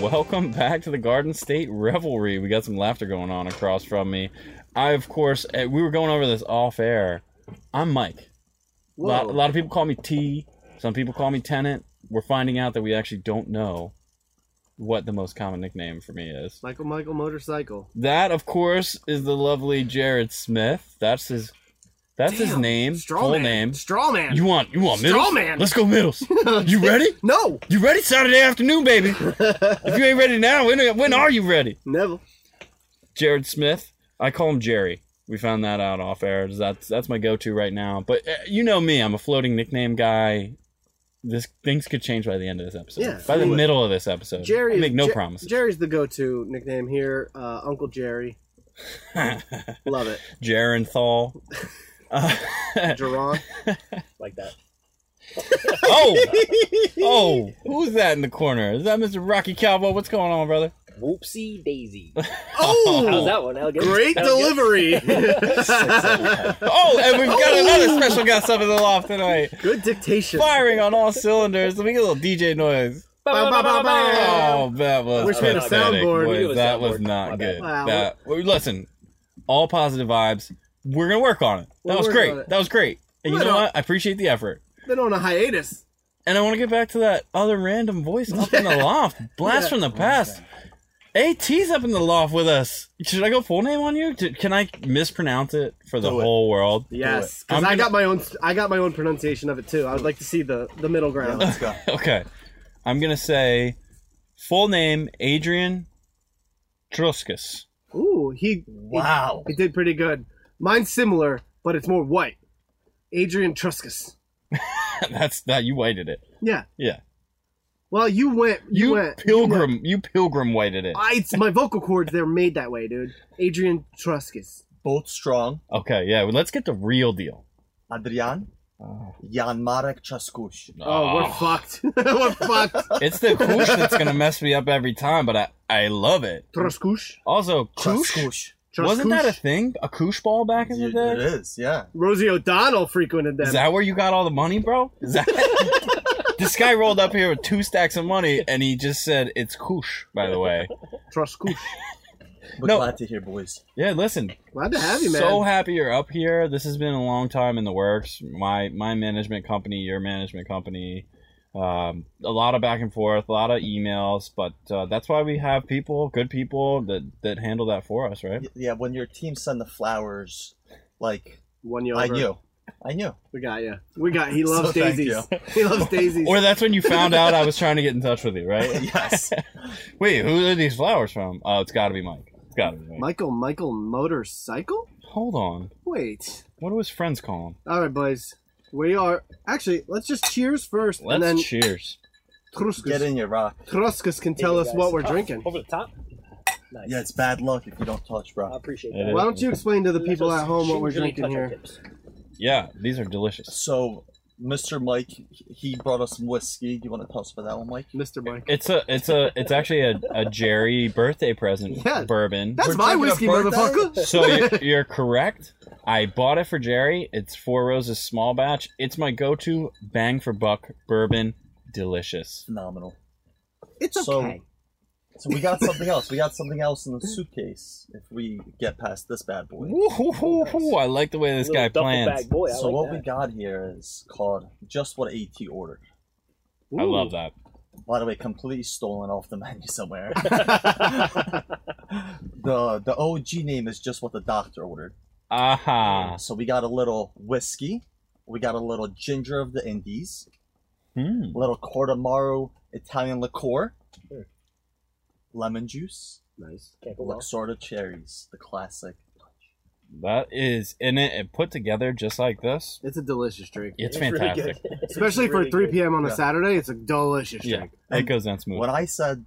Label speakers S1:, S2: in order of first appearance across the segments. S1: Welcome back to the Garden State Revelry. We got some laughter going on across from me. I, of course, eh, we were going over this off air. I'm Mike. A lot, a lot of people call me T. Some people call me Tenant. We're finding out that we actually don't know what the most common nickname for me is.
S2: Michael Michael motorcycle.
S1: That, of course, is the lovely Jared Smith. That's his. That's his
S2: Damn,
S1: name.
S2: Straw
S1: full
S2: man.
S1: name.
S2: Straw man.
S1: You want you want middles?
S2: Straw man.
S1: Let's go middles. You ready?
S2: no.
S1: You ready? Saturday afternoon, baby. If you ain't ready now, when, when are you ready?
S2: Neville.
S1: Jared Smith. I call him Jerry. We found that out off air. That's that's my go-to right now. But uh, you know me, I'm a floating nickname guy. This things could change by the end of this episode.
S2: Yeah,
S1: by the
S2: absolutely.
S1: middle of this episode,
S2: Jerry.
S1: I
S2: is-
S1: make no
S2: Jer-
S1: promises.
S2: Jerry's the go-to nickname here. Uh, Uncle Jerry. Love it.
S1: Jarenthal. Uh,
S2: Jerron. like that.
S1: oh, oh, who's that in the corner? Is that Mr. Rocky Cowboy? What's going on, brother?
S3: Whoopsie daisy. How's
S2: Oh,
S3: that one? That'll get-
S2: great
S3: that'll get-
S2: delivery.
S1: Oh, and we've got another special guest up in the loft tonight,
S2: Good dictation.
S1: firing on all cylinders. Let me get a little DJ noise.
S2: Ba, ba, ba, ba.
S1: Oh, that was
S2: Wish we had a
S1: pathetic,
S2: soundboard.
S1: boy.
S3: We do have a
S1: that was
S3: soundboard. My bad.
S1: not good.
S2: Wow.
S1: That well, listen, all positive vibes. We're gonna work on it. That
S2: We'll
S1: was
S2: work
S1: great.
S2: on it.
S1: That was great. And you
S2: Right
S1: know
S2: on.
S1: what? I appreciate the effort.
S2: Been on a hiatus.
S1: And I want to get back to that other random voice up in the loft. Blast
S2: Yeah.
S1: from the past. AT's up in the loft with us. Should I go full name on you? D- Can I mispronounce it for the
S3: Do it.
S1: whole world?
S2: Yes,
S1: I'm
S2: because
S1: gonna-
S2: I got my own. I got my own pronunciation of it too. I would like to see the the middle ground.
S3: Let's go.
S1: Okay. I'm gonna say full name Adrian Truskus.
S2: Ooh, he
S3: Wow.
S2: he did pretty good. Mine's similar, but it's more white. Adrian Truscus.
S1: That's that you waited it.
S2: Yeah.
S1: Yeah.
S2: Well, you went. You,
S1: You
S2: went.
S1: pilgrim, you, pilgrim waited it.
S2: I, it's my vocal cords. They're made that way, dude. Adrian Truscus.
S4: both strong.
S1: Okay, yeah, well, let's get the real deal.
S4: Adrian,
S3: Oh.
S4: Jan Marek Chaskush.
S2: Oh, we're fucked. we're fucked.
S1: Ah. it's the kush that's gonna mess me up every time, but I, I love it.
S2: Truscus.
S1: Also, kush
S4: Chaskush.
S1: wasn't that a thing? A kush ball back in the
S4: It
S1: day.
S4: is, yeah.
S2: Rosie O'Donnell frequented them?
S1: Is that where you got all the money, bro? Is that this guy rolled up here with two stacks of money, and he just said, "It's kush." By the way,
S2: Truscus.
S4: But
S1: No.
S4: glad to hear, boys.
S1: yeah. Listen,
S2: Glad to have you, man.
S1: So happy you're up here. This has been a long time in the works. My my management company, your management company, um, a lot of back and forth, a lot of emails, but uh, that's why we have people, good people that that handle that for us, right?
S4: Y- Yeah, when your team sent the flowers, like,
S2: One you over.
S4: I knew. I knew.
S2: We got you. We got. He loves
S4: So thank
S2: daisies. He loves daisies.
S1: Or that's when you found out I was trying to get in touch with you, right?
S4: yes.
S1: Wait, who are these flowers from? Oh, it's got to be Mike. It's got to be Mike.
S2: Michael. Michael motorcycle.
S1: Hold on.
S2: Wait.
S1: What do his friends call him?
S2: All right, boys. We are actually. Let's just cheers first,
S1: Let's
S2: and then
S1: cheers.
S4: Get
S2: Truscus.
S4: in your rock.
S2: Truscus can tell
S3: Hey,
S2: us
S3: guys.
S2: what we're
S3: Oh,
S2: drinking.
S3: Over the top? Nice.
S4: Yeah, it's bad luck if you don't touch
S3: I
S4: rock.
S3: appreciate
S1: It
S3: that.
S2: Why don't you explain to the
S3: Let
S2: people
S3: us
S2: at home what we're
S3: gingerly
S2: drinking
S3: touch our
S2: here?
S3: tips.
S1: Yeah, these are delicious.
S4: So, Mr. Mike, he brought us some whiskey. Do you want to tell us about that one, Mike?
S2: Mr. Mike.
S1: It's a, it's a, it's actually a, a Jerry birthday present
S2: Yeah.
S1: bourbon.
S2: That's
S4: We're
S2: my
S4: drinking a
S2: whiskey,
S4: birthday?
S2: motherfucker.
S1: So you're, you're correct. I bought it for Jerry. It's Four Roses small batch. It's my go-to bang for buck bourbon. Delicious.
S4: Phenomenal.
S2: It's
S4: So-
S2: okay.
S4: So, we got something else. We got something else in the suitcase if we get past this bad boy.
S1: Woo-hoo-hoo-hoo. I like the way this
S3: Little
S1: guy
S3: duffel
S1: plans.
S3: bag boy, I
S4: so,
S3: like
S4: what
S3: that.
S4: we got here is called Just What AT Ordered.
S1: I love that.
S4: by the way, completely stolen off the menu somewhere. the the OG name is just what the doctor ordered.
S1: Aha.
S4: So we got a little whiskey, we got a little ginger of the Indies,
S1: Hmm.
S4: a little Cordamaro Italian liqueur,
S3: Sure. Oh,
S4: lemon juice,
S2: Nice.
S3: Can't go wrong.
S4: Luxardo cherries, the classic.
S1: That is in it and put together just like this.
S2: It's a delicious drink.
S1: It's
S3: really
S1: fantastic.
S3: good. It's
S2: Especially
S3: really
S2: for 3
S3: good.
S2: p.m. on a
S4: Yeah.
S2: Saturday, it's a delicious
S1: Yeah.
S2: drink.
S1: It goes down smooth.
S4: When I said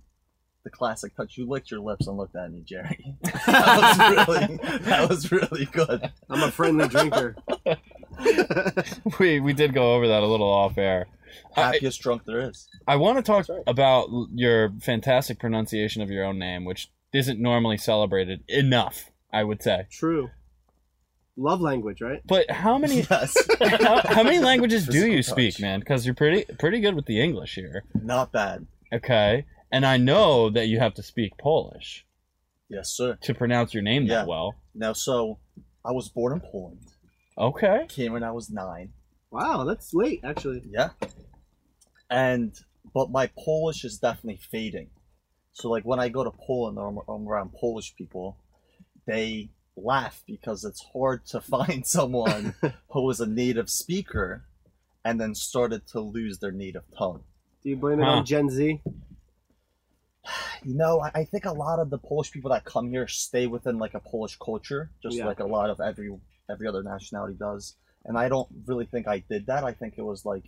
S4: the classic touch, you licked your lips and looked at me, Jerry. that was really that was really good.
S2: I'm a friendly drinker.
S1: we we did go over that a little off air. I-
S4: Happiest drunk there is.
S1: I want to talk
S3: That's right.
S1: about l- your fantastic pronunciation of your own name, which isn't normally celebrated enough. I would say.
S2: True. Love language, right?
S1: But how many
S4: Yes.
S1: how, how many languages do
S4: Physical
S1: you
S4: touch.
S1: speak, man? Because you're pretty pretty good with the English here.
S4: Not bad.
S1: Okay, and I know that you have to speak Polish
S4: Yes, sir.
S1: to pronounce your name
S4: Yeah.
S1: that well.
S4: Now, so I was born in Poland.
S1: Okay.
S4: Came when I was nine.
S2: Wow, that's late actually.
S4: Yeah. And but my Polish is definitely fading. So like when I go to Poland or I'm, I'm around Polish people, they laugh because it's hard to find someone who is a native speaker and then started to lose their native tongue.
S2: Do you blame it
S1: Huh.
S2: on Gen Z?
S4: You know, I, I think a lot of the Polish people that come here stay within like a Polish culture, just
S2: Yeah.
S4: like a lot of every every other nationality does. And I don't really think I did that. I think it was like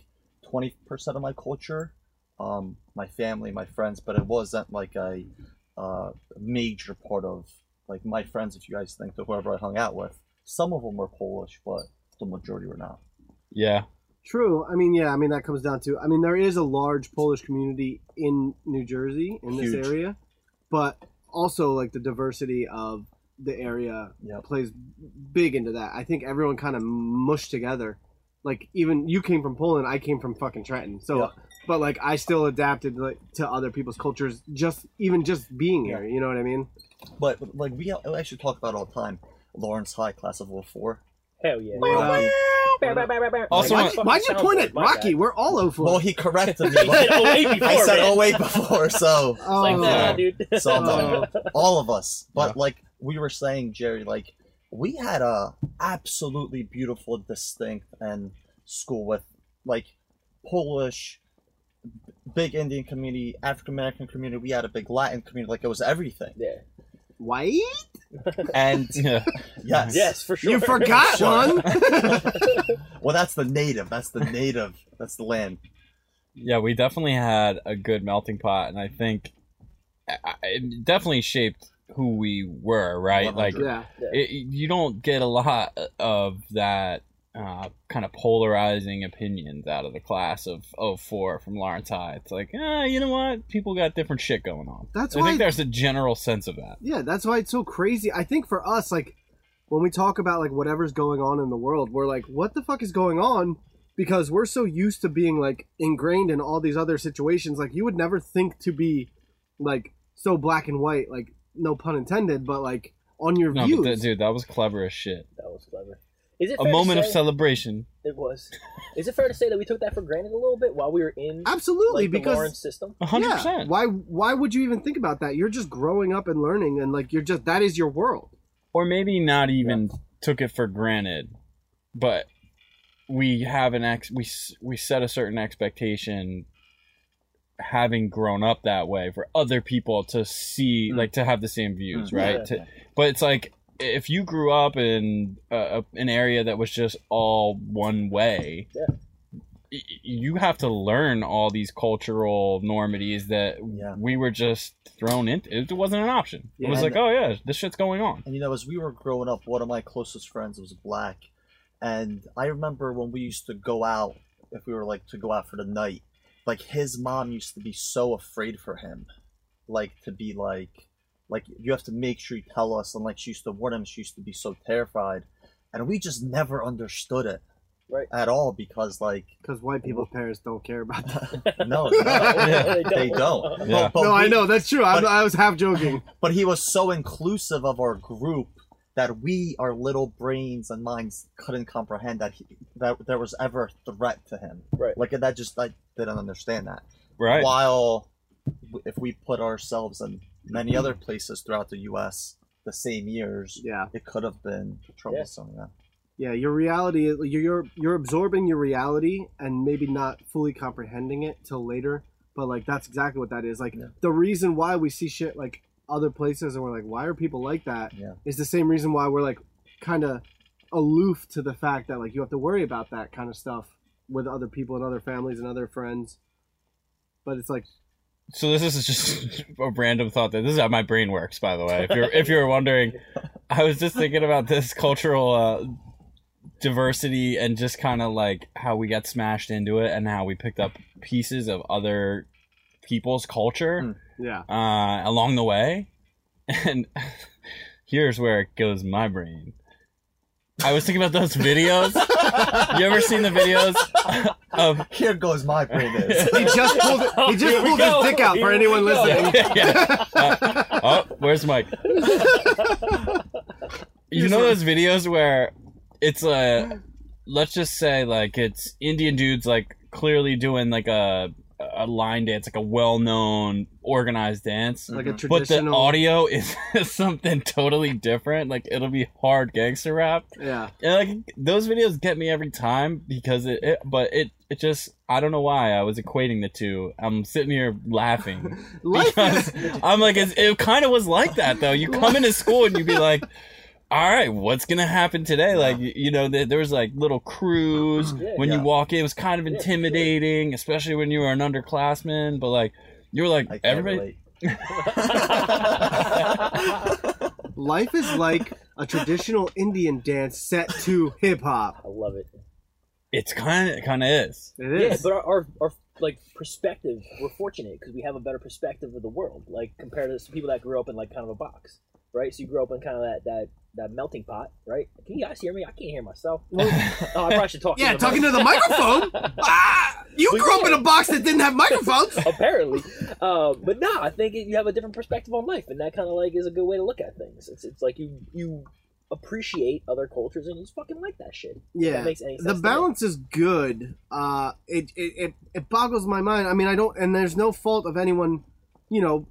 S4: twenty percent of my culture, um, my family, my friends, but it wasn't like a uh, major part of like my friends. If you guys think to whoever I hung out with, some of them were Polish, but the majority were not.
S1: Yeah.
S2: True. I mean, yeah. I mean, that comes down to. I mean, there is a large Polish community in New Jersey in this
S4: Huge.
S2: area, but also like the diversity of the area
S4: Yeah,
S2: plays big into that. I think everyone kind of mushed together. Like even you came from Poland, I came from fucking Trenton. So,
S4: Yeah.
S2: but like I still adapted like, to other people's cultures. Just even just being here, you know what I mean?
S4: but like we I actually talk about it all the time. Lawrence High, class of 04.
S3: Hell yeah.
S2: Um,
S1: Also,
S2: why'd,
S1: Someone-
S2: why'd you point at Rocky? We're all over.
S4: Well, he corrected me.
S3: I said 08
S4: but-
S3: before.
S4: I said
S3: man.
S4: oh wait before, so
S2: oh,
S3: Like, nah,
S1: that.
S3: dude.
S4: so
S2: Oh.
S4: all of us. But
S1: Yeah.
S4: like we were saying, Jerry, like we had a absolutely beautiful, distinct and school with like Polish, big Indian community, African American community. We had a big Latin community. Like it was everything.
S3: yeah.
S2: white?
S4: And
S1: Yeah.
S4: yes,
S3: Yes, for sure.
S2: You forgot
S4: Sure.
S2: one.
S4: Well, that's the native. That's the native. That's the land.
S1: Yeah, we definitely had a good melting pot, and I think I- I- it definitely shaped who we were. Right? Like,
S4: 100.
S2: yeah,
S1: it, you don't get a lot of that uh, kind of polarizing opinions out of the class of 04 from Lawrence High. It's like, ah, you know what? People got different shit going on.
S2: That's
S1: I
S2: why-
S1: think there's a general sense of that.
S2: yeah. That's why it's so crazy. I think for us, like when we talk about like whatever's going on in the world, we're like, what the fuck is going on? Because we're so used to being like ingrained in all these other situations. Like you would never think to be like so black and white. Like no pun intended, but like on your
S1: No,
S2: views.
S1: but that, dude, that was clever as shit.
S3: That was clever. Is it
S1: A
S3: fair
S1: moment
S3: to
S1: of
S3: say,
S1: celebration.
S3: It was. Is it fair to say that we took that for granted a little bit while we were in
S2: Absolutely,
S3: like, the
S2: because
S3: Lawrence system?
S1: A 100%.
S2: Yeah. Why why would you even think about that? You're just growing up and learning and like you're just that is your world.
S1: Or maybe not even took it for granted, but we have an ex we s- we set a certain expectation having grown up that way for other people to see
S4: Mm.
S1: like to have the same views
S4: Mm.
S1: right
S3: Yeah.
S1: To- but it's like if you grew up in uh, an area that was just all one way
S3: Yeah.
S1: y- you have to learn all these cultural normities that
S4: Yeah.
S1: we were just thrown into it wasn't an option it
S2: Yeah,
S1: was
S4: and-
S1: like oh yeah this shit's going on
S4: And you know, as we were growing up, one of my closest friends was black, and I remember when we used to go out, if we were like to go out for the night, like his mom used to be so afraid for him, like to be like, like you have to make sure you tell us, and like she used to warn him, she used to be so terrified, and we just never understood it,
S3: Right.
S4: at all because like
S2: Because white people's parents don't care about that.
S4: no,
S3: Yeah.
S4: they don't.
S1: Yeah.
S4: But- but
S2: no, I
S4: we-
S2: know that's true. I'm,
S4: but-
S2: I was half joking.
S4: but he was so inclusive of our group that we, our little brains and minds, couldn't comprehend that he, that there was ever a threat to him.
S3: Right.
S4: Like that, just I didn't understand that.
S1: right
S4: While if we put ourselves in many other places throughout the U.S. the same years,
S2: Yeah,
S4: it could have been troublesome. Yeah.
S2: yeah. Your reality, is- you're you're, you're absorbing your reality and maybe not fully comprehending it till later. But like that's exactly what that is. Like
S4: Yeah.
S2: the reason why we see shit like other places and we're like, why are people like that? Is
S4: Yeah.
S2: the same reason why we're like kind of aloof to the fact that like you have to worry about that kind of stuff with other people and other families and other friends. But it's like
S1: So this is just a random thought. That this is how my brain works, by the way. If you're if you're wondering, I was just thinking about this cultural uh, diversity and just kind of like how we got smashed into it and how we picked up pieces of other people's culture
S2: yeah.
S1: uh, along the way. And here's where it goes, my brain. I was thinking about those videos. you ever seen the videos of?
S4: Here goes my brain is.
S2: He just pulled. it- He
S1: Here
S2: just
S1: we
S2: pulled
S1: go.
S2: his dick out
S3: Here
S2: for
S3: we
S2: anyone
S3: go.
S2: listening.
S1: Yeah, yeah. Uh, oh, where's Mike? you know those videos where it's a let's just say like it's Indian dudes like clearly doing like a a line dance, like a well known organized dance.
S2: Like a
S4: Mhm.
S1: But the
S2: traditional.
S1: audio is something totally different. Like it'll be hard gangster rap.
S2: yeah.
S1: And like those videos get me every time because it, it but it it just I don't know why I was equating the two. I'm sitting here laughing.
S2: Life
S1: Because
S2: is,
S1: I'm like, it's, it kind of was like that though. You come into school and you'd be like, all right, what's gonna happen today? Like, you, you know, there, there was like little crews
S3: Yeah,
S1: when you
S4: yeah.
S1: walk in. It was kind of
S3: Yeah, for sure.
S1: intimidating, especially when you were an underclassman. But like, you were like,
S4: I can't
S1: everybody,
S4: relate.
S2: life is like a traditional Indian dance set to hip hop.
S3: I love it.
S1: it's kind of kind of is.
S2: It
S3: Yeah,
S2: is.
S3: but our, our, our like perspective, we're fortunate because we have a better perspective of the world, like compared to some people that grew up in like kind of a box, right? So you grew up in kind of that that, that melting pot, right? Can you guys hear me? I can't hear myself. oh, I probably should talk.
S2: yeah,
S3: to the
S2: talking
S3: mic.
S2: to the microphone. ah, you
S3: Well,
S2: grew up
S3: yeah.
S2: in a box that didn't have microphones.
S3: apparently. Um, but no, I think it, you have a different perspective on life, and that kind of like is a good way to look at things. It's, it's like you you appreciate other cultures and you just fucking like that shit. If
S2: Yeah.
S3: that makes any sense.
S2: the
S3: to me.
S2: balance is good. Uh, it, it it it boggles my mind. I mean, I don't, and there's no fault of anyone, you know,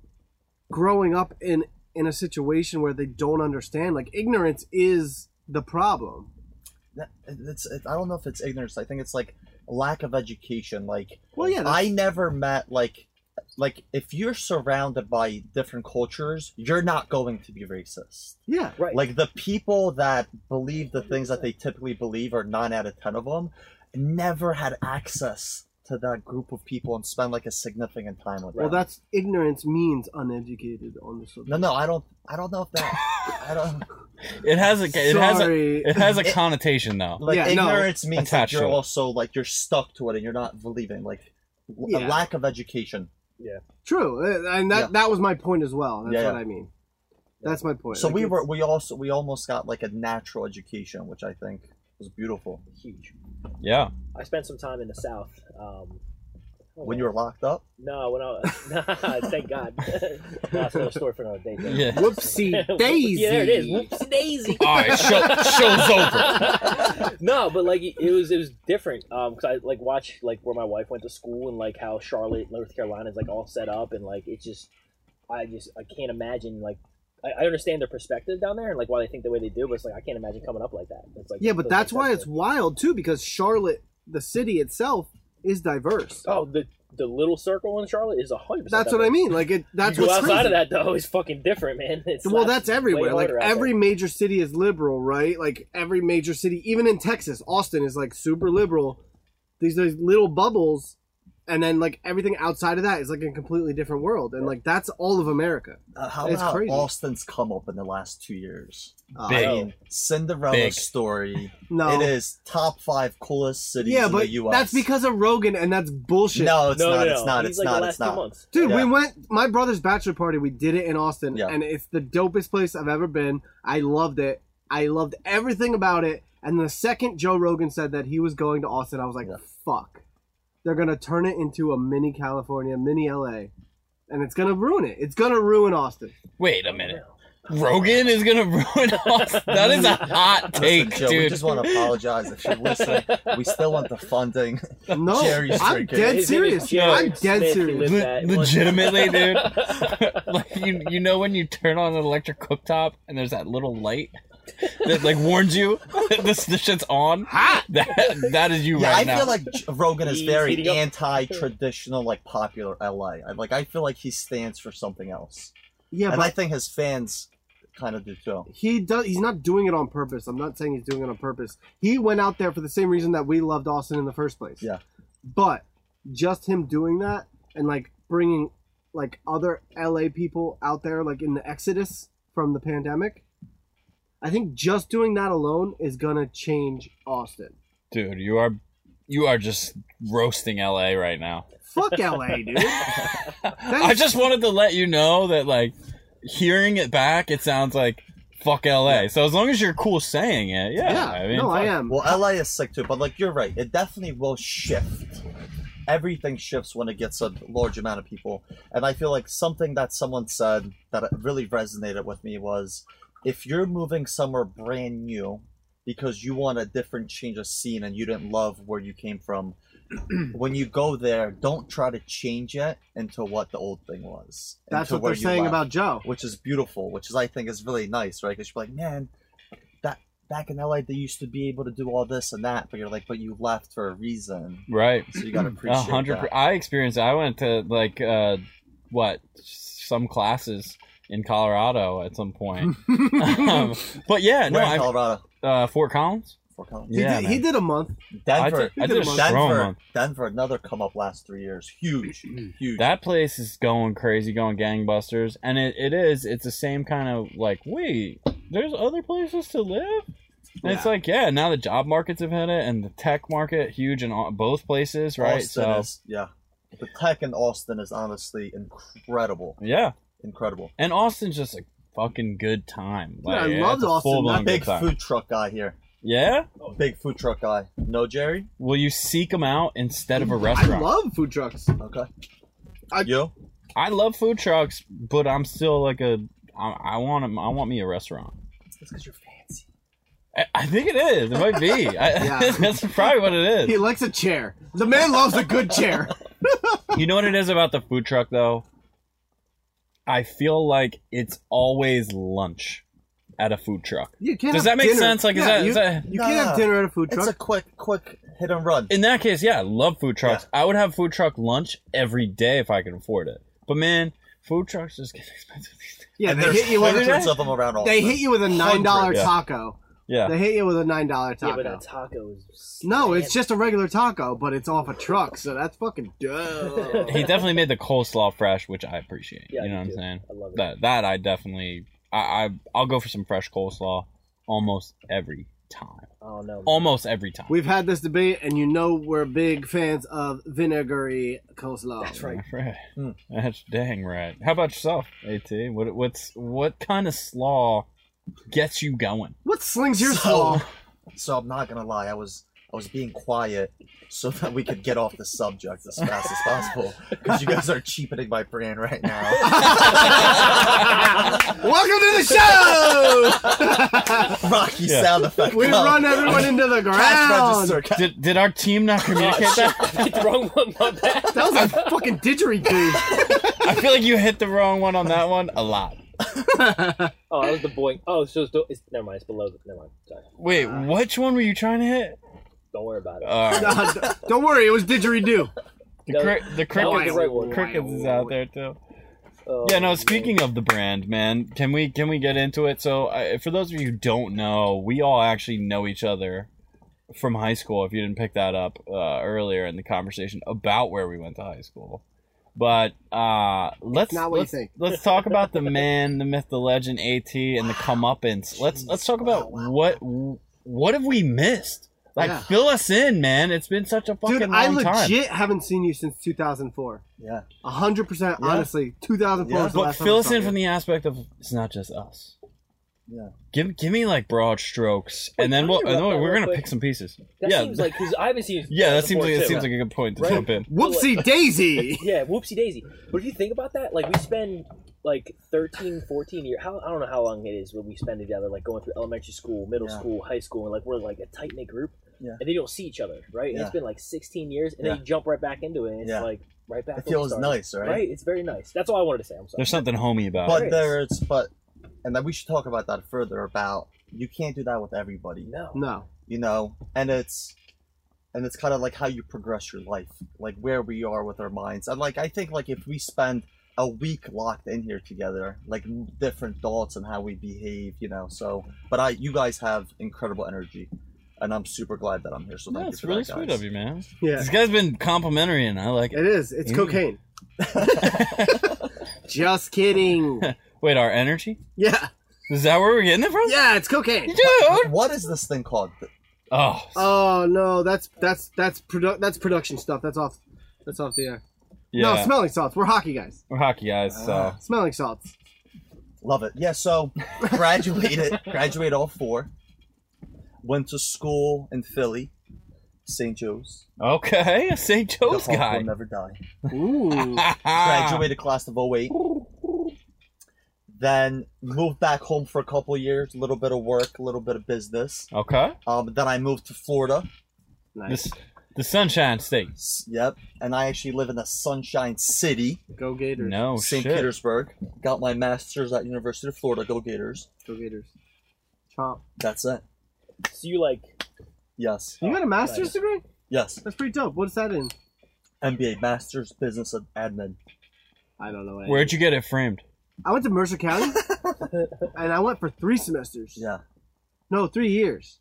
S2: growing up in in a situation where they don't understand. Like ignorance is the problem.
S4: That- It's, it, I don't know if it's ignorance. I think it's like lack of education. Like
S2: Well, yeah, that's-
S4: I never met like like if you're surrounded by different cultures, you're not going to be racist.
S2: Yeah,
S3: right?
S4: Like the people that believe the things that they typically believe are nine out of ten of them never had access to that group of people and spend like a significant time with
S2: Well,
S4: them.
S2: that's ignorance means uneducated on the subject.
S4: No, no, I don't. I don't know if that. I don't.
S1: It has a it has a,
S2: Sorry.
S1: it has a
S4: It-
S1: connotation though.
S4: Like
S2: Yeah, no.
S4: ignorance means that
S1: Attached
S4: you're
S1: to it.
S4: also like you're stuck to it and you're not believing. Like l-
S2: Yeah.
S4: a lack of education.
S2: True, uh, and that
S4: Yeah.
S2: that was my point as well. That's
S4: Yeah,
S2: what
S4: yeah.
S2: I mean. That's my point.
S4: So
S2: Like,
S4: we were
S2: it's-
S4: we also we almost got like a natural education, which I think was beautiful.
S3: huge.
S1: Yeah,
S3: I spent some time in the South. Um,
S4: When you were locked up,
S3: no, when I nah, thank God. That's another story for another day. though.
S1: yeah.
S2: whoopsie daisy.
S3: yeah, there it is. Whoopsie daisy.
S1: All right, show, show's over.
S3: no, but like it was it was different Um 'cause because I like watch like where my wife went to school and like how Charlotte, North Carolina is like all set up and like it's just I just I can't imagine like I, I understand their perspective down there and like why they think the way they do, but it's like I can't imagine coming up like that. It's like
S2: Yeah, but
S3: doesn't
S2: that's
S3: make
S2: why
S3: sense
S2: it's
S3: to me.
S2: wild too, because Charlotte, the city itself, is diverse.
S3: oh the the little circle in Charlotte is a hundred. percent
S2: That's what I mean. Like it. That's
S3: you go
S2: what's
S3: outside
S2: crazy.
S3: of that though is fucking different, man. It's
S2: Well,
S3: not-
S2: that's
S3: way
S2: everywhere. Like
S3: harder out
S2: every
S3: there.
S2: major city is liberal, right? Like every major city, even in Texas, Austin is like super liberal. These these little bubbles, and then like everything outside of that is like a completely different world, and like that's all of America.
S4: uh, how
S2: It's
S4: about
S2: crazy.
S4: Austin's come up in the last two years?
S2: Uh,
S1: Big.
S4: I mean, Cinderella
S1: Big.
S4: story.
S2: no,
S4: It is top five coolest cities
S2: yeah,
S4: in
S2: but
S4: the U.S.
S2: that's because of Rogan, and that's bullshit.
S4: No, it's
S3: no,
S4: not.
S3: no, no.
S4: It's not.
S3: He's
S4: It's
S3: like
S4: not.
S3: The last
S4: It's
S3: two
S4: not.
S3: months.
S2: Dude, we
S4: Yeah.
S2: went my brother's bachelor party. We did it in Austin,
S4: Yeah.
S2: and it's the dopest place I've ever been. I loved it. I loved everything about it. And the second Joe Rogan said that he was going to Austin, I was like,
S4: Yeah.
S2: "Fuck, they're gonna turn it into a mini California, mini LA, and it's gonna ruin it. It's gonna ruin Austin."
S1: Wait a minute. Rogan is gonna ruin us. That is a hot
S4: Listen,
S1: take,
S4: Joe,
S1: dude.
S4: we just want to apologize if you listen. we still want the funding.
S2: No,
S4: Jerry's
S2: I'm
S4: drinking.
S2: dead
S3: His name is
S2: serious.
S3: Jared
S2: I'm dead
S3: Smith. He
S2: serious.
S3: lives
S1: Le-
S3: that-
S1: legitimately, dude. like you, you know when you turn on an electric cooktop and there's that little light that like warns you this this shit's on. That that is you
S4: Yeah,
S1: right
S4: I
S1: now.
S4: feel like J- Rogan is
S3: He's
S4: very
S3: heating up.
S4: anti-traditional, like popular LA. I, like I feel like he stands for something else,
S2: Yeah,
S4: and
S2: but
S4: I think his fans kind of do too.
S2: he does he's not doing it on purpose i'm not saying he's doing it on purpose he went out there for the same reason that we loved austin in the first place
S4: Yeah.
S2: but just him doing that and like bringing like other la people out there like in the exodus from the pandemic i think just doing that alone is gonna change austin
S1: dude, you are you are just roasting LA right now.
S2: fuck la dude
S1: I just wanted to let you know that like hearing it back, it sounds like fuck LA. So as long as you're cool saying it, yeah.
S2: yeah,
S1: I mean,
S2: no, I
S1: fuck.
S2: am.
S4: Well, LA is sick too, but like you're right, it definitely will shift. Everything shifts when it gets a large amount of people, and I feel like something that someone said that really resonated with me was, if you're moving somewhere brand new because you want a different change of scene and you didn't love where you came from, when you go there, don't try to change it into what the old thing was.
S2: That's
S4: into
S2: what
S4: where
S2: they're
S4: you
S2: saying
S4: left
S2: about Joe.
S4: which is beautiful, which is I think is really nice, right? Because you're like, man, that back in LA they used to be able to do all this and that, but you're like, but you left for a reason,
S1: Right.
S4: so you gotta
S1: Hmm. A
S4: appreciate
S1: hundred. per-
S4: that.
S1: I experienced. I went to like uh, what some classes in Colorado at some point. um, but yeah, no,
S4: Where in
S1: I
S4: Colorado?
S1: uh, Fort Collins.
S4: Fort Collins.
S2: He,
S1: Yeah,
S2: did, he
S1: man.
S2: did a month.
S1: I
S4: Denver.
S1: did, I did a
S2: Denver.
S1: strong
S4: Denver,
S1: one.
S4: Denver, another come up last three years. Huge, huge.
S1: That place is going crazy, going gangbusters, and it, it is. It's the same kind of like, wait, there's other places to live. And It's
S4: Yeah.
S1: like, yeah, now the job markets have hit it, and the tech market huge in all, both places, right?
S4: Austin
S1: so
S4: is, yeah. The tech in Austin is honestly incredible,
S1: yeah,
S4: incredible.
S1: and Austin's just a fucking good time.
S2: Yeah, I
S1: it's
S2: loved
S1: a
S2: Austin.
S1: full-blown
S2: That
S1: good
S4: Big
S1: time.
S4: food truck guy here.
S1: Yeah.
S4: Big food truck guy. No, Jerry.
S1: Will you seek them out instead of a
S2: I
S1: restaurant? I love,
S2: love food trucks.
S4: Okay.
S2: I-
S4: you.
S1: food trucks, but I'm still like a. I, I want 'em- I want me a restaurant.
S4: That's because you're fancy.
S1: I, I think it is. It might be. I,
S2: Yeah.
S1: that's probably what it
S2: He
S1: is.
S2: likes a chair. The man loves a good chair.
S1: You know what it is about the food truck though. I feel like it's always lunch at a food truck.
S2: You can't.
S1: Does
S2: have
S1: that make
S2: dinner-
S1: sense? Like, is
S2: yeah,
S1: that-
S2: you,
S1: is that-
S2: you can't have
S4: Nah.
S2: dinner at a food
S4: It's a
S2: truck.
S4: quick, quick hit and run.
S1: In that case, yeah, I love food trucks. I would have food truck lunch every day if I could afford it. But man, food trucks just get expensive. these days.
S2: yeah,
S4: and
S2: they
S4: there's
S2: hit you with
S1: every
S4: hundreds
S1: day.
S2: a,
S4: of them around all.
S2: they hit you with a nine dollar
S1: Yeah.
S2: taco.
S1: Yeah.
S2: They hit you with a nine dollar
S3: Yeah,
S2: taco.
S3: but that taco is.
S2: no, it's just a regular taco, but it's off a truck, so that's fucking dope.
S1: he definitely made the coleslaw fresh, which I appreciate.
S3: Yeah,
S1: you know
S3: me
S1: what I'm
S3: too.
S1: saying?
S3: I love it.
S1: That that I definitely I, I I'll go for some fresh coleslaw almost every time.
S3: Oh no. man.
S1: Almost every time.
S2: We've had this debate, and you know we're big fans of vinegary coleslaw.
S3: That's right.
S1: Right.
S4: Hmm.
S1: That's dang right. How about yourself, At? What what's what kind of slaw gets you going?
S2: What slings your
S4: So-
S2: slaw?
S4: So I'm not gonna lie, I was I was being quiet so that we could get off the subject as fast as possible because you guys are cheapening my brand right now.
S2: Welcome to the show.
S4: Rocky
S1: Yeah.
S4: sound effect.
S2: we
S4: Oh,
S2: run everyone into the
S4: cash
S2: ground.
S4: register. ca-
S1: Did did our team not
S3: Oh,
S1: communicate that?
S3: Hit the wrong one. My bad.
S2: That was a fucking didgeridoo.
S1: I feel like you hit the wrong one on that one a lot.
S3: Oh, that was the boy. Oh, so it's, it's never mind. It's below. The, never mind. Sorry.
S1: Wait, which one were you trying to hit?
S3: Don't worry about it.
S1: Uh,
S2: Nah, d- don't worry, it was didgeridoo.
S1: the
S3: No,
S1: cri- the
S3: that was the
S1: crickets,
S3: right one.
S1: crickets is out there too.
S3: Oh,
S1: yeah no
S3: man.
S1: speaking of the brand man can we can we get into it so I, for those of you who don't know we all actually know each other from high school if you didn't pick that up uh, earlier in the conversation about where we went to high school but uh let's
S2: not what you
S1: let's,
S2: think.
S1: let's talk about the man the myth the legend at and the comeuppance let's let's talk about what what have we missed like
S2: Yeah.
S1: fill us in man it's been such a fucking
S2: Dude,
S1: long
S2: I
S1: time
S2: legit haven't seen you since 2004.
S4: Yeah.
S2: 100%
S4: Yeah.
S2: honestly, 2004
S4: Yeah.
S2: was the
S1: But
S2: last
S1: fill us
S2: time I
S1: in
S2: saw
S1: from
S2: you.
S1: the aspect of it's not just us.
S4: Yeah.
S1: Give give me like broad strokes, and then
S3: can
S1: we'll
S3: I
S1: and
S3: interrupt
S1: we'll-
S3: that
S1: we're
S3: real
S1: gonna
S3: quick?
S1: pick some pieces.
S3: That
S1: yeah,
S3: seems like because I haven't seen.
S1: yeah, that seems like
S3: before, too.
S1: it seems like a good point to
S3: Right.
S1: jump in.
S2: Whoopsie daisy.
S3: Yeah, whoopsie daisy. But if you think about that, like we spend like 13, 14 years. How I don't know how long it is when we spend together, like going through elementary school, middle
S4: Yeah.
S3: school, high school, and like we're like a tight knit group.
S4: Yeah.
S3: And they don't see each other, right? And
S4: Yeah.
S3: it's been like sixteen years, and
S4: Yeah.
S3: then you jump right back into it, and it's
S4: Yeah.
S3: like right back.
S4: It
S3: where we
S4: feels
S3: started.
S4: nice, right?
S3: right? It's very nice. That's all I wanted to say. I'm sorry.
S1: There's something homey about
S4: But
S1: it.
S3: Right.
S4: there's but and then we should talk about that further about you can't do that with everybody.
S3: no.
S2: No.
S4: you know and it's and it's kind of like how you progress your life like where we are with our minds and like i think like if we spend a week locked in here together like m- different thoughts and how we behave you know so but i you guys have incredible energy and i'm super glad that i'm here so
S1: No,
S4: thank
S1: it's
S4: you for
S1: really
S4: that,
S1: sweet
S4: guys.
S1: of you, man.
S2: Yeah.
S1: This guy's been complimentary, and I like
S2: It
S1: it.
S2: is. It's
S1: Ew.
S2: cocaine. Just kidding.
S1: Wait, our energy
S2: Yeah.
S1: is that where we're getting it from?
S2: Yeah, it's cocaine.
S1: dude.
S4: what is this thing called
S1: Oh,
S2: Oh no, that's that's that's produ- that's production stuff. That's off that's off the air.
S1: yeah.
S2: No, smelling salts. We're hockey guys. Uh,
S1: we're hockey guys, so
S4: Ah.
S2: Smelling salts.
S4: Love it. Yeah, so graduated, graduated all four. Went to school in Philly, St. Joe's.
S1: Okay, a St. Joe's
S4: the Hulk
S1: guy.
S4: will never die.
S2: Ooh.
S1: Ah.
S4: Graduated class of 08. Then moved back home for a couple years, a little bit of work, a little bit of business.
S1: Okay.
S4: Um, then I moved to Florida.
S2: nice.
S1: This, the Sunshine State.
S4: S- Yep. And I actually live in the Sunshine City,
S2: Go Gators.
S1: No
S4: St.
S1: Oh, shit.
S4: Petersburg. Got my master's at University of Florida. Go Gators.
S2: Go Gators. Chomp.
S4: That's it.
S3: So you like
S4: Yes.
S2: You got a master's degree?
S4: Yes.
S2: That's pretty dope. What's that in?
S4: MBA, Master's Business Ad- Admin.
S2: I don't know. what I
S1: Where'd you get it framed?
S2: I went to Mercer County, and I went for three semesters.
S4: Yeah.
S2: No, three years.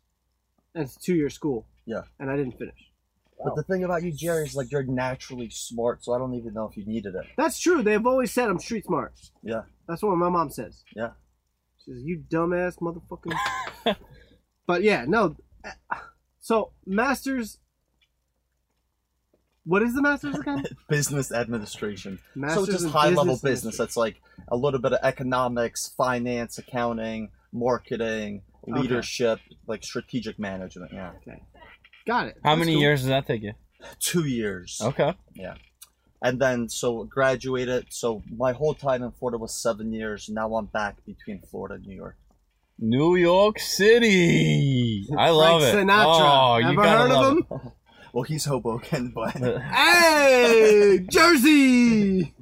S2: And it's two year school.
S4: Yeah.
S2: And I didn't finish.
S4: But the thing about you, Jerry, is like you're naturally smart, so I don't even know if you needed it.
S2: That's true. They've always said I'm street smart.
S4: Yeah.
S2: That's what my mom says.
S4: Yeah.
S2: She says, you dumbass motherfucking. but yeah, no. So, master's. What is the master's again?
S4: Business administration.
S2: Master's
S4: so it's
S2: in
S4: just high level
S2: business
S4: business. That's like a little bit of economics, finance, accounting, marketing,
S2: Okay.
S4: leadership, like strategic management. Yeah.
S2: Got it.
S1: How
S2: That's
S1: many
S2: cool.
S1: years does that take you?
S4: Two years.
S1: Okay.
S4: And then so graduated. So my whole time in Florida was seven years. Now I'm back between Florida and New York.
S1: New York City. I love
S2: Frank
S1: it.
S2: Sinatra.
S1: Oh, you
S2: Ever
S1: gotta
S2: heard
S1: love
S2: of him?
S4: Well, he's Hoboken, but
S1: it.
S2: Hey, Jersey.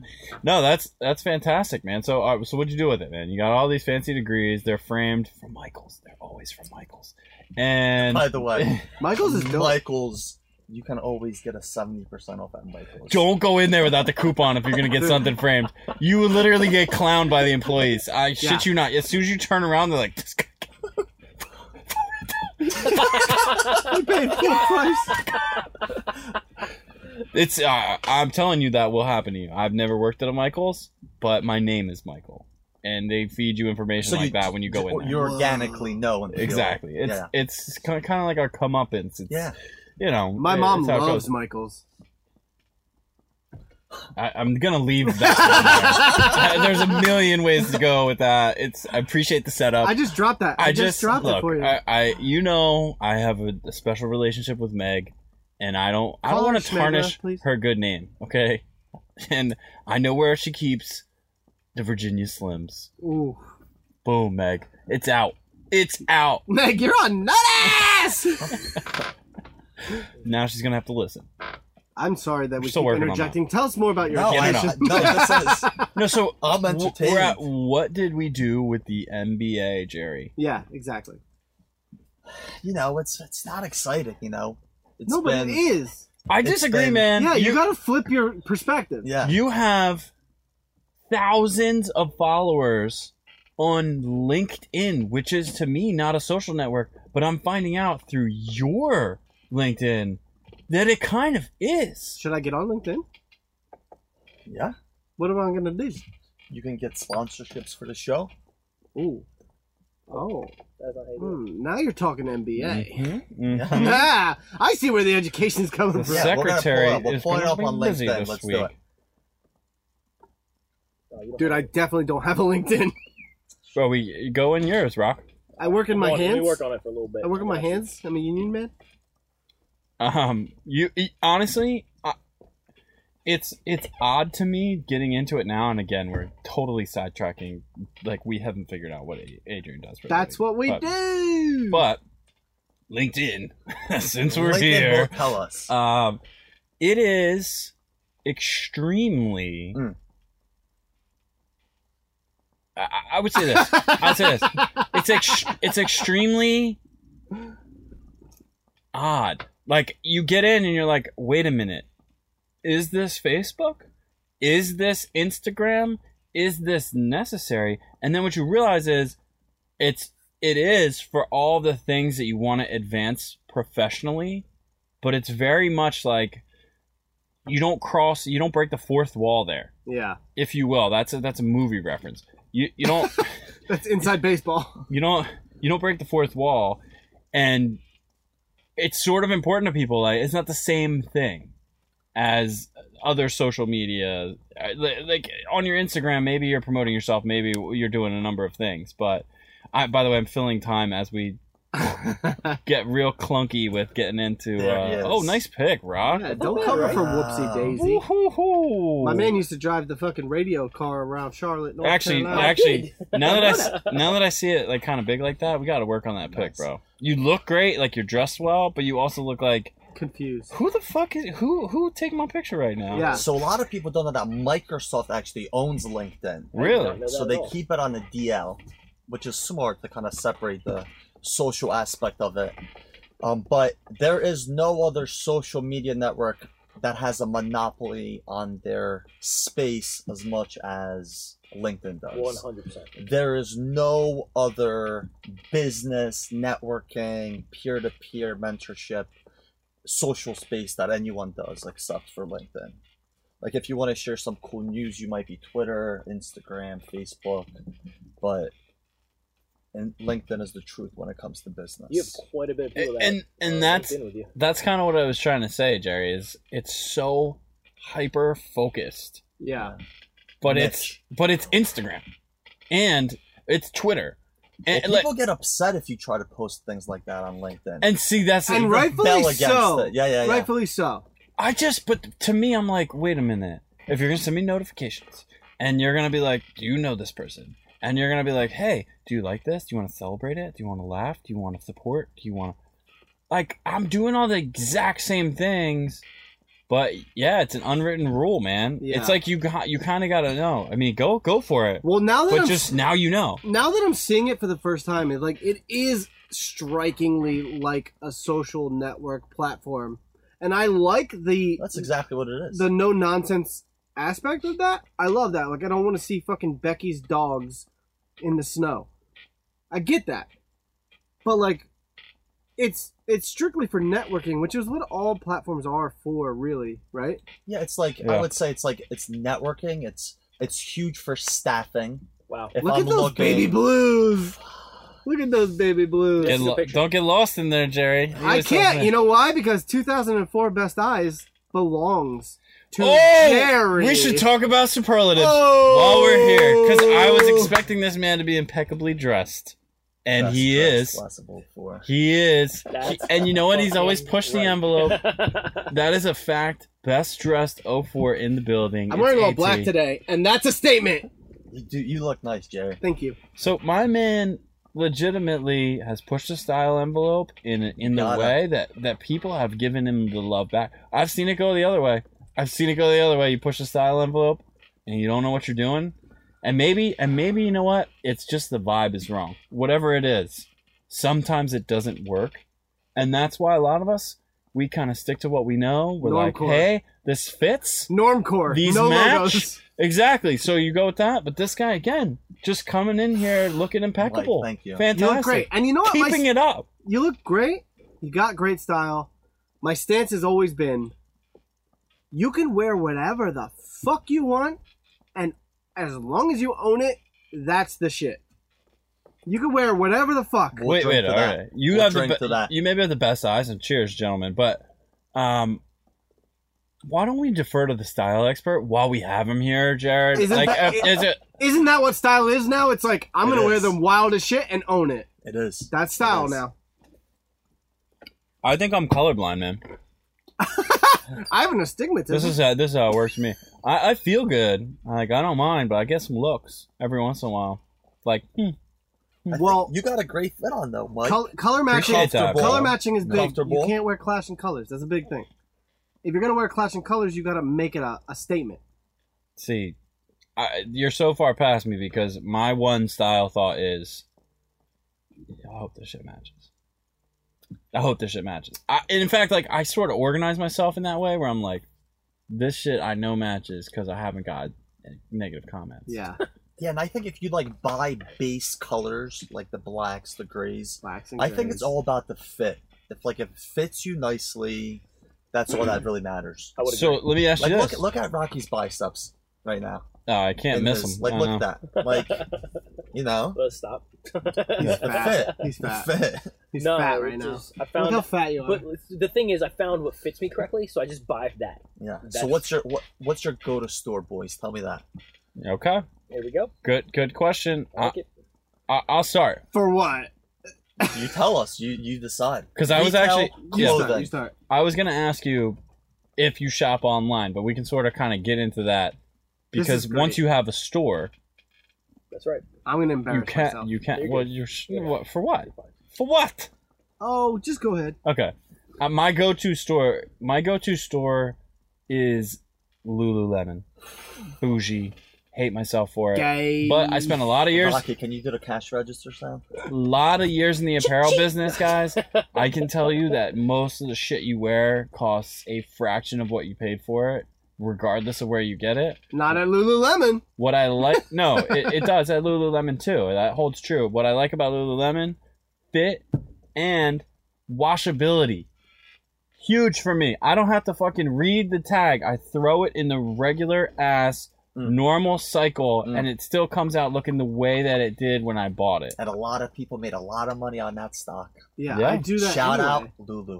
S1: No, that's that's fantastic, man. So, all right, so what'd you do with it, man? You got all these fancy degrees. They're framed from Michaels. They're always from Michaels. And
S4: by the way,
S2: Michael's is dope.
S4: Michaels, you can always get a seventy percent off at Michaels.
S1: don't go in there without the coupon if you're gonna get something framed. You would literally get clowned by the employees. I shit you not. As soon as you turn around, they're like, this guy.
S2: we paid full price.
S1: It's. Uh, I'm telling you that will happen to you. I've never worked at a Michaels, but my name is Michael, and they feed you information like that when you go in there.
S4: You organically know and feel it.
S1: Exactly. It's
S4: Yeah.
S1: it's kind of, kind of like our comeuppance. It's,
S4: Yeah.
S1: You know,
S2: My
S1: it-
S2: mom
S1: it's how it
S2: loves
S1: goes.
S2: Michael's.
S1: I, I'm gonna leave that. one there. There's a million ways to go with that. It's. I appreciate the setup.
S2: I just dropped that. I, just, dropped
S1: look,
S2: it for you.
S1: I, I you know I have a, a special relationship with Meg, and I don't I
S2: Call
S1: don't
S2: her
S1: want to
S2: Schmegma,
S1: tarnish
S2: please.
S1: her good name. Okay, and I know where she keeps the Virginia Slims.
S2: Ooh.
S1: Boom, Meg. It's out. It's out.
S2: Meg, you're on nut ass!
S1: Now she's gonna have to listen.
S2: I'm sorry that we
S1: Still
S2: keep
S1: working on
S2: interjecting. Tell us more about your
S4: No, I,
S1: Yeah,
S2: no,
S1: no,
S4: no, this is
S1: No, so
S4: I'm
S1: w-
S4: entertained.
S1: We're at what did we do with the MBA, Jerry?
S2: Yeah, exactly.
S4: you know, it's it's not exciting, you know. It's
S2: no, but
S4: been-
S2: it is.
S1: I
S4: It's
S1: disagree,
S4: been-
S1: man.
S2: Yeah, you, gotta flip your perspective.
S4: Yeah.
S1: You have thousands of followers on LinkedIn, which is to me not a social network, but I'm finding out through your LinkedIn that it kind of is.
S2: Should I get on LinkedIn?
S4: yeah.
S2: What am I gonna do?
S4: You can get sponsorships for the show.
S2: Ooh. Oh.
S3: that's not how you do it.
S2: Hmm, now you're talking MBA.
S1: Mhm, mhm.
S4: Yeah.
S2: ah, I see where the education's coming
S1: The
S2: from.
S4: Yeah. we're gonna
S1: secretary
S4: pull it up. We'll
S1: is
S4: pull it
S1: going to
S4: up on
S1: be busy
S4: LinkedIn.
S1: this
S4: Let's do
S1: week.
S4: it.
S3: No, you don't
S2: Dude,
S3: have
S2: I definitely don't have a LinkedIn.
S1: Bro, we go in yours, Rock.
S2: I work in
S3: it.
S2: my
S3: Come on,
S2: hands.
S3: We work on it for a little bit.
S2: I work in my
S3: got you.
S2: hands. I'm a union man.
S1: Um, you e- honestly, I, it's it's odd to me getting into it now. And again, we're totally sidetracking. Like we haven't figured out what A- Adrian does. For a
S2: That's
S1: living.
S2: what we
S1: But-
S2: do.
S1: But LinkedIn, since we're
S4: LinkedIn
S1: here,
S4: will tell us.
S1: um, it is extremely.
S4: Mm.
S1: I, I- I would say this. I'll say this. It's ex- it's extremely odd. Like you get in and you're like, wait a minute, is this Facebook? Is this Instagram? Is this necessary? And then what you realize is, it's it is for all the things that you want to advance professionally, but it's very much like you don't cross, you don't break the fourth wall there,
S2: yeah,
S1: if you will. That's a, that's a movie reference. You you don't
S2: that's inside baseball.
S1: you don't you don't break the fourth wall and it's sort of important to people like it's not the same thing as other social media Uh, li- like on your instagram maybe you're promoting yourself maybe you're doing a number of things but i by the way i'm filling time as we get real clunky with getting into
S4: There he
S1: uh,
S4: is.
S1: oh nice pick rock
S2: Yeah, don't cover for
S4: Uh,
S2: whoopsie daisy.
S1: Woo-hoo-hoo.
S2: My man used to drive the fucking radio car around Charlotte, North
S1: Actually,
S2: Carolina.
S1: actually, now that I s- now that I see it like kind of big like that, we got to work on that pick,
S4: Nice.
S1: bro. You look great, like you're dressed well, but you also look like
S2: confused.
S1: who the fuck is who who taking my picture right now?
S2: Yeah.
S4: So a lot of people don't know that Microsoft actually owns LinkedIn.
S3: I did not
S1: really.
S3: know that
S4: So
S3: at
S4: they
S3: all.
S4: keep it on the DL, which is smart to kind of separate the social aspect of it. Um, but there is no other social media network that has a monopoly on their space as much as LinkedIn does.
S3: One hundred percent.
S4: There is no other business, networking, peer to peer mentorship, social space that anyone does except for LinkedIn. Like, if you want to share some cool news, you might be Twitter, Instagram, Facebook, but and LinkedIn is the truth when it comes to business.
S3: You have quite a bit of people that
S1: And
S3: uh,
S1: and that's
S3: linked in with you.
S1: that's kind of what I was trying to say, Jerry. Is it's so hyper focused,
S2: Yeah.
S1: but it's but it's Instagram, and it's Twitter,
S4: Well,
S1: and like,
S4: people get upset if you try to post things like that on LinkedIn.
S1: and see that's
S2: And rightfully
S4: Rebel against
S2: so.
S4: it. Yeah, yeah, yeah.
S2: Rightfully so.
S1: I just, but to me, I'm like, wait a minute. If you're gonna send me notifications, and you're gonna be like, do you know this person? And you're gonna be like, hey, do you like this? Do you want to celebrate it? Do you want to laugh? Do you want to support? Do you want to, like, I'm doing all the exact same things, but yeah, it's an unwritten rule, man.
S2: Yeah.
S1: It's like you got, you kind of gotta know. I mean, go, go for it.
S2: Well, now that
S1: But
S2: I'm
S1: just now you know.
S2: now that I'm seeing it for the first time, it like it is strikingly like a social network platform, and I like the
S4: That's exactly what it is.
S2: the no nonsense aspect of that. I love that. Like I don't want to see fucking Becky's dogs in the snow. I get that, but like, it's it's strictly for networking, which is what all platforms are for, really, right?
S4: yeah, it's like I
S1: Yeah.
S4: would say it's like it's networking. It's it's huge for staffing.
S3: Wow.
S4: If
S2: Look
S4: I'm
S2: at those
S4: looking,
S2: baby blues. Look at those baby blues.
S1: Get
S3: the
S1: lo-
S3: picture.
S1: don't get lost in there, Jerry.
S2: I can't. You know why? Because 2004 Best Eyes belongs to
S1: Oh,
S2: Jerry.
S1: we should talk about superlatives.
S2: Oh!
S1: while we're here because i was expecting this man to be impeccably dressed and
S4: Best
S1: he
S4: dressed
S1: is
S4: possible for.
S1: he is
S3: That's
S1: He- and you know what he's always
S3: fucking
S1: pushed the
S3: right.
S1: envelope that is a fact best dressed 04 in the building
S2: I'm
S1: It's
S2: wearing all
S1: AT.
S2: black today, and that's a statement.
S4: You, do, you look nice, Jerry.
S2: Thank you.
S1: so my man legitimately has pushed the style envelope in in the
S4: Got it.
S1: way that that people have given him the love back i've seen it go the other way i've seen it go the other way you push the style envelope and you don't know what you're doing and maybe and maybe you know what it's just the vibe is wrong whatever it is sometimes it doesn't work and that's why a lot of us we kind of stick to what we know we're like
S2: Normcore.
S1: hey this fits
S2: Normcore.
S1: These
S2: no
S1: match?
S2: logos.
S1: exactly so you go with that but this guy again just coming in here looking impeccable
S4: Mike, thank you.
S1: fantastic
S2: You look great, and you know what?
S1: keeping
S2: My,
S1: it up
S2: you look great. You got great style. My stance has always been: you can wear whatever the fuck you want, and as long as you own it, that's the shit. You can wear whatever the fuck.
S4: We'll
S1: wait, wait,
S4: drink
S1: all
S4: to
S1: right.
S4: that.
S1: You
S4: We'll
S1: have the
S4: drink to
S1: be-
S4: that.
S1: you maybe have the best eyes, and cheers, gentlemen. But, um, why don't we defer to the style expert while we have him here, Jared?
S2: Isn't
S1: like,
S2: that-
S1: if- is it?
S2: Isn't that what style is now? It's like I'm
S4: It
S2: gonna wear
S4: is.
S2: the wildest shit and own it.
S4: It is.
S2: That's style
S4: It is.
S2: now.
S1: I think I'm colorblind, man.
S2: I have an astigmatism.
S1: This is how, this is how it works for me. I, I feel good. Like I don't mind, but I get some looks every once in a while. Like hmm,
S4: I think
S2: well,
S4: you got a great fit on though, Mike.
S2: col- color matching.
S1: Appreciate that, bro.
S2: Color matching is big. You
S4: Comfortable.
S2: can't wear clashing colors. That's a big thing. If you're gonna wear clashing colors, you gotta make it a, a statement.
S1: see, I, you're so far past me because my one style thought is, I hope this shit matches. I hope this shit matches. I, and in fact, like I sort of organize myself in that way where I'm like, this shit I know matches because I haven't got negative comments.
S2: Yeah,
S4: Yeah, and I think if you like buy base colors like the blacks, the grays,
S2: blacks and
S4: I think
S2: grays.
S4: it's all about the fit. If like if it fits you nicely, that's all that really matters.
S3: I would
S1: So
S3: agree.
S1: let me ask
S4: Like
S1: you
S4: look
S1: this.
S4: look at Rocky's biceps right now.
S1: oh, I can't
S4: In
S1: miss
S4: his-
S1: them.
S4: Like
S1: I
S4: look
S1: know.
S4: at that. Like you know,
S3: Let's stop.
S2: He's
S4: the
S2: fat.
S4: fit.
S2: He's
S4: The
S2: fat.
S4: fit.
S2: He's
S3: no,
S2: fat right
S3: it's
S2: now.
S3: just- I
S5: Look
S3: found,
S5: how fat you are.
S3: but the thing is, I found what fits me correctly, so I just buy that.
S4: Yeah. So
S3: That's-
S4: what's your what what's your go to store, boys? Tell me that.
S1: Okay.
S3: There we go.
S1: Good. Good question.
S3: I
S1: I,
S3: like it.
S1: I, I'll start
S2: For what?
S4: You tell us. You you decide.
S1: because I was
S4: Retail
S1: actually
S2: You
S1: yeah,
S4: clothing.
S2: start. You start.
S1: I was gonna ask you if you shop online, but we can sort of kind of get into that
S2: This
S1: because
S2: is great.
S1: once you have a store,
S3: That's right.
S2: I'm gonna
S1: you
S2: embarrass
S1: can't.
S2: myself.
S1: You
S3: There
S1: can't.
S3: you
S1: Well,
S3: go.
S1: you're sh-
S3: Yeah.
S1: what for what for what?
S2: Oh, just go ahead.
S1: Okay. Uh, my go-to store, my go-to store is Lululemon. Bougie. Hate myself for it.
S5: Gay.
S1: But I spent a lot of years,
S4: Rocky, can you do the cash register sound?
S1: lot of years in the apparel business, guys. I can tell you that most of the shit you wear costs a fraction of what you paid for it, regardless of where you get it.
S2: Not at Lululemon.
S1: What I like, no, it, it does at Lululemon too. That holds true. What I like about Lululemon, fit and washability. Huge for me. I don't have to fucking read the tag. I throw it in the regular ass
S4: Mm.
S1: normal cycle,
S4: Mm.
S1: and it still comes out looking the way that it did when I bought it.
S4: And a lot of people made a lot of money on that stock.
S2: Yeah,
S1: Yeah.
S2: I do that.
S4: Shout
S2: anyway.
S4: out Lulu.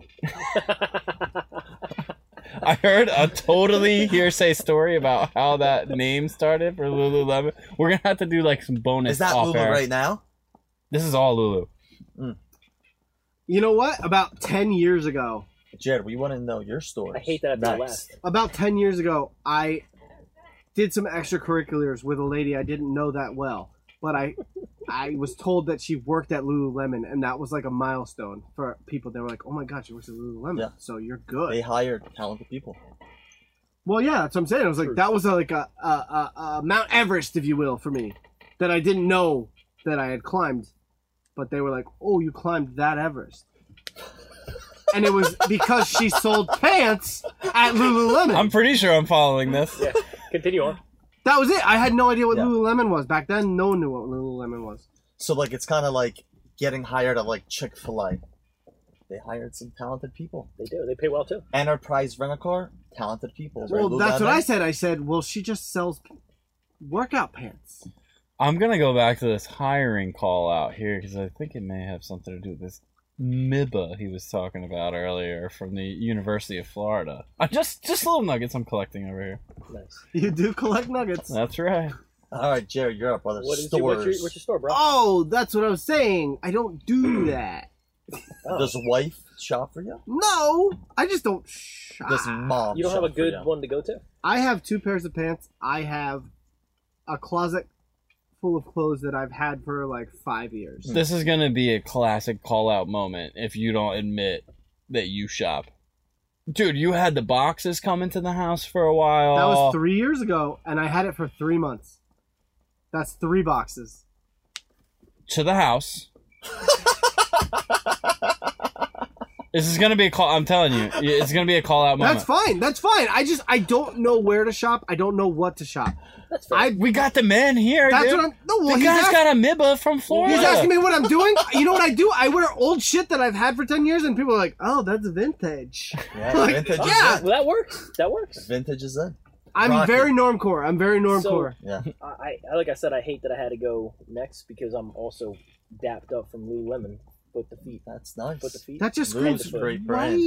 S1: I heard a totally hearsay story about how that name started for Lululemon. We're gonna have to do like some bonus.
S4: Is that
S1: off
S4: Lulu
S1: air.
S4: right now?
S1: This is all Lulu.
S2: You know what? About ten years ago,
S4: Jared, we want to know your
S3: I
S4: story.
S3: hate that I did last.
S2: about 10 years ago, I did some extracurriculars with a lady I didn't know that well, but I I was told that she worked at Lululemon, and that was like a milestone for people. They were like, "Oh my god, she works at Lululemon,
S4: Yeah.
S2: so you're good."
S4: They hired talented people.
S2: Well, yeah, that's what I'm saying. I was like,
S3: True.
S2: that was uh, like a, a, a, a Mount Everest, if you will, for me, that I didn't know that I had climbed, but they were like, "Oh, you climbed that Everest." And it was because she sold pants at Lululemon.
S1: I'm pretty sure I'm following this.
S3: Yeah. Continue on.
S2: That was it. I had no idea what
S4: Yeah.
S2: Lululemon was back then. No one knew what Lululemon was.
S4: So like it's kind of like getting hired at like Chick Fil A. They hired some talented people.
S3: They do. They pay well too.
S4: Enterprise Rent a Car, talented people.
S2: well, that's what I
S4: Lululemon,
S2: said. I said, well, she just sells p- workout pants.
S1: I'm gonna go back to this hiring call out here because I think it may have something to do with this MIBA he was talking about earlier from the University of Florida. I just just little nuggets I'm collecting over here.
S3: Nice.
S2: You do collect nuggets.
S1: That's right.
S4: All right, Jared, you're up, brother.
S3: What is your,
S4: Stores.
S3: what's, your, what's your store, bro?
S2: Oh, that's what I was saying. I don't do that.
S3: Oh.
S4: Does wife shop for you?
S2: No, I just don't shop.
S4: Does mom?
S3: Ah, you don't have
S4: shop
S3: a
S4: for
S3: good
S4: you?
S3: one to go to.
S2: I have two pairs of pants. I have a closet full of clothes that I've had for like five years.
S1: This is gonna be a classic call out moment if you don't admit that you shop. Dude, you had the boxes come into the house for a while.
S2: That was three years ago, and I had it for three months. That's three boxes.
S1: to the house. this is gonna be a call. I'm telling you, it's gonna be a call out moment.
S2: That's fine. That's fine. I just I don't know where to shop. I don't know what to shop.
S3: That's fair.
S2: I
S1: We got the man here.
S2: that's
S1: dude.
S2: what I'm. No, well,
S1: the
S2: he's,
S1: guy's
S2: ask-
S1: got a MIBA from Florida.
S2: he's asking me what I'm doing. You know what I do? I wear old shit that I've had for ten years, and people are like, "Oh, that's vintage."
S4: Yeah,
S2: Like,
S4: vintage
S2: yeah.
S4: is
S3: well, that works. That
S4: in.
S3: works.
S4: Vintage is in.
S2: I'm
S4: Rocky.
S2: very normcore. I'm very normcore.
S4: Yeah.
S3: I, I like I said, I hate that I had to go next because I'm also dapped up from Lululemon. Put the feet.
S4: That's nice.
S3: Put the feet.
S2: that just
S4: Lululemon's
S2: screams
S4: a great brand.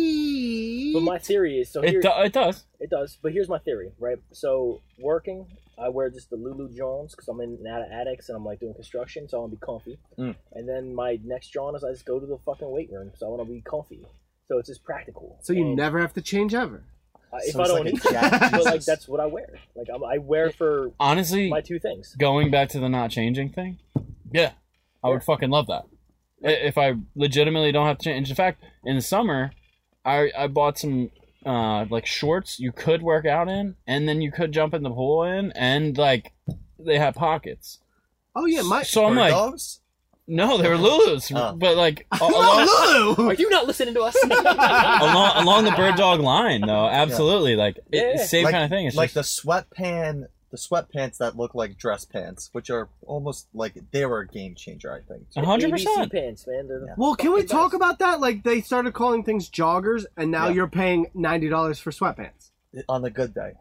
S3: But
S2: brand.
S3: my theory is so here,
S1: It, do- it does.
S3: It does, but here's my theory, right? So working, I wear just the Lulu Johns because I'm in and out of attics and I'm like doing construction, so I want to be comfy.
S4: Mm.
S3: And then my next John is I just go to the fucking weight room, so I want to be comfy. So it's just practical.
S2: So you
S3: And
S2: never have to change ever.
S3: I, if
S4: So
S3: I don't,
S4: it's like a
S3: need to,
S4: Jack
S3: but like
S4: Jesus.
S3: that's what I wear. Like I'm, I wear for
S1: Honestly,
S3: my two things.
S1: going back to the not changing thing, yeah, I would fucking love that. I- If I legitimately don't have to change. In fact, in the summer, I I bought some uh like shorts you could work out in, and then you could jump in the pool in, and like they had pockets.
S2: Oh yeah, my
S1: so I'm
S4: Bird
S1: like,
S4: dogs?
S1: no, they were Lulus,
S4: Oh.
S1: but like a- along,
S2: Oh,
S3: Are
S2: Lulu.
S3: you not listening to us?
S1: along along the bird dog line though, absolutely. Like it,
S3: Yeah, yeah.
S1: same
S4: Like-
S1: kind of thing. It's
S4: like
S1: just,
S4: the sweatpants, the sweatpants that look like dress pants, which are almost like they were a game changer. I think.
S2: Uh-huh.
S1: A hundred
S3: ABC
S1: percent.
S3: pants, man. They're the
S4: Yeah.
S2: Well, can we
S3: fucking
S2: talk
S3: best.
S2: about that? Like they started calling things joggers, and now
S4: Yeah.
S2: you're paying ninety dollars for sweatpants.
S4: On the good day.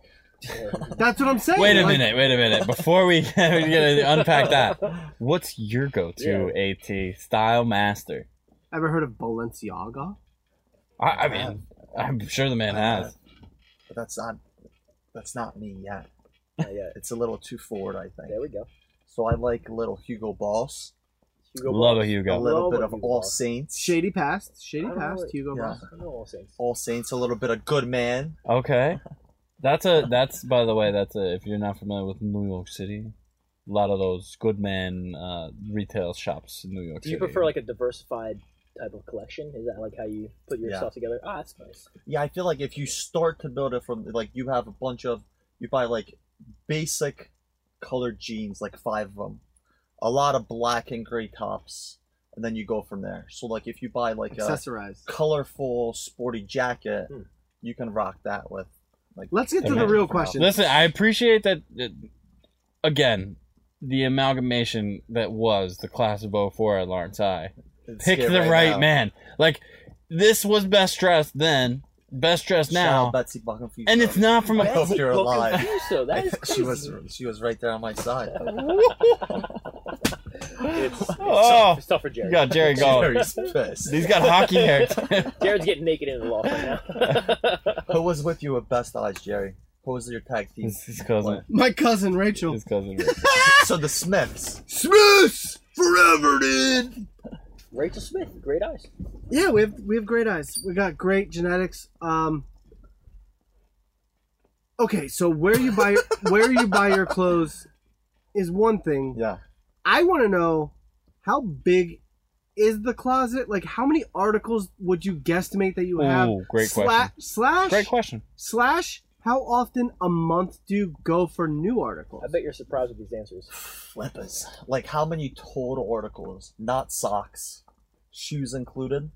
S2: That's what I'm saying.
S1: Wait a
S2: Like,
S1: minute, wait a minute. Before we get we get to unpack that, what's your go-to AT style master?
S2: Ever heard of Balenciaga?
S1: I, I mean, I'm sure the man has.
S4: But that's not that's not me yet.
S3: Not yet.
S4: It's a little too forward, I think.
S3: There we go.
S4: So I like little Hugo Boss,
S3: Hugo
S1: Love
S3: Boss.
S1: a
S4: a
S1: Hugo.
S4: little
S3: Love
S4: bit
S3: a
S4: of
S3: Hugo
S4: All
S3: Boss.
S4: Saints,
S2: Shady Past, Shady
S3: I don't
S2: Past,
S3: know it.
S2: Hugo
S4: Yeah.
S2: Boss.
S3: I know all saints.
S4: All Saints, a little bit of Good Man.
S1: Okay, that's a that's by the way that's a if you're not familiar with New York City, a lot of those Goodman uh, retail shops in New York
S3: Do
S1: City.
S3: you prefer like a diversified type of collection? Is that like how you put
S4: Yeah.
S3: yourself together? Ah, that's nice.
S4: Yeah, I feel like if you start to build it from like you have a bunch of you buy like basic colored jeans, like five of them, a lot of black and gray tops, and then you go from there. So like if you buy
S3: Oh
S4: like a
S2: Accessorized.
S4: colorful sporty jacket,
S3: Hmm.
S4: you can rock that with. Like,
S2: Let's get to
S1: Hey,
S2: the
S1: man.
S2: real question.
S1: Listen, I appreciate that. that again, the amalgamation that was the class of 04 at Lawrence High.
S4: it's
S1: Pick
S4: here
S1: the right
S4: now.
S1: man. Like this was best dressed then, best dressed
S4: Shout out
S1: now,
S4: Betsy Buckingham.
S1: and it's not from
S4: I
S1: a.
S4: hope you're alive.
S3: So that is crazy.
S4: she was she was right there on my side.
S3: It's, it's,
S1: Oh.
S3: tough, it's tough for Jared.
S1: You got Jerry going.
S4: Jerry's pissed.
S1: He's got hockey hair.
S3: Jared's getting naked in the loft right now.
S4: Who was with you at Best Eyes, Jerry? Who was your tag team?
S1: his, his cousin.
S2: My cousin Rachel.
S1: His cousin.
S4: so the Smiths.
S2: Smiths forever, dude.
S3: Rachel Smith, great eyes.
S2: Yeah, we have we have great eyes. We got great genetics. Um. Okay, so where you buy where you buy your clothes is one thing.
S4: Yeah.
S2: I want to know how big is the closet? Like, how many articles would you guesstimate that you have?
S1: Ooh, great
S2: Sla- Slash
S1: Great question.
S2: slash. How often a month do you go for new articles?
S3: I bet you're surprised with these answers.
S4: Flippers. Like how many total articles? Not socks. Shoes included.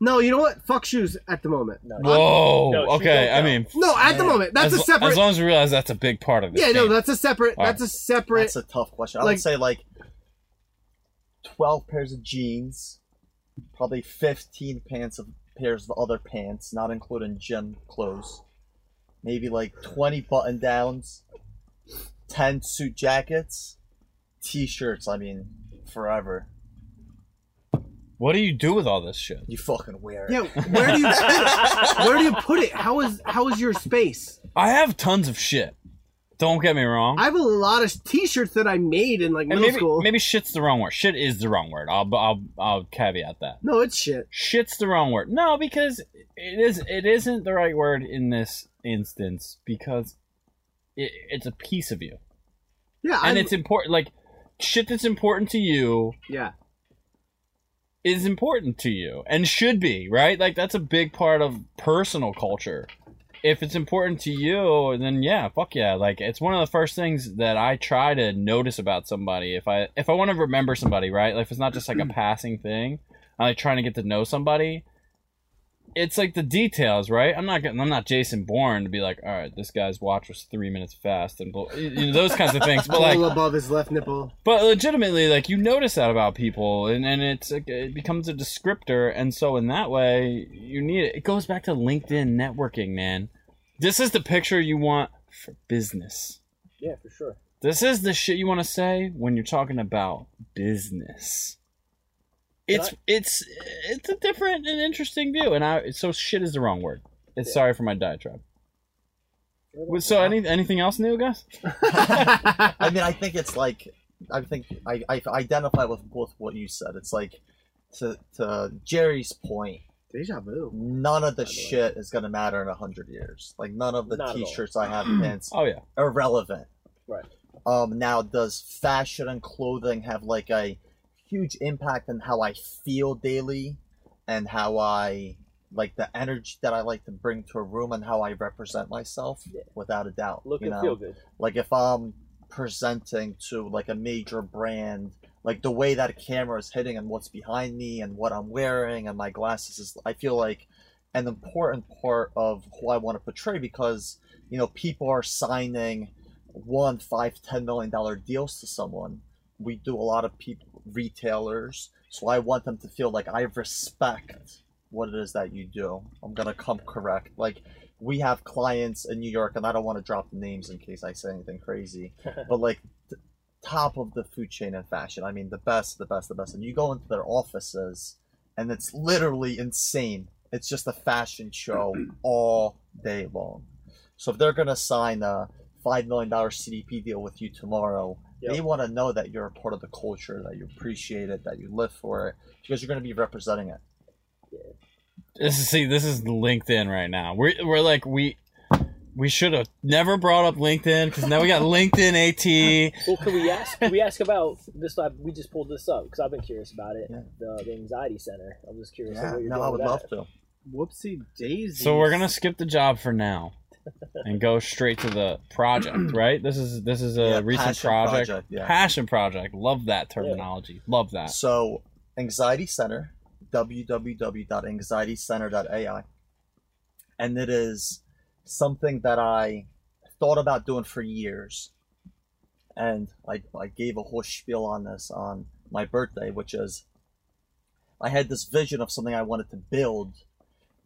S2: No, you know what? Fuck shoes at the moment.
S3: No,
S1: Whoa.
S3: No, she
S1: okay.
S3: don't
S1: I
S3: know.
S1: mean,
S2: No, at the
S4: Man.
S2: moment. That's
S1: as,
S2: a separate.
S1: as long as we realize that's a big part of this.
S2: yeah, no,
S1: game.
S2: that's a separate.
S1: All right.
S2: That's a separate.
S4: That's a tough question. I
S2: Like-
S4: would say like twelve pairs of jeans, probably fifteen pants of pairs of other pants, not including gym clothes. Maybe like twenty button downs, ten suit jackets, t-shirts. I mean, forever.
S1: What do you do with all this shit?
S4: You fucking wear it.
S2: yeah, where do you where do you put it? How is how is your space?
S1: I have tons of shit. Don't get me wrong.
S2: I have a lot of T-shirts that I made in like
S1: and
S2: middle
S1: maybe
S2: school.
S1: maybe shit's the wrong word. Shit is the wrong word. I'll I'll I'll caveat that.
S2: No, it's shit.
S1: shit's the wrong word. No, because it is it isn't the right word in this instance because it, it's a piece of you,
S2: Yeah,
S1: and
S2: I'm-
S1: it's important. Like shit that's important to you
S2: yeah.
S1: is important to you and should be right. Like that's a big part of personal culture. If it's important to you, then yeah, fuck yeah. Like it's one of the first things that I try to notice about somebody. If I if I want to remember somebody, right? Like if it's not just like a passing thing, I'm like trying to get to know somebody. It's like the details, right? I'm not getting, I'm not Jason Bourne to be like, all right, this guy's watch was three minutes fast and blah, you know, those kinds of things. But like,
S2: All above his left nipple.
S1: but legitimately, like you notice that about people, and and it's like, it becomes a descriptor, and so in that way, you need it. It goes back to LinkedIn networking, man. This is the picture you want for business.
S3: Yeah, for sure.
S1: This is the shit you want to say when you're talking about business.
S3: Can
S1: It's it's it's a different and interesting view, and I so shit is the wrong word. It's
S3: Yeah.
S1: sorry for my diatribe. So any anything else new, guys?
S4: I mean, I think it's like I think I, I identify with both what you said. It's like to to Jerry's point,
S2: Deja vu.
S4: none of the
S3: By the way.
S4: shit is gonna matter in a hundred years. Like none of the
S3: Not at all.
S4: t-shirts I have and pants
S1: Oh yeah,
S4: irrelevant.
S3: Right.
S4: Um. Now, does fashion and clothing have like a huge impact on how I feel daily, and how I like the energy that I like to bring to a room, and how I represent myself?
S3: Yeah.
S4: Without a doubt.
S3: Look
S4: you
S3: and
S4: know?
S3: feel good.
S4: like if i'm presenting to like a major brand like the way that camera is hitting and what's behind me and what i'm wearing and my glasses is i feel like an important part of who i want to portray because you know people are signing one five ten million dollar deals to someone we do a lot of people retailers so i want them to feel like i respect what it is that you do i'm gonna come correct like we have clients in New York, and I don't want to drop the names in case I say anything crazy, but like t- top of the food chain in fashion. I mean, the best, the best, the best. And you go into their offices, and it's literally insane. It's just a fashion show all day long. So if they're gonna sign a five million dollar CDP deal with you tomorrow, they
S3: Yep.
S4: want to know that you're a part of the culture, that you appreciate it, that you live for it, because you're gonna be representing it.
S1: This is see, this is LinkedIn right now. We're we're like we we should have never brought up LinkedIn because now we got LinkedIn AT.
S3: Well, can we ask? Can we ask about this? I, we just pulled this up because I've been curious about it.
S4: Yeah.
S3: The, the anxiety center. I'm just curious.
S4: Yeah,
S3: what you're
S4: no,
S3: doing
S4: I would
S3: with
S4: love
S3: that.
S4: to.
S2: Whoopsie daisy.
S1: So we're gonna skip the job for now and go straight to the project. Right? This is this is a
S4: Yeah,
S1: recent
S4: passion
S1: project.
S4: yeah.
S1: Passion project. Love that terminology. Love that.
S4: So, Anxiety Center, www.anxietycenter.ai. And it is something that I thought about doing for years. And I, I gave a whole spiel on this on my birthday, which is I had this vision of something I wanted to build,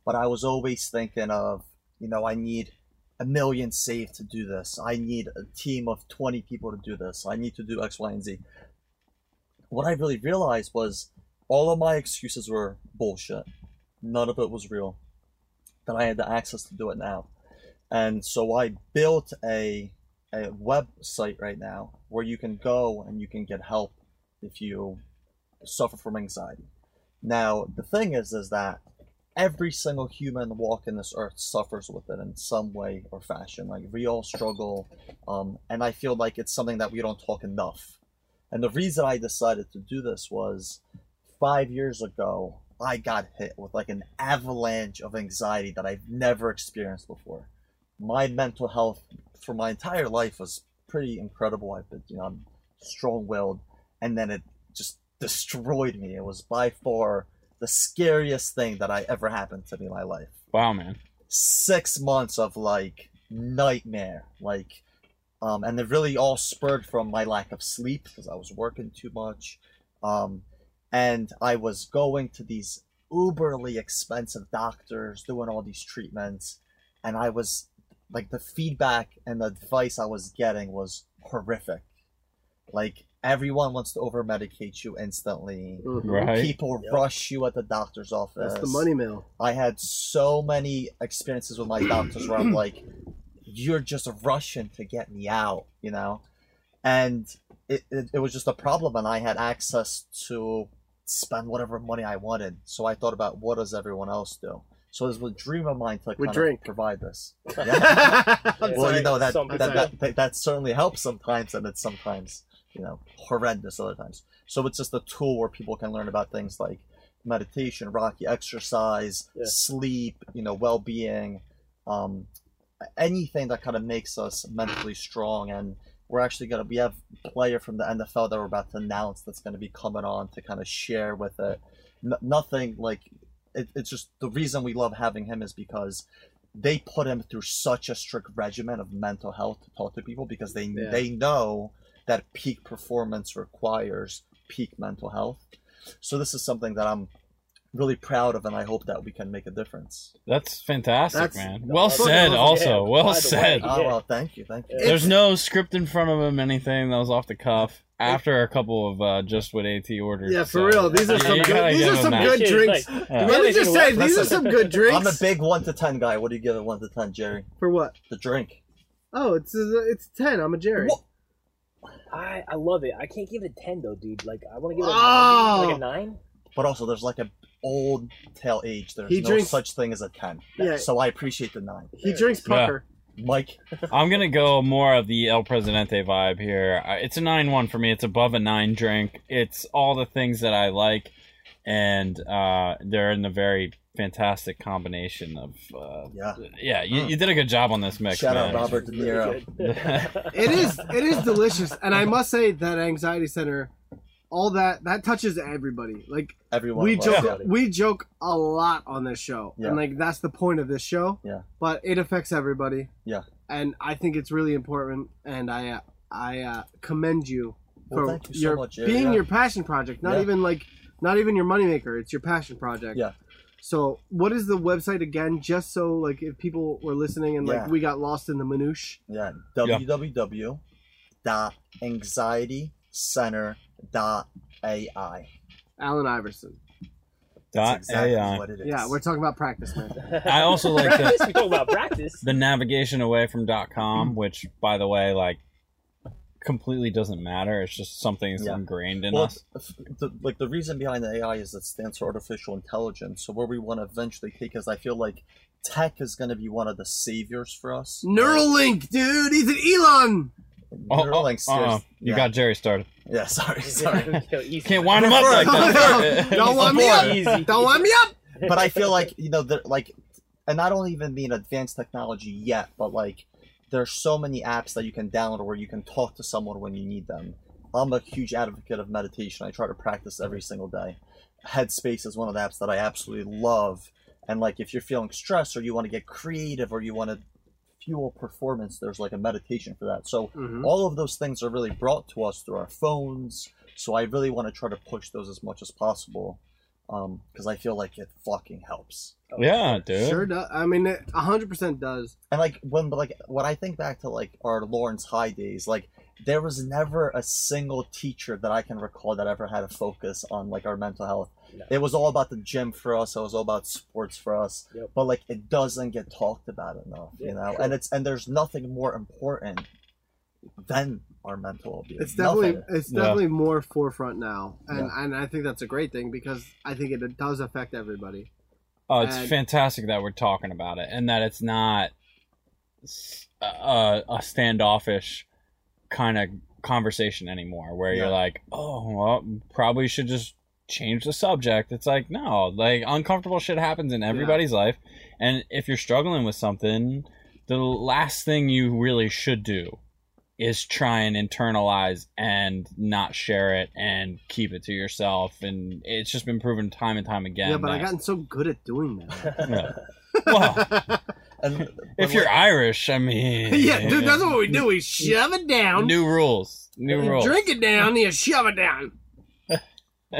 S4: but I was always thinking of, you know, I need a million saved to do this. I need a team of 20 people to do this. I need to do X, Y, and Z what I really realized was all of my excuses were bullshit. None of it was real. That I had the access to do it now. And so I built a, a website right now where you can go and you can get help if you suffer from anxiety. Now, the thing is, is that every single human walking this earth suffers with it in some way or fashion. Like, we all struggle. Um, and I feel like it's something that we don't talk enough and the reason I decided to do this was five years ago, I got hit with like an avalanche of anxiety that I've never experienced before. My mental health for my entire life was pretty incredible. I've been, you know, I'm strong willed. And then it just destroyed me. It was by far the scariest thing that I ever happened to me in my life
S1: Wow, man.
S4: six months of like nightmare like um and it really all spurred from my lack of sleep because i was working too much um and i was going to these uberly expensive doctors doing all these treatments and i was like the feedback and the advice i was getting was horrific like everyone wants to over medicate you instantly
S2: Mhm.
S1: Right?
S4: people
S3: Yep.
S4: rush you at the doctor's office
S2: That's the money mill.
S4: I had so many experiences with my doctors where I'm like, you're just rushing to get me out, you know? And it, it, it was just a problem, and I had access to spend whatever money I wanted. So I thought about what does everyone else do? So it was a dream of mine to
S2: We
S4: kind of
S2: drink.
S4: provide this. Yeah.
S2: I'm
S3: Yeah.
S4: well,
S2: sorry.
S4: you know, that,
S3: Some
S4: that,
S2: people.
S4: that, that, that certainly helps sometimes, and it's sometimes, you know, horrendous other times. So it's just a tool where people can learn about things like meditation, Rocky exercise,
S3: Yeah.
S4: sleep, you know, well being, um, anything that kind of makes us mentally strong. And we're actually going to, we have a player from the NFL that we're about to announce that's going to be coming on to kind of share with it. N- nothing like, it, it's just the reason we love having him is because they put him through such a strict regimen of mental health to talk to people because they
S2: Yeah.
S4: they know that peak performance requires peak mental health. So this is something that I'm really proud of, and I hope that we can make a difference.
S1: That's fantastic,
S2: That's-
S1: man.
S3: No,
S1: Well
S3: that's-
S1: said.
S2: Yeah.
S1: Also,
S3: By
S1: well
S3: the way,
S1: said.
S3: Yeah.
S4: Oh well, thank you, thank you.
S3: Yeah.
S1: There's no script in front of him. Anything that was off the cuff. After a couple of uh, just what AT ordered.
S2: Yeah, for
S1: so-
S2: real. These are
S1: You
S2: some
S1: gotta
S2: good, these
S1: give
S2: are
S1: him
S2: some
S1: that.
S2: good
S3: Shit,
S2: drinks.
S3: like-
S1: Yeah.
S2: Let me just say, these are
S4: Listen.
S2: some good drinks.
S4: I'm a big one to ten guy. What do you give it one to ten, Jerry?
S2: for what?
S4: The drink.
S2: Oh, it's it's ten. I'm a Jerry.
S4: What?
S3: I, I love it. I can't give it a ten though, dude. Like I want to give it a
S2: Wow.
S3: nine. Like a nine.
S4: But also, there's like a old tale age. There's
S2: He
S4: no
S2: drinks-
S4: such thing as a ten.
S2: Yeah.
S4: So I appreciate the nine.
S2: He drinks
S1: Yeah.
S2: pucker.
S4: Mike,
S1: I'm gonna go more of the El Presidente vibe here. I- It's a nine one for me. It's above a nine drink. It's all the things that I like, and uh, they're in a very fantastic combination of. Uh,
S4: yeah.
S1: yeah, you, you did a good job on this mix,
S4: Hmm. Shout out
S1: man.
S4: Robert De Niro.
S2: It is it is delicious, and I must say that anxiety center, all that that touches everybody. Like
S4: Everyone.
S2: we
S4: loves
S2: joke
S4: Eddie.
S2: we joke a lot on this show
S4: Yeah.
S2: and like that's the point of this show
S4: Yeah.
S2: but it affects everybody
S4: Yeah.
S2: and i think it's really important and i uh, i uh, commend you
S4: Well,
S2: for
S4: thank you so
S2: your
S4: much, yeah,
S2: being
S4: yeah.
S2: your passion project not
S4: Yeah.
S2: even like not even your moneymaker it's your passion project
S4: Yeah.
S2: so what is the website again just so like if people were listening and like
S4: Yeah.
S2: we got lost in the minutiae
S4: Yeah,
S1: Yeah.
S4: www.anxietycenter.ai.
S2: alan iverson
S1: Dot
S4: That's exactly
S1: AI.
S4: what it is.
S2: Yeah, we're talking about practice, man.
S1: I also like the,
S3: practice. We talking about practice.
S1: the navigation away from dot
S4: Hmm.
S1: com, which, by the way, like completely doesn't matter. It's just something that's
S4: Yeah.
S1: ingrained in
S4: well,
S1: us.
S4: f- the, like the reason behind the AI is it stands for artificial intelligence. So where we want to eventually take is, I feel like tech is going to be one of the saviors for us.
S2: Neuralink, dude. He's an Elon.
S1: Oh, oh,
S4: Neuralink scares-
S1: uh-uh. you
S4: yeah.
S1: got Jerry started.
S4: Yeah, sorry, sorry.
S1: Can't wind him up like that.
S2: Don't want me up.
S3: Easy.
S2: Don't wind me up.
S4: but I feel like you know, they're like, and I don't even mean advanced technology yet, but like, there's so many apps that you can download where you can talk to someone when you need them. I'm a huge advocate of meditation. I try to practice every single day. Headspace is one of the apps that I absolutely love. And like, if you're feeling stressed or you want to get creative or you want to fuel performance, there's like a meditation for that. So
S3: Mm-hmm.
S2: Mhm.
S4: all of those things are really brought to us through our phones so i really want to try to push those as much as possible because i feel like it fucking helps
S3: Oh,
S1: Yeah, dude.
S2: Sure does. I mean, it 100% does.
S4: and like when but, like when i think back to like our lawrence high days like there was never a single teacher that i can recall that ever had a focus on like our mental health
S3: No.
S4: it was all about the gym for us it was all about sports for us
S3: Yep.
S4: but like it doesn't get talked about enough you
S3: Yeah,
S4: know
S3: sure.
S4: and it's and there's nothing more important than our mental well-being.
S2: It's definitely
S4: Nothing.
S2: it's
S1: Yeah.
S2: definitely more forefront now, and
S4: Yeah.
S2: and I think that's a great thing because I think it does affect everybody.
S1: Oh, it's
S2: And-
S1: fantastic that we're talking about it and that it's not s- a, a standoffish kind of conversation anymore where you're
S4: No.
S1: like, oh, well, probably should just change the subject. It's like, no, like uncomfortable shit happens in everybody's life. And if you're struggling with something, the last thing you really should do is try and internalize and not share it and keep it to yourself. And it's just been proven time and time again.
S2: yeah, but I
S1: that-
S2: gotten so good at doing that.
S1: Yeah. Well,
S4: And
S1: If you're Irish, I mean,
S2: yeah, dude, that's what we do. We shove it down.
S1: new rules. New
S2: you
S1: rules.
S2: drink it down, you shove it down.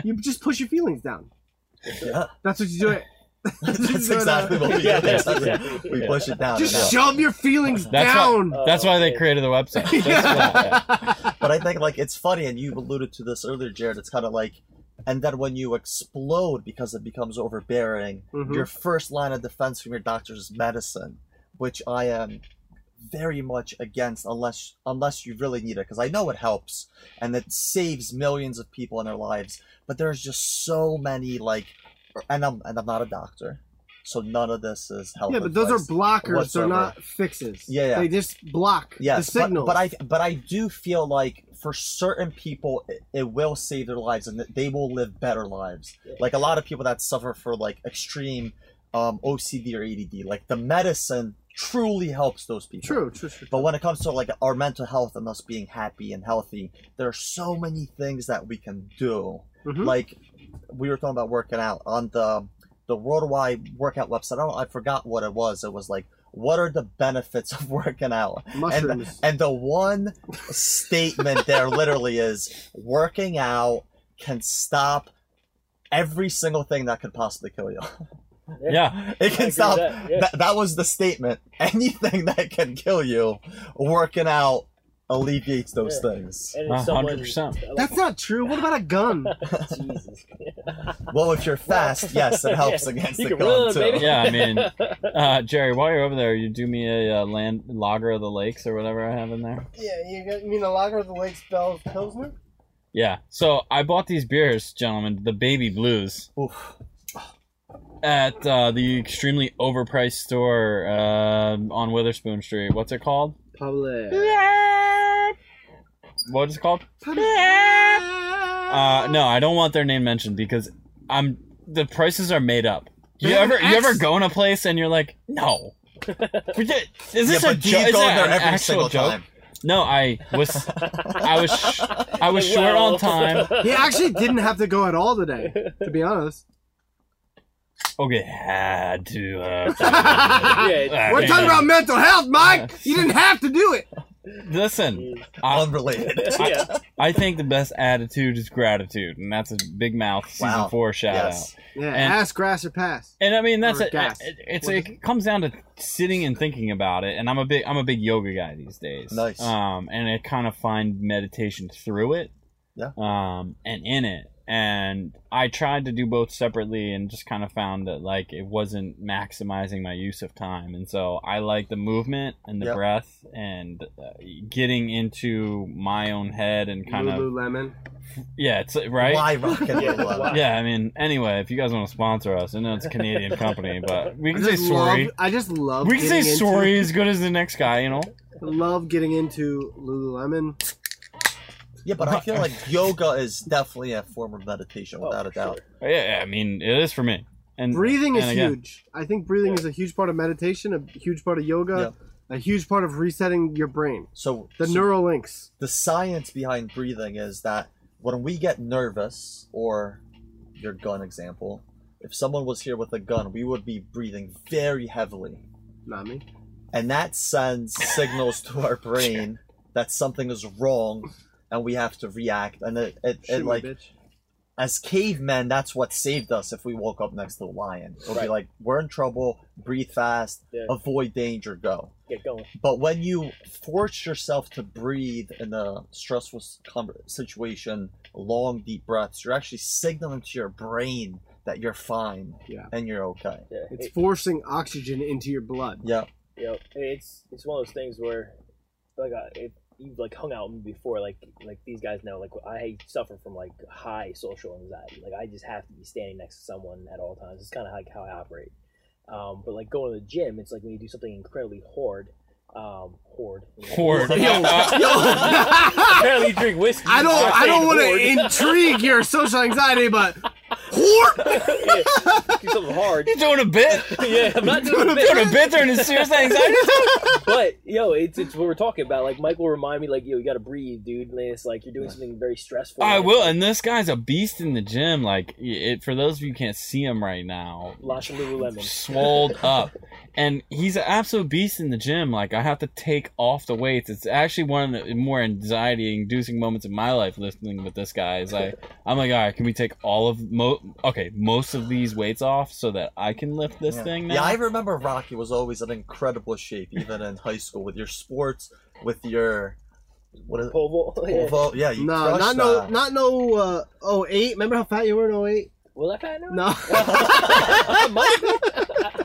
S2: you just push your feelings down.
S4: yeah,
S2: That's what you do. It. That's, what you
S4: that's
S2: do it,
S4: exactly
S2: uh,
S4: what we do.
S3: Yeah,
S4: That's
S3: yeah,
S4: exactly- we
S3: yeah.
S4: push it down.
S2: Just
S4: and out.
S2: shove your feelings
S1: That's what-
S2: down.
S1: That's why they
S3: Oh,
S1: created the website. That's why.
S4: But I think like it's funny, and you alluded to this earlier, Jared. It's kind of like, and then when you explode because it becomes overbearing,
S2: Mhm.
S4: your first line of defense from your doctor is medicine, which I am very much against unless unless you really need it because I know it helps and it saves millions of people in their lives. But there's just so many like, and I'm and I'm not a doctor, so none of this is helpful.
S2: yeah, but those are blockers.
S4: whatsoever.
S2: They're not fixes.
S4: Yeah, yeah.
S2: They just block
S4: Yes,
S2: the
S4: but,
S2: signal.
S4: but I but I do feel like for certain people it, it will save their lives and that they will live better lives.
S3: Yeah.
S4: Like a lot of people that suffer for like extreme um, OCD or ADD, like the medicine truly helps those people.
S2: true, true, true.
S4: But when it comes to like our mental health and us being happy and healthy, there are so many things that we can do.
S2: Mhm.
S4: Like we were talking about working out on the the worldwide workout website. I don't I forgot what it was. It was like what are the benefits of working out? And,
S2: Mushrooms.
S4: and the one statement there literally is working out can stop every single thing that could possibly kill you.
S1: Yeah.
S4: It
S3: agree
S4: can
S3: with
S4: stop.
S3: that, yeah.
S4: That, that was the statement. Anything that can kill you, working out alleviates those
S3: Yeah.
S4: things.
S3: And
S1: A
S3: if someone-
S1: hundred percent.
S2: That's not true. What about a gun?
S3: Jesus.
S4: Well, if you're fast, yes, it helps
S3: Yeah.
S4: against
S3: You
S4: the
S3: can
S4: gun
S3: run,
S4: too.
S3: baby.
S1: Yeah, I mean, uh, Jerry, while you're over there, you do me a uh, land lager of the lakes or whatever I have in there.
S2: yeah, you, got, you mean a lager of the Lake Bell's Pilsner?
S1: Yeah. So I bought these beers, gentlemen, the Baby Blues,
S4: Oof.
S1: at uh, the extremely overpriced store uh, on Witherspoon Street. What's it called?
S2: Public.
S1: What is it called? Uh, no, I don't want their name mentioned because I'm the prices are made up. You
S2: They have
S1: ever
S2: an
S1: you ever
S2: X.
S1: go in a place and you're like, no. Is this
S4: yeah,
S1: a
S4: but do
S1: joke?
S4: you
S1: Is
S4: go
S1: that
S4: there
S1: an
S4: every
S1: actual
S4: single
S1: joke?
S4: time?
S1: No, I was I was sh- I was short
S3: Well.
S1: on time.
S2: He actually didn't have to go at all today, to be honest.
S1: Okay, had to. Uh,
S3: Yeah.
S2: We're
S1: Yeah.
S2: talking about mental health, Mike. You didn't have to do it.
S1: listen, I,
S4: Unrelated.
S3: Yeah.
S1: I think the best attitude is gratitude, and that's a big mouth season
S4: Wow.
S1: four shout out.
S4: Yes.
S2: Yeah,
S1: And-
S2: ass, grass, or pass.
S1: And I mean that's
S2: Or
S1: it.
S2: gas.
S1: it- It's
S2: What
S1: it comes down to sitting and thinking about it. And I'm a big I'm a big yoga guy these days.
S4: Nice.
S1: Um, and I kind of find meditation through it.
S4: Yeah.
S1: Um, and in it. and I tried to do both separately and just kind of found that like it wasn't maximizing my use of time. And so I like the movement and the
S4: Yep.
S1: breath and uh, getting into my own head and kind of
S2: Lululemon.
S1: yeah, it's right.
S4: Why rocket
S3: Yeah,
S4: Lululemon?
S3: why?
S1: Yeah, I mean, anyway, if you guys want to sponsor us, I know it's a Canadian company, but we
S2: I
S1: can say
S2: just love-
S1: sorry.
S2: I just love.
S1: We can say
S2: getting into-
S1: sorry as good as the next guy, you know.
S2: Love getting into Lululemon.
S4: Yeah, but I feel like yoga is definitely a form of meditation,
S3: Oh,
S4: without a
S3: for
S4: doubt.
S3: sure.
S1: Yeah, I mean, it is for me. And
S2: Breathing is
S1: and again,
S2: huge. I think breathing
S3: Yeah.
S2: is a huge part of meditation, a huge part of yoga, a huge part of resetting your brain.
S4: So
S2: The
S4: so
S2: neural links.
S4: the science behind breathing is that when we get nervous, or your gun example, if someone was here with a gun, we would be breathing very heavily,
S2: Not me.
S4: and that sends signals to our brain that something is wrong, and we have to react. And it, it,
S2: Shoot
S4: it
S2: me,
S4: like
S2: bitch.
S4: as cavemen, that's what saved us if we woke up next to a lion. It'll be
S3: Right.
S4: like, we're in trouble, breathe fast,
S3: Yeah.
S4: avoid danger, go.
S3: Get going.
S4: But when you force yourself to breathe in a stressful s- com- situation, long, deep breaths, you're actually signaling to your brain that you're fine
S2: Yeah.
S4: and you're okay.
S3: Yeah,
S2: It's
S3: it-
S2: forcing oxygen into your blood.
S4: Yeah.
S3: you know, it's it's one of those things where like I, if you've like hung out with me before, like like these guys know, like I suffer from like high social anxiety. Like I just have to be standing next to someone at all times. It's kind of like how I operate. Um, but like going to the gym, it's like when you do something incredibly hard, um, hard.
S1: Horde.
S2: Yo,
S3: Apparently, you drink whiskey.
S2: I
S3: I'm
S2: don't. I
S3: saying
S2: don't want
S3: horde.
S2: to intrigue your social anxiety, but whore.
S3: Yeah, do something hard.
S1: He's doing a bit.
S3: yeah, I'm not doing a bit.
S1: doing a bit during his serious anxiety.
S3: but yo, it's it's what we're talking about. Like Michael remind me, like yo, you gotta breathe, dude. And it's like you're doing something very stressful.
S1: I will, and this guy's a beast in the gym. Like it, for those of you who can't see him right now,
S3: Lots of Lululemon.
S1: swolled up, and he's an absolute beast in the gym. Like I have to take off the weights. It's actually one of the more anxiety-inducing moments in my life listening with this guy. Is like I'm like, all right, can we take all of mo? Okay, most of these weights off so that I can lift this
S4: yeah.
S1: thing. Now?
S4: Yeah, I remember Rocky was always in incredible shape, even in high school, with your sports, with your. What is it?
S3: Pole vault. Yeah.
S4: Pole vault. Yeah, you
S2: No,
S4: crushed
S2: not no,
S4: that.
S2: not no. Uh, oh eight. Remember how fat you were in 08?
S3: Was I fat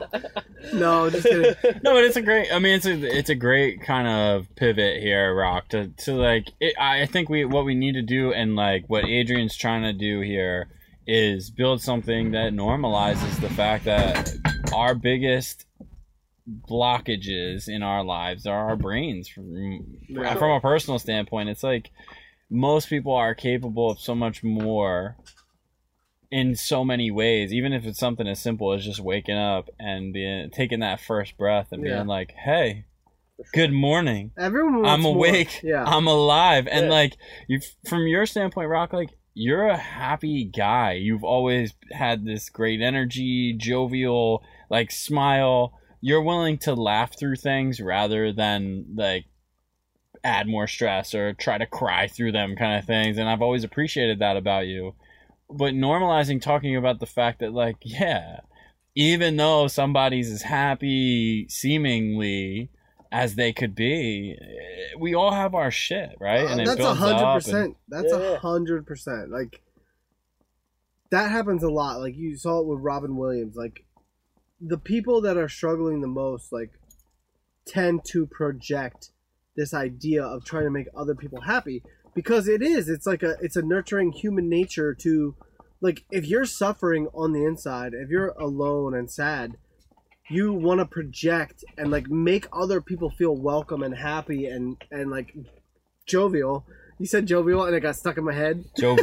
S3: now?
S2: No,
S3: I might
S2: no, just kidding.
S3: be.
S1: No, but it's a great. I mean, it's a it's a great kind of pivot here, Rock. To to like, it, I I think we what we need to do and like what Adrian's trying to do here is build something that normalizes the fact that our biggest blockages in our lives are our brains. From
S2: Right.
S1: from a personal standpoint, it's like most people are capable of so much more in so many ways even if it's something as simple as just waking up and being, taking that first breath and being
S2: Yeah.
S1: like hey good morning
S2: Everyone. wants
S1: i'm
S2: more.
S1: awake
S2: Yeah.
S1: i'm alive and
S3: Yeah.
S1: like you from your standpoint rock like you're a happy guy you've always had this great energy jovial like smile you're willing to laugh through things rather than like add more stress or try to cry through them kind of things and i've always appreciated that about you but normalizing talking about the fact that like yeah even though somebody's as happy seemingly as they could be eh, we all have our shit right
S2: Uh, that's a
S1: builds up
S2: hundred
S1: and-
S2: percent. That's
S3: Yeah, yeah.
S2: a hundred percent. Like that happens a lot. Like you saw it with Robin Williams. Like the people that are struggling the most, like tend to project this idea of trying to make other people happy because it is. It's like a it's a nurturing human nature to like if you're suffering on the inside, if you're alone and sad, you want to project and like make other people feel welcome and happy and and like jovial. You said jovial and it got stuck in my head.
S1: Jo-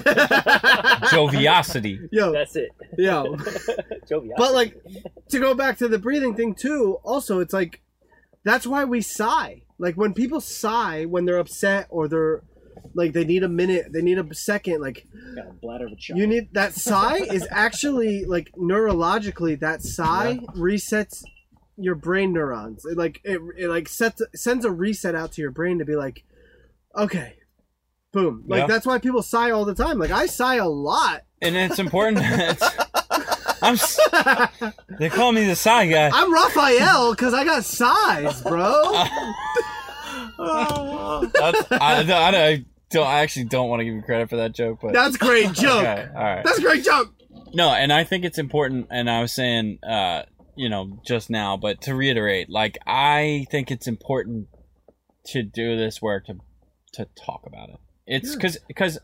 S1: joviosity
S2: Yo,
S3: That's it.
S2: yo.
S3: Jovial.
S2: But like to go back to the breathing thing too, also it's like that's why we sigh. Like when people sigh when they're upset or they're like they need a minute, they need a second, like
S3: Got a bladder of a child.
S2: you need that sigh is actually like neurologically that sigh resets your brain neurons. It like it, it like sets sends a reset out to your brain to be like, okay, boom. Like
S1: Yeah.
S2: that's why people sigh all the time. Like I sigh a lot.
S1: and it's important that i'm s- they call me the side guy
S2: I'm Raphael because I got sighs, bro.
S1: That's, I, I, I don't, I actually don't want to give you credit for that joke, but
S2: That's a great joke.
S1: Okay, all right.
S2: That's a great joke.
S1: No, and I think it's important. And I was saying, uh, you know, just now, but to reiterate, like I think it's important to do this work to to talk about it. It's
S4: Yeah.
S1: because because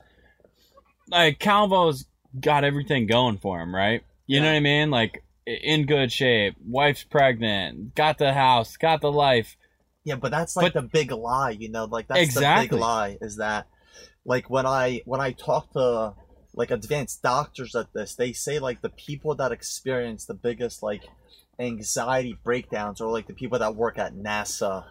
S1: like Calvo's got everything going for him, right? You know what I mean? Like i- in good shape, wife's pregnant, got the house, got the life.
S4: Yeah, but that's like the big lie, you know. Like that's the
S1: Exactly.
S4: big lie is that, like when I when I talk to like advanced doctors at this, they say like the people that experience the biggest like anxiety breakdowns are like the people that work at NASA,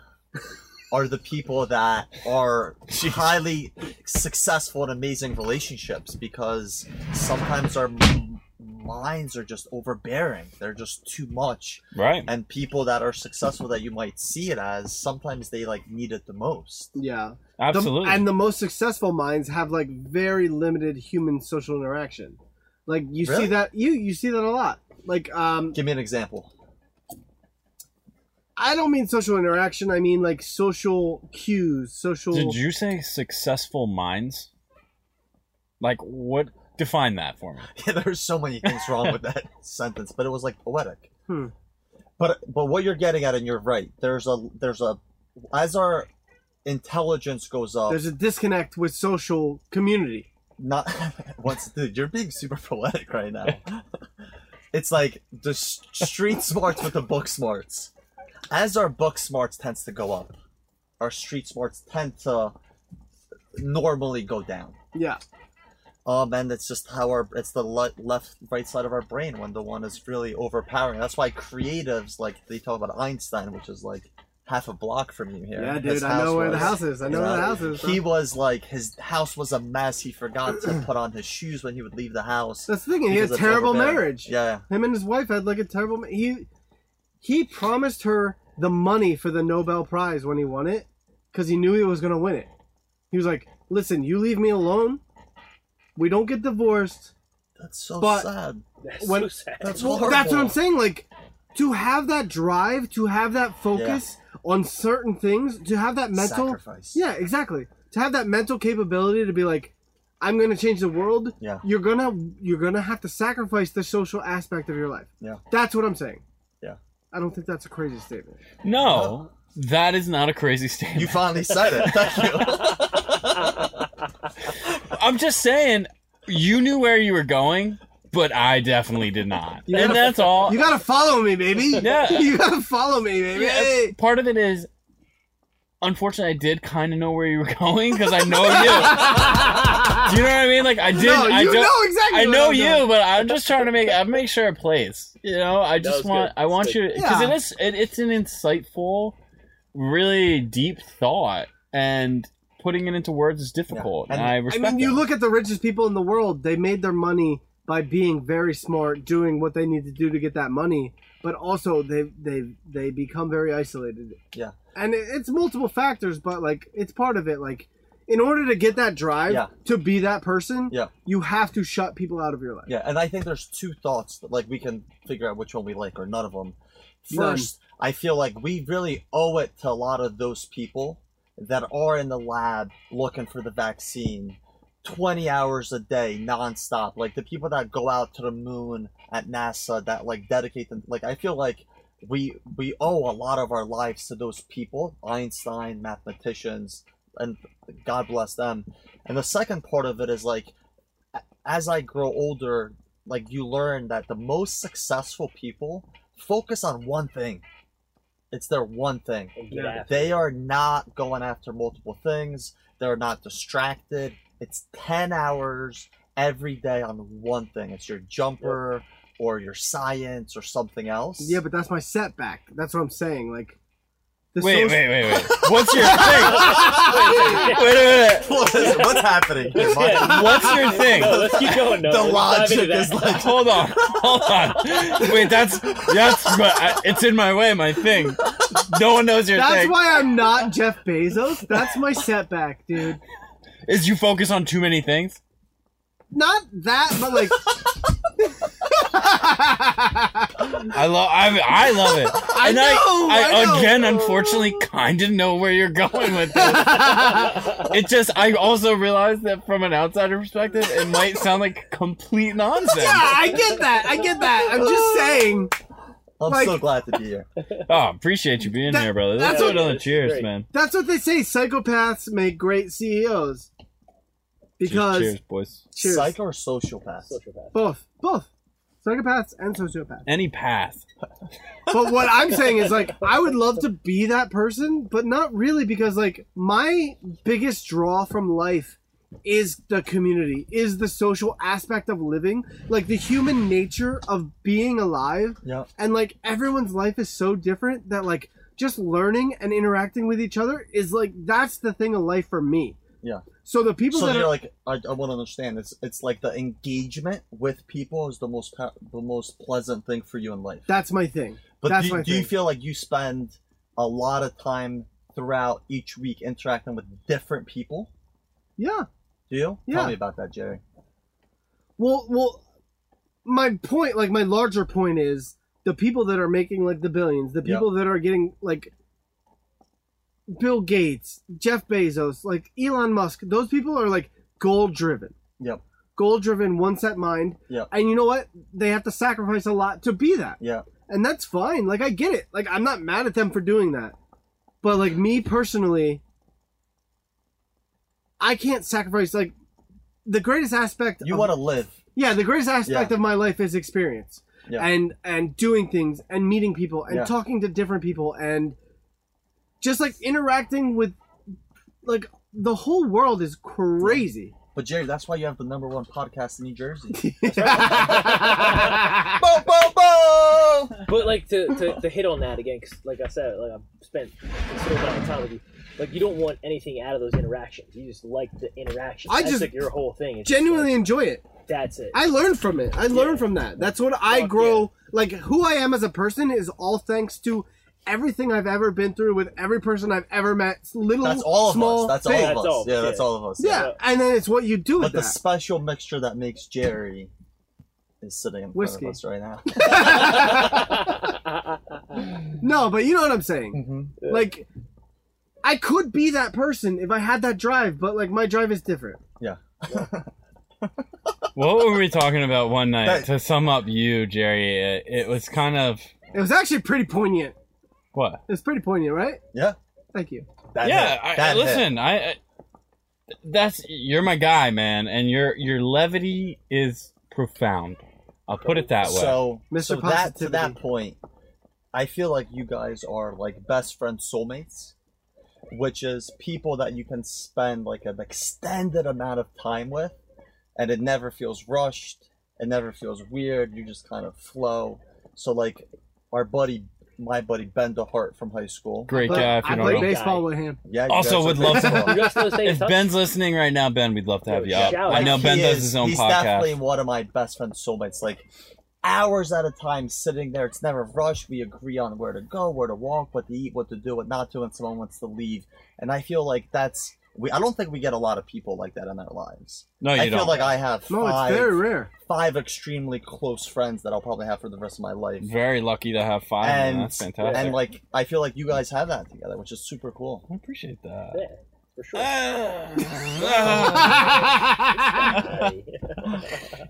S4: are the people that are highly successful in amazing relationships because sometimes our m- minds are just overbearing. They're just too much
S1: Right.
S4: and people that are successful that you might see it as sometimes they like need it the most
S2: Yeah. The-
S1: Absolutely.
S2: and the most successful minds have like very limited human social interaction. Like you see
S4: Really?
S2: that you you see that a lot. Like um
S4: give me an example
S2: I don't mean social interaction, I mean like social cues, social
S1: Did you say successful minds? Like what? Define that for me.
S4: yeah there's so many things wrong with that sentence but it was like poetic
S2: Hmm.
S4: but but what you're getting at and you're right there's a there's a as our intelligence goes up
S2: there's a disconnect with social community.
S4: not once dude you're being super poetic right now it's like the s- street smarts with the book smarts as our book smarts tends to go up our street smarts tend to normally go down
S2: Yeah.
S4: Um, and it's just how our it's the le- left right side of our brain when the one is really overpowering. That's why creatives like they talk about Einstein, which is like half a block from you here.
S2: Yeah,
S4: His
S2: dude, I know where the
S4: was.
S2: house is. I know
S4: you
S2: where the
S4: know,
S2: house is.
S4: He was like his house was a mess. He forgot to put on his shoes when he would leave the house.
S2: That's the thing. He had
S4: because
S2: a
S4: it's
S2: terrible
S4: overbearing.
S2: marriage.
S4: Yeah,
S2: Him and his wife had like a terrible. Ma- he he promised her the money for the Nobel Prize when he won it because he knew he was gonna win it. He was like, "Listen, you leave me alone. We don't get divorced."
S4: that's so
S2: But-
S4: sad.
S3: That's
S2: When-
S3: so sad.
S4: That's
S2: Well,
S4: horrible.
S2: that's what I'm saying. Like to have that drive, to have that focus on certain things, to have that mental.
S4: Sacrifice.
S2: Yeah, exactly. To have that mental capability to be like, I'm gonna change the world.
S4: Yeah.
S2: You're gonna you're gonna have to sacrifice the social aspect of your life.
S4: Yeah.
S2: That's what I'm saying.
S4: Yeah.
S2: I don't think that's a crazy statement.
S1: No, that is not a crazy statement.
S4: You finally said it. Thank you.
S1: I'm just saying, you knew where you were going, but I definitely did not.
S2: You
S1: and
S2: gotta-
S1: that's all.
S2: You gotta follow me, baby.
S1: Yeah.
S2: You gotta follow me, baby.
S1: Yeah,
S2: Hey.
S1: part of it is, unfortunately, I did kind of know where you were going because I know you. Do you know what I mean? Like I did.
S2: no,
S1: I
S2: you
S1: don't-
S2: know exactly.
S1: I
S2: what
S1: know
S2: I'm
S1: you,
S2: doing.
S1: but I'm just trying to make I make sure it plays. You know, I
S3: That
S1: just
S3: was
S1: want
S3: good.
S1: I want
S3: That's
S1: you because
S2: Yeah.
S1: it is it, it's an insightful, really deep thought, and putting it into words is difficult.
S4: Yeah.
S1: And,
S4: And-
S1: I
S2: I
S1: respect.
S2: mean, you
S1: that.
S2: look at the richest people in the world. They made their money by being very smart, doing what they need to do to get that money. But also, they they they become very isolated.
S4: Yeah.
S2: and it- it's multiple factors, but like it's part of it. Like, in order to get that drive
S4: Yeah.
S2: to be that person,
S4: Yeah.
S2: you have to shut people out of your life.
S4: Yeah, and I think there's two thoughts that like we can figure out which one we like or none of them.
S2: None.
S4: First, I feel like we really owe it to a lot of those people that are in the lab looking for the vaccine 20 hours a day nonstop. Like the people that go out to the moon at NASA that like dedicate them like I feel like we we owe a lot of our lives to those people, Einstein, mathematicians, and God bless them. And the second part of it is like as I grow older, like you learn that the most successful people focus on one thing. It's their one thing.
S3: And get
S2: Yeah.
S3: after
S4: They are not going after multiple things. They're not distracted. It's 10 hours every day on one thing. It's your jumper or your science or something else.
S2: Yeah, but that's my setback. That's what I'm saying. Like, the
S1: Wait,
S2: soci-
S1: wait, wait, wait. What's your thing? Wait a minute.
S4: What is- what's happening? here, Mike?
S3: Yeah.
S1: What's your
S3: it.
S1: thing?
S3: No, let's keep going. No,
S4: The
S3: let's dive
S4: logic
S3: into
S4: is
S3: that.
S4: like
S1: Hold on, hold on. Wait, that's that's my, I, it's in my way. My thing. No one knows your
S2: That's
S1: thing.
S2: why I'm not Jeff Bezos. That's my setback, dude.
S1: Is you focus on too many things?
S2: not that, but like.
S1: I love. I, I love it.
S5: I
S1: And
S5: know,
S1: I,
S5: I know.
S1: again, unfortunately, kind of know where you're going with this. It just. I also realized that from an outsider perspective, it might sound like complete nonsense.
S5: Yeah, I get that. I get that. I'm just saying.
S4: I'm
S2: Like-
S4: so glad to be here.
S1: Oh, appreciate you being
S2: That-
S1: here, brother. Let's
S2: that's
S1: do
S3: what-
S1: another
S3: it's
S1: cheers,
S3: great.
S1: man.
S2: That's what they say. Psychopaths make great CEOs because
S1: cheers, boys.
S2: Cheers.
S4: Psycho or sociopath?
S3: Sociopath.
S2: both, both psychopaths and sociopaths.
S1: Any path.
S2: but what I'm saying is like I would love to be that person, but not really because like my biggest draw from life is the community, is the social aspect of living, like the human nature of being alive.
S4: Yeah.
S2: And like everyone's life is so different that like just learning and interacting with each other is like that's the thing of life for me.
S4: Yeah.
S2: So the people
S4: So
S2: that
S4: you're
S2: are
S4: like, I, I want to understand. It's it's like the engagement with people is the most pa- the most pleasant thing for you in life.
S2: that's my thing.
S4: But
S2: That's
S4: do,
S2: my
S4: do you
S2: thing.
S4: feel like you spend a lot of time throughout each week interacting with different people?
S2: Yeah.
S4: Do you?
S2: Yeah.
S4: Tell me about that, Jerry.
S2: Well, well, my point, like my larger point is the people that are making like the billions, the
S4: Yeah.
S2: people that are getting like Bill Gates, Jeff Bezos, like Elon Musk, those people are like goal driven.
S4: Yep.
S2: Goal driven, one set mind.
S4: Yep.
S2: And you know what? They have to sacrifice a lot to be that.
S4: Yeah.
S2: And that's fine. Like I get it. Like I'm not mad at them for doing that. But like me personally, I can't sacrifice like the greatest aspect
S4: You
S2: of
S4: want to live.
S2: yeah, the greatest aspect
S4: Yeah.
S2: of my life is experience.
S4: Yeah.
S2: And and doing things and meeting people and
S4: Yeah.
S2: talking to different people and just like interacting with like the whole world is crazy.
S4: But Jerry, that's why you have the number one podcast in New Jersey.
S2: yeah.
S4: bo bo bo.
S3: But like to, to, to hit on that again, 'cause like I said, like I've spent considerable amount of time with you. Like you don't want anything out of those interactions. You just like the interaction.
S2: I
S3: That's
S2: just
S3: like your whole thing. It's just,
S2: Genuinely
S3: like,
S2: enjoy it.
S3: that's it.
S2: I learn from it. I learn
S3: Yeah.
S2: from that. That's what I
S3: Fuck
S2: grow like who I am as a person is all thanks to everything I've ever been through with every person I've ever met. It's Little
S4: That's all of
S2: small
S4: us. That's all
S2: thing.
S4: of
S3: That's
S4: us.
S3: all.
S4: Yeah, that's
S3: Yeah.
S4: all of us.
S2: Yeah. And then it's what you do with
S4: But the
S2: that.
S4: special mixture that makes Jerry is sitting in front
S2: Whiskey.
S4: of us right now.
S2: No, but you know what I'm saying.
S4: Mm-hmm.
S3: Yeah.
S2: Like, I could be that person if I had that drive, but like my drive is different.
S1: What were we talking about one night?
S4: That-
S1: to sum up, you Jerry, it, it was kind of
S2: It was actually pretty poignant.
S1: what?
S2: It was pretty poignant, right?
S4: Yeah.
S2: Thank you.
S4: That
S1: yeah,
S4: hit.
S1: I, I-
S4: That hit.
S1: listen, I, I that's you're my guy, man, and your your levity is profound. I'll put it that way.
S4: So,
S2: Mr.
S4: so that to that
S2: Positivity.
S4: point, I feel like you guys are like best friend soulmates, which is people that you can spend like an extended amount of time with, and it never feels rushed. It never feels weird. You just kind of flow. So like, our buddy, my buddy Ben DeHart from high school.
S1: Great
S2: But
S1: guy, uh, if you
S2: I played
S1: don't
S3: believe-
S1: know.
S2: baseball with him.
S4: Yeah. you
S1: Also
S4: guys are
S1: would
S4: great
S1: love to-
S4: as well.
S3: you guys still stay in
S1: If
S3: touch?
S1: Ben's listening right now, Ben, we'd love to have
S3: Yo,
S1: you up.
S3: shout
S1: I know
S4: Like,
S1: Ben
S4: he
S1: does
S4: is-
S1: his own
S4: he's definitely
S1: podcast.
S4: one of my best friend soulmates. Like hours at a time sitting there. It's never rushed. We agree on where to go, where to walk, what to eat, what to do, what not to, and someone wants to leave. And I feel like that's we. I don't think we get a lot of people like that in our lives.
S1: No,
S4: I
S1: you
S4: feel
S1: don't.
S4: like I have
S2: No, it's
S4: five,
S2: very rare.
S4: five extremely close friends that I'll probably have for the rest of my life.
S1: Very lucky to have five. man.
S4: and
S1: That's fantastic.
S4: and like I feel like you guys have that together, which is super cool.
S1: I appreciate that. Ah.
S3: Yeah, for sure.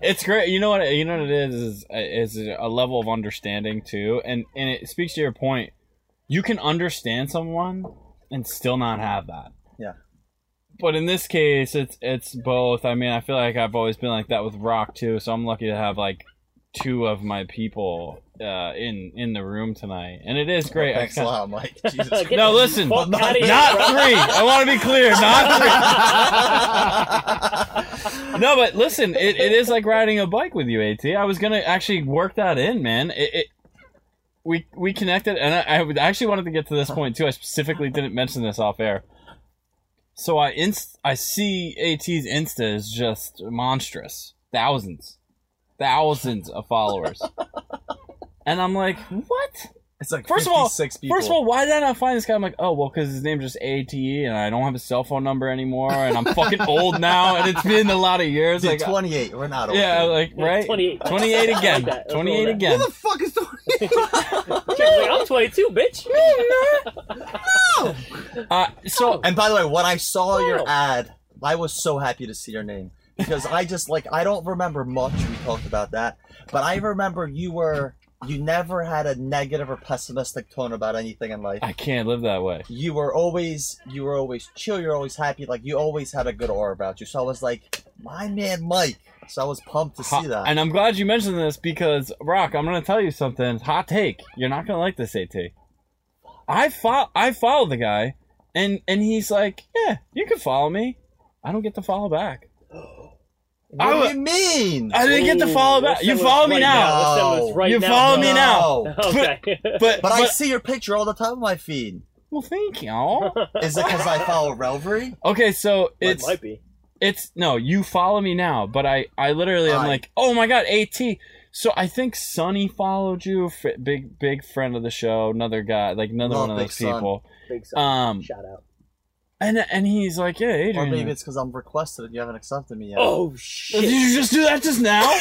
S1: it's great. You know what? You know what it is is is a level of understanding too, and and it speaks to your point. You can understand someone and still not have that.
S4: Yeah.
S1: But in this case, it's it's both. I mean, I feel like I've always been like that with rock too, so I'm lucky to have like two of my people uh, in in the room tonight, and it is great. I
S4: Thanks a
S1: kinda-
S4: lot, Mike. Jesus.
S1: No, listen.
S3: Fuck
S4: Not-
S3: outta here,
S1: Not
S3: bro.
S1: three. I want to be clear. Not three.
S4: Christ.
S1: no, but listen, it, it is like riding a bike with you, At. I was gonna actually work that in, man. It, it we we connected, and I, I would- actually wanted to get to this point too. I specifically didn't mention this off air. So I inst- I see At's Insta is just monstrous, thousands, thousands of followers, and I'm like, what?
S4: It's like
S1: First of all-
S4: 56 people.
S1: First of all, why did I not find this guy? I'm like, oh well, because his name's just ATE, and I don't have a cell phone number anymore, and I'm fucking old now, and it's been a lot of years.
S4: Dude,
S1: like, uh,
S4: 28. We're not old.
S1: yeah,
S4: dude.
S1: like
S3: Yeah,
S1: right,
S3: 28.
S1: 28
S3: I like
S1: again,
S3: that. Let's roll
S1: 28
S3: that.
S1: again.
S2: Who the fuck is doing
S3: Chick's like, I'm 22, bitch.
S1: Uh, so
S4: And by the way, when I saw
S3: Wow.
S4: your ad, I was so happy to see your name because I just like I don't remember much. We talked about that, but I remember you were you never had a negative or pessimistic tone about anything in life.
S1: I can't live that way.
S4: You were always you were always chill. You're always happy. Like you always had a good aura about you. So I was like, my man, Mike. So I was pumped to see that.
S1: And I'm glad you mentioned this because Rock, I'm gonna tell you something. Hot take. You're not gonna like this AT. I fo- I follow the guy, and and he's like, yeah, you can follow me. I don't get to follow back.
S4: What
S1: I
S4: do
S1: wa-
S4: you mean?
S1: I didn't get to
S3: Ooh,
S1: follow back.
S3: let's
S1: You
S3: settle
S1: follow
S3: this
S1: me
S3: right
S1: now.
S3: Let's settle this right
S1: You
S3: now,
S1: follow me
S3: bro.
S1: now.
S3: Okay.
S1: But,
S4: But I
S1: but-
S4: see your picture all the time on my feed.
S1: well, thank you.
S4: Is it because I follow Relvery?
S1: Okay, so
S3: it
S1: it's
S3: might be.
S1: it's no, you follow me now, but I I literally I'm
S4: Aye.
S1: like, oh my god, AT. So I think Sonny followed you, fr- big big friend of the show, another guy, like another one
S4: Love
S1: of
S4: Big
S1: those
S4: Son.
S1: people.
S3: Big sign.
S1: Um,
S3: Shout out.
S1: and and he's like, yeah, Adrian.
S4: Or maybe it's because I'm requested and you haven't accepted me yet.
S3: Oh
S1: Did
S3: shit.
S1: you just do that just now?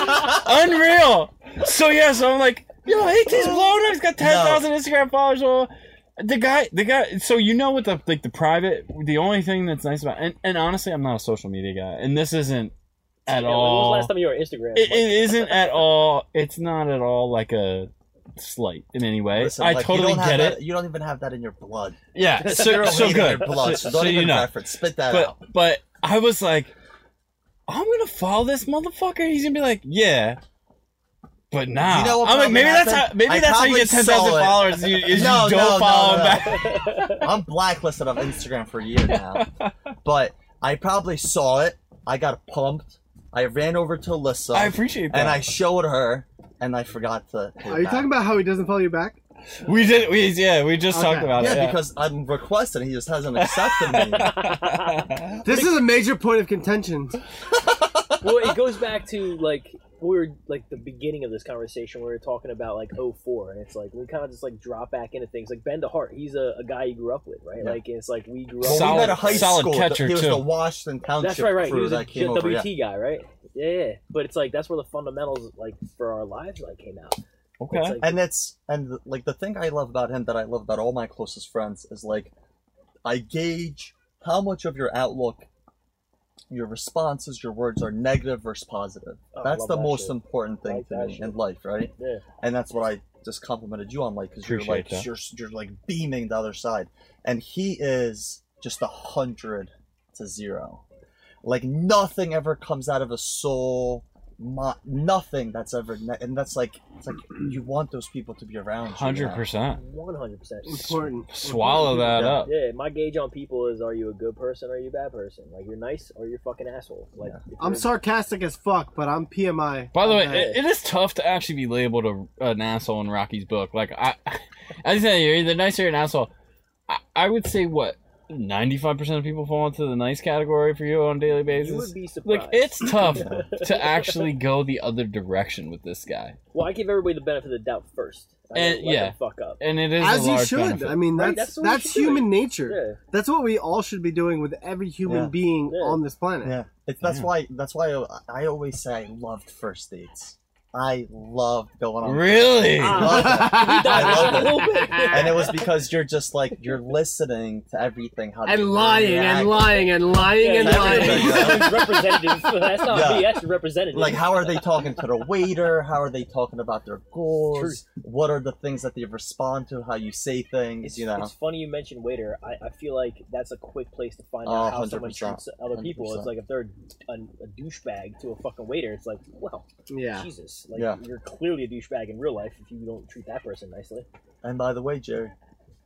S1: Unreal. So yeah, so I'm like, yo, AT's
S4: Uh,
S1: blown up. He's got ten thousand Instagram followers. blah, blah, blah. The guy, the guy. So you know what the like the private. The only thing that's nice about and, and honestly, I'm not a social media guy, and this isn't at
S3: Yeah, when was the
S1: all.
S3: last time you were on Instagram?
S1: it,
S3: Mike?
S1: it isn't at all. It's not at all like a slight in any way.
S4: Listen,
S1: I
S4: like, you
S1: totally
S4: don't have
S1: get it.
S4: that- you don't even have that in your blood.
S1: Yeah, so,
S4: You're a
S1: so
S4: lady in
S1: good.
S4: Your blood,
S1: so,
S4: so, don't
S1: so
S4: even
S1: you know.
S4: reference. Spit that
S1: but
S4: out.
S1: but I was like, I'm gonna follow this motherfucker. He's gonna be like, yeah. But nah,
S4: You know what
S1: I'm like, maybe
S4: probably
S1: that's how
S4: happened?
S1: maybe
S4: I
S1: that's how you
S4: probably
S1: get ten thousand
S4: saw it.
S1: followers. You, is
S4: No,
S1: you don't
S4: no, no,
S1: follow him
S4: no.
S1: back.
S4: I'm blacklisted on Instagram for a year now. but I probably saw it. I got pumped. I ran over to Alyssa.
S1: I appreciate that.
S4: and I showed her, and I forgot to. hit
S2: Are you
S4: back.
S2: talking about how he doesn't follow you back?
S1: we did, we yeah, we just talked
S2: Okay.
S1: about
S4: yeah,
S1: it. Yeah.
S4: because I'm requested. He just hasn't accepted me.
S2: This is a major point of contention.
S3: well, it goes back to like we were like the beginning of this conversation. We were talking about like 04, and it's like we kind of just like drop back into things. Like Ben DeHart, he's a, a guy you grew up with, right?
S4: Yeah.
S3: Like it's like we grew up.
S4: Well,
S1: Solid-
S4: we met at high
S1: solid
S4: school.
S1: catcher,
S4: he was
S1: too.
S4: the Washington Township
S3: That's right, right. He
S4: crew
S3: was a
S4: that came
S3: WT
S4: over. yeah.
S3: guy, right? Yeah, yeah. But it's like that's where the fundamentals like for our lives like came out. It's
S1: okay.
S3: like,
S4: and it's and like the thing I love about him that I love about all my closest friends is like I gauge how much of your outlook, your responses, your words are negative versus positive.
S3: Oh, I
S4: that's
S3: love
S4: the
S3: that
S4: most
S3: shit.
S4: important thing
S3: Like
S4: to
S3: that
S4: me
S3: shit.
S4: in life, right?
S3: yeah.
S4: And that's what I just complimented you on, like because you're
S1: Appreciate
S4: like
S1: that.
S4: you're you're like beaming the other side, and he is just a hundred to zero. Like nothing ever comes out of a soul. Mo- nothing that's ever, ne- and that's like it's like you want those people to be around. you,
S1: Hundred
S4: man.
S1: percent.
S3: One hundred percent.
S2: Important.
S1: Swallow that
S4: Yeah.
S1: up.
S3: Yeah, my gauge on people is: Are you a good person? Or are you a bad person? Like you're nice or you're fucking asshole. Like if
S2: I'm
S3: you're-
S2: sarcastic as fuck, but I'm PMI.
S1: By the way,
S2: Okay.
S1: it, it is tough to actually be labeled a, an asshole in Rocky's book. Like I, I said, you're either nice or you're an asshole. I, I would say what ninety five percent of people fall into the nice category for you on a daily
S3: You would
S1: basis.
S3: be surprised.
S1: Like it's tough to actually go the other direction with this guy,
S3: well, I give everybody the benefit of the doubt first. I
S1: And-
S3: don't let
S1: yeah.
S3: them fuck up.
S1: and it is
S2: as
S1: a
S2: you
S1: large
S2: should.
S1: benefit.
S2: I mean, that's
S3: Right, that's
S2: that's,
S3: what we should do.
S2: human nature.
S3: Yeah,
S2: That's what we all should be doing with every human
S4: Yeah.
S2: being
S3: Yeah.
S2: on this planet.
S4: Yeah, it's that's
S1: Yeah.
S4: why that's why I, I always say I loved first dates. I loved going
S2: um,
S4: on.
S1: really,
S2: uh,
S3: Ah. we dive in
S4: Loved it. I
S3: a
S4: love
S3: little bit.
S4: and it was because you're just like you're listening to everything how they
S5: And lying
S4: react.
S5: and lying and lying and
S4: Yeah,
S5: lying.
S4: everything.
S3: That was representative. That's not
S4: Yeah.
S3: me. That's representative.
S4: like how are they talking to the waiter how are they talking about their goals
S3: Truth.
S4: what are the things that they respond to how you say things
S3: It's,
S4: you know
S3: it's funny you mentioned waiter. I, I feel like that's a quick place to find
S4: Oh,
S3: out how someone
S4: 100%,
S3: treats other people. It's
S4: 100%.
S3: like if they're a, a douchebag to a fucking waiter, it's like, well,
S2: Yeah.
S3: Jesus, like
S4: Yeah.
S3: you're clearly a douchebag in real life if you don't treat that person nicely.
S4: and by the way jerry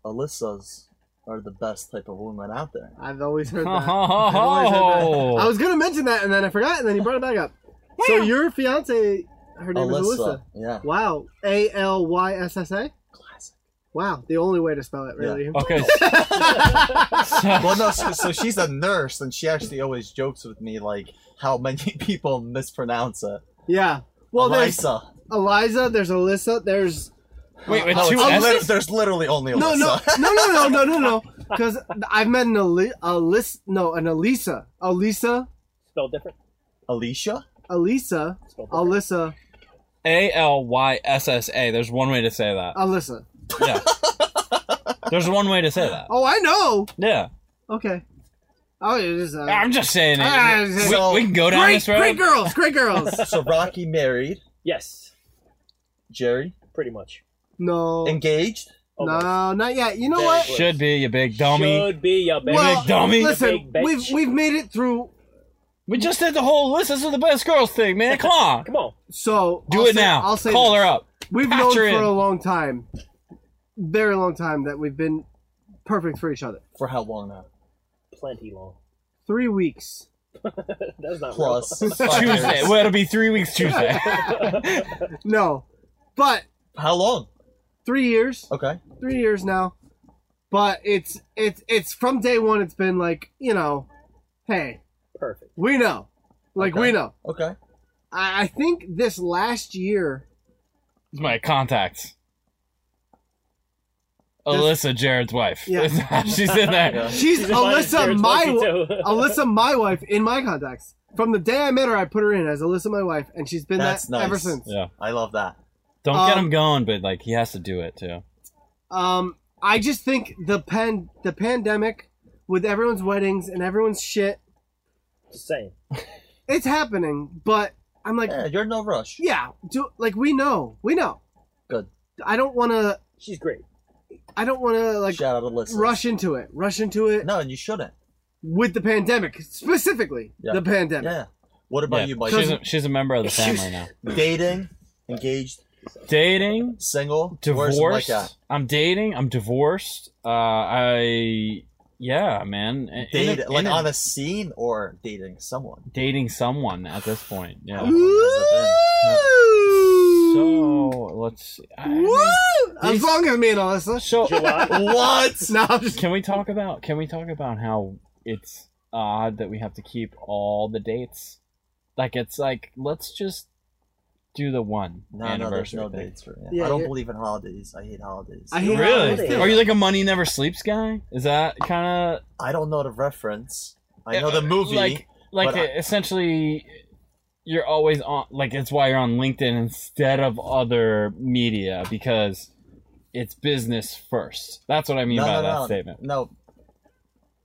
S4: alyssa's are the best type of woman out there
S2: I've always heard that. I've always heard that. I
S1: oh,
S2: was gonna mention that and then I forgot and then you brought it back up. So your fiance, her name is Alyssa.
S4: alyssa yeah
S2: Wow, A L Y S S A.
S4: classic
S2: Wow, the only way to spell it really.
S1: okay. s- so-
S4: well no so, so she's a nurse and she actually always jokes with me like how many people mispronounce it
S2: Yeah. Well, there's
S4: Alyssa.
S2: Eliza. There's Alyssa. There's
S1: wait, with
S4: Oh,
S1: two
S4: it's lit-
S1: S's?
S4: there's literally only Alyssa.
S2: no, no, no, no, no, no, no, no. Because I've met an Ali- Alis, no, an Elisa, Elisa,
S3: Spelled different.
S4: Alicia?
S2: Elisa,
S3: Spelled different.
S2: Alyssa,
S1: A L Y S S A. There's one way to say that.
S2: Alyssa.
S1: Yeah. There's one way to say that.
S2: Oh, I know.
S1: Yeah.
S2: Okay. Oh, it is. Uh,
S1: I'm just saying
S2: Ah,
S1: it. We,
S4: so-
S1: we can go down
S2: great,
S1: this road.
S2: great girls, great girls.
S4: So Rocky married,
S3: Yes,
S4: Jerry
S3: pretty much.
S2: no,
S4: engaged.
S3: Almost.
S2: no, not yet. You know
S3: Big
S2: what?
S3: girls.
S1: Should be, you big dummy.
S3: Should be your baby.
S2: Well,
S1: dummy.
S2: listen,
S3: Big bitch.
S2: we've we've made it through.
S1: We just did the whole list. This is the best girls thing, man. Come on.
S3: Come on.
S2: So
S1: Do
S2: I'll
S1: it
S2: say-
S1: now.
S2: I'll say
S1: Call
S2: this.
S1: her up.
S2: We've
S1: Patch
S2: known
S1: her
S2: for
S1: in.
S2: a long time, very long time, that we've been perfect for each other.
S4: For how long now?
S3: Plenty long.
S2: Three weeks.
S3: That's not real.
S4: Plus five
S1: Tuesday.
S4: years.
S1: Well, it'll be three weeks Tuesday.
S2: No, but
S4: How long?
S2: three years.
S4: Okay.
S2: Three years now. But it's it's it's from day one. It's been like you know, hey,
S3: Perfect.
S2: we know, like
S4: Okay.
S2: we know.
S4: Okay.
S2: I, I think this last year.
S1: It's my contacts.
S2: This-
S1: Alyssa, Jared's wife.
S2: Yeah.
S1: She's in there.
S4: Yeah.
S2: She's
S3: She's invited to
S2: Alyssa,
S3: Jared's
S2: my
S3: wedding,
S2: wi-
S3: too.
S2: Alyssa, my wife, in my contacts. From the day I met her, I put her in as Alyssa, my wife, and she's been
S4: That's
S2: that ever
S4: nice.
S2: since.
S1: Yeah.
S4: I love that.
S1: Don't get
S2: Um,
S1: him going, but like he has to do it too.
S2: Um, I just think the pan the pandemic, with everyone's weddings and everyone's shit,
S3: Just saying.
S2: it's happening. But I'm like,
S4: Yeah, you're in no rush.
S2: yeah, do like we know, we know.
S4: Good.
S2: I don't want to.
S3: She's great.
S2: I don't want to like
S4: Shout out to listen.
S2: rush into it. Rush into it
S4: No, you shouldn't.
S2: with the pandemic specifically.
S4: Yeah.
S2: The pandemic.
S4: Yeah. What about
S1: Yeah.
S4: you, Mike?
S1: she's, a, she's a member of the family now.
S4: Dating, engaged,
S1: Dating,
S4: single,
S1: divorced.
S4: Where's Mike at?
S1: I'm dating. I'm divorced. Uh, I yeah, man. In- in a-
S4: Dating,
S1: in
S4: like
S1: a-
S4: on a scene or dating someone.
S1: dating someone at this point. Yeah. So
S2: Woo!
S1: let's. see. I-
S2: Woo! As
S1: These-
S2: long as me and Alyssa.
S1: So
S3: July.
S4: What?
S2: No, I'm just
S1: can we talk about can we talk about how it's odd that we have to keep all the dates? Like it's like let's just do the one
S4: No, no, there's
S1: anniversary
S4: no
S1: thing.
S4: dates for me.
S2: Yeah,
S4: I don't
S2: yeah.
S4: believe in holidays. I hate holidays.
S2: I
S4: I,
S2: hate
S1: Really?
S2: holidays, too.
S1: Are you like a money never sleeps guy? Is that kind of
S4: don't know the reference. I know the movie.
S1: uh, Like, like
S4: but I-
S1: essentially, you're always on. Like it's why you're on LinkedIn instead of other media because it's business first. That's what I mean
S4: no,
S1: by
S4: no,
S1: that
S4: no,
S1: statement.
S4: No,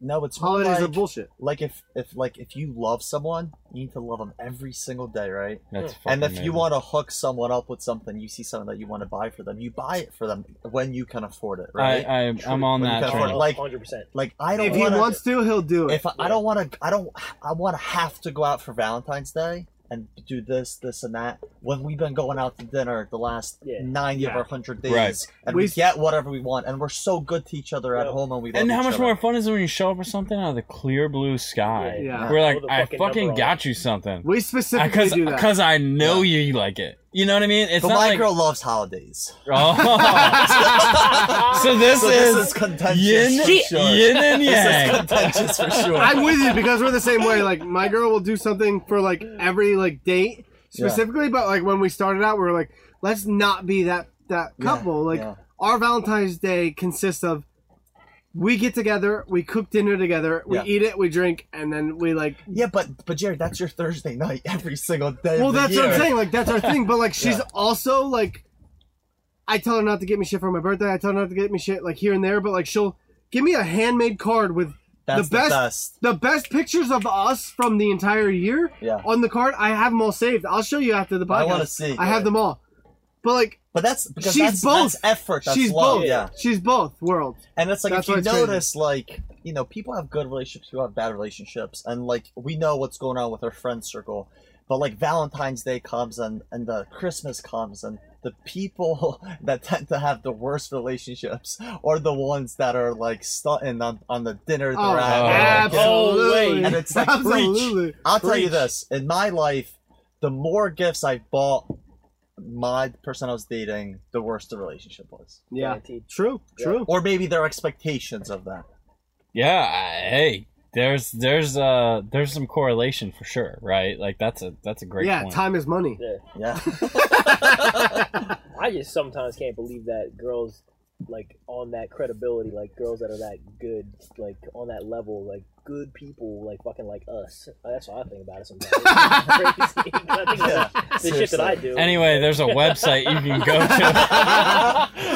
S4: no, it's more
S2: Holidays are
S4: like,
S2: bullshit.
S4: like if if like if you love someone, you need to love them every single day, right?
S1: That's
S4: and if
S1: fucking
S4: you
S1: amazing.
S4: want to hook someone up with something, you see something that you want to buy for them, you buy it for them when you can afford it, right?
S1: I, I I'm on
S4: When you
S1: that
S4: can afford
S1: train.
S4: it. like-
S3: 100%.
S4: like I don't
S2: If he
S4: wanna,
S2: wants to, he'll do it.
S4: if I, I don't want to, I don't, I want to have to go out for Valentine's Day and do this, this, and that. When we've been going out to dinner the last
S3: Yeah.
S4: ninety of
S2: Yeah.
S4: our hundred days,
S1: Right.
S4: and
S2: We-
S4: we, get whatever we want, and we're so good to each other at
S3: Yeah.
S4: home, and we love
S1: And how
S4: each
S1: much
S4: other.
S1: more fun is it when you show up with something out of the clear blue sky?
S2: Yeah.
S1: We're like,
S3: Blow the
S1: I
S3: fucking number
S1: fucking
S3: off.
S1: got you something.
S2: we specifically
S1: Because
S2: do that.
S1: I know you, you like it. You know what I mean? It's
S4: But
S1: not
S4: my
S1: like,
S4: girl loves holidays.
S1: Oh. so this
S4: so
S1: is,
S4: this is contentious
S1: yin,
S4: for sure.
S1: yin and
S4: This is
S1: yang.
S4: contentious for sure.
S2: I'm with you because we're the same way. Like my girl will do something for like every like date specifically, but like when we started out, we were like, let's not be that that
S4: Yeah,
S2: couple. like
S4: yeah.
S2: our Valentine's Day consists of we get together, we cook dinner together, we
S4: Yeah.
S2: eat it, we drink, and then we like.
S4: yeah, but but Jared, that's your Thursday night every single day. of
S2: Well,
S4: the
S2: that's what I'm
S4: year.
S2: saying. Like that's our thing, but like she's
S4: Yeah.
S2: also like, I tell her not to get me shit for my birthday. I tell her not to get me shit like here and there, but like she'll give me a handmade card with
S4: That's
S2: the
S4: the
S2: best-
S4: best.
S2: the best pictures of us from the entire year
S4: Yeah.
S2: on the card. I have them all saved. I'll show you after the podcast.
S4: I wanna see.
S2: I have them all. But like
S4: But that's because
S2: She's
S4: that's,
S2: both.
S4: that's effort. That's
S2: she's
S4: love.
S2: both.
S4: Yeah.
S2: She's both worlds.
S4: And it's like
S2: That's
S4: if
S2: why
S4: you
S2: it's crazy.
S4: notice, like you know, people have good relationships, people have bad relationships, and like we know what's going on with our friend circle. But like Valentine's Day comes and and the Christmas comes and the people that tend to have the worst relationships are the ones that are like stunting on, on the dinner they're
S2: Oh,
S4: at.
S1: absolutely.
S2: absolutely.
S4: And it's like, preach.
S2: absolutely.
S4: I'll tell you
S2: Preach.
S4: this: in my life, the more gifts I bought my person I was dating, the worse the relationship was,
S2: Yeah.
S3: Guaranteed.
S2: True.
S3: Yeah.
S2: True.
S4: or maybe their expectations of that.
S1: Yeah, I- hey, there's there's uh there's some correlation for sure, right? Like that's a that's a great
S2: yeah.
S1: point.
S2: Time is money.
S3: Yeah.
S4: Yeah.
S3: I just sometimes can't believe that girls like on that credibility, like girls that are that good, like on that level, like good people like fucking like us. Uh, That's what I think about it sometimes. It's crazy. I think about the shit that I do.
S1: Anyway, there's a website you can go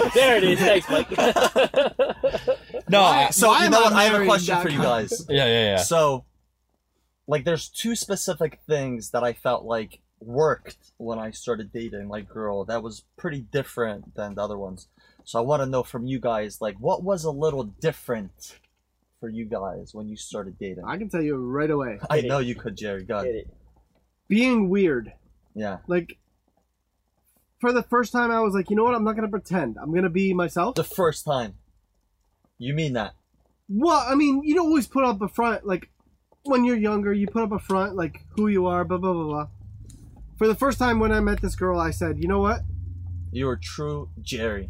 S1: to.
S3: there it is. Thanks, Mike.
S1: no, I,
S4: So
S5: Why
S4: you
S5: am
S4: know
S5: I
S4: what? I have a
S5: married
S4: question
S5: dot
S4: for you
S5: com?
S4: guys.
S1: yeah, yeah, yeah.
S4: So, like, there's two specific things that I felt like worked when I started dating like girl. That was pretty different than the other ones. So I want to know from you guys, like, what was a little different for you guys when you started dating?
S2: I can tell you right away.
S4: I know you could, Jerry. God,
S3: Hit it.
S2: Being weird.
S4: yeah.
S2: Like for the first time I was like, you know what, I'm not gonna pretend. I'm gonna be myself.
S4: The first time. You mean that?
S2: Well, I mean, you don't always put up a front like when you're younger, you put up a front like who you are, blah blah blah blah. For the first time when I met this girl, I said, you know what?
S4: You are true Jerry.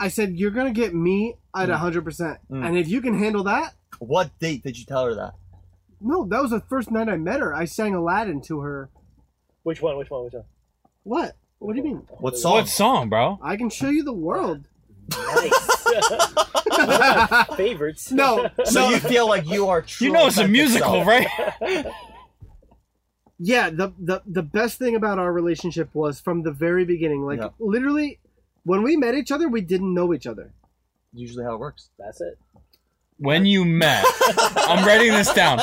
S2: I said you're gonna get me at
S4: Mm.
S2: hundred percent,
S4: Mm.
S2: and if you can handle that,
S4: What date did you tell her that?
S2: no, that was the first night I met her. I sang Aladdin to her.
S3: Which one? Which one? Which one?
S2: What? What do you mean?
S4: What song?
S1: What song, bro?
S2: I can show you the world.
S3: Nice.
S2: no,
S3: Favorites.
S4: So you feel like you are true.
S1: You know it's a
S4: authentic
S1: musical,
S4: self.
S1: right?
S2: yeah. The, the the best thing about our relationship was from the very beginning. Like
S4: Yeah.
S2: literally, when we met each other, we didn't know each other.
S4: Usually how it works.
S3: That's it.
S1: When you met, I'm writing this down.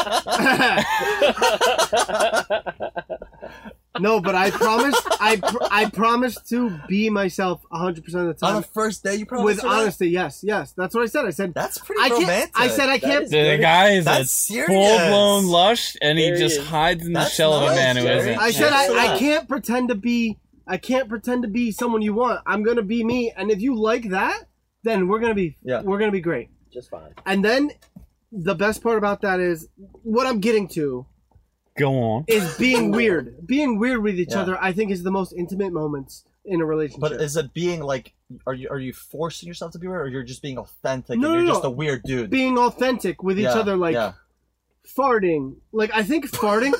S2: no, but I promised. I pr- I promised to be myself hundred percent of the
S4: On
S2: time
S4: the first day, you probably
S2: with honesty. Yes, yes. That's what I said. I said.
S4: That's pretty
S2: I can't.
S4: romantic.
S2: I said I
S3: That
S2: can't
S3: is
S1: The guy is a
S4: That's serious.
S1: full blown lush, and he
S3: There he
S1: just
S3: is.
S1: hides in the
S4: That's
S1: shell of a
S4: nice,
S1: man who
S4: Jerry.
S1: isn't.
S2: I said I, I
S4: Excellent.
S2: can't pretend to be I can't pretend to be someone you want. I'm gonna be me, and if you like that, then we're gonna be
S4: Yeah.
S2: we're gonna be great.
S3: Just fine.
S2: And then the best part about that is what I'm getting to
S1: Go on.
S2: is being weird. Being weird with each
S4: Yeah.
S2: other, I think, is the most intimate moments in a relationship.
S4: But is it being like, are you are you forcing yourself to be weird, or you're just being authentic
S2: No,
S4: and you're
S2: no,
S4: just
S2: no.
S4: a weird dude?
S2: being authentic with each
S4: Yeah,
S2: other, like
S4: yeah.
S2: farting. Like I think farting,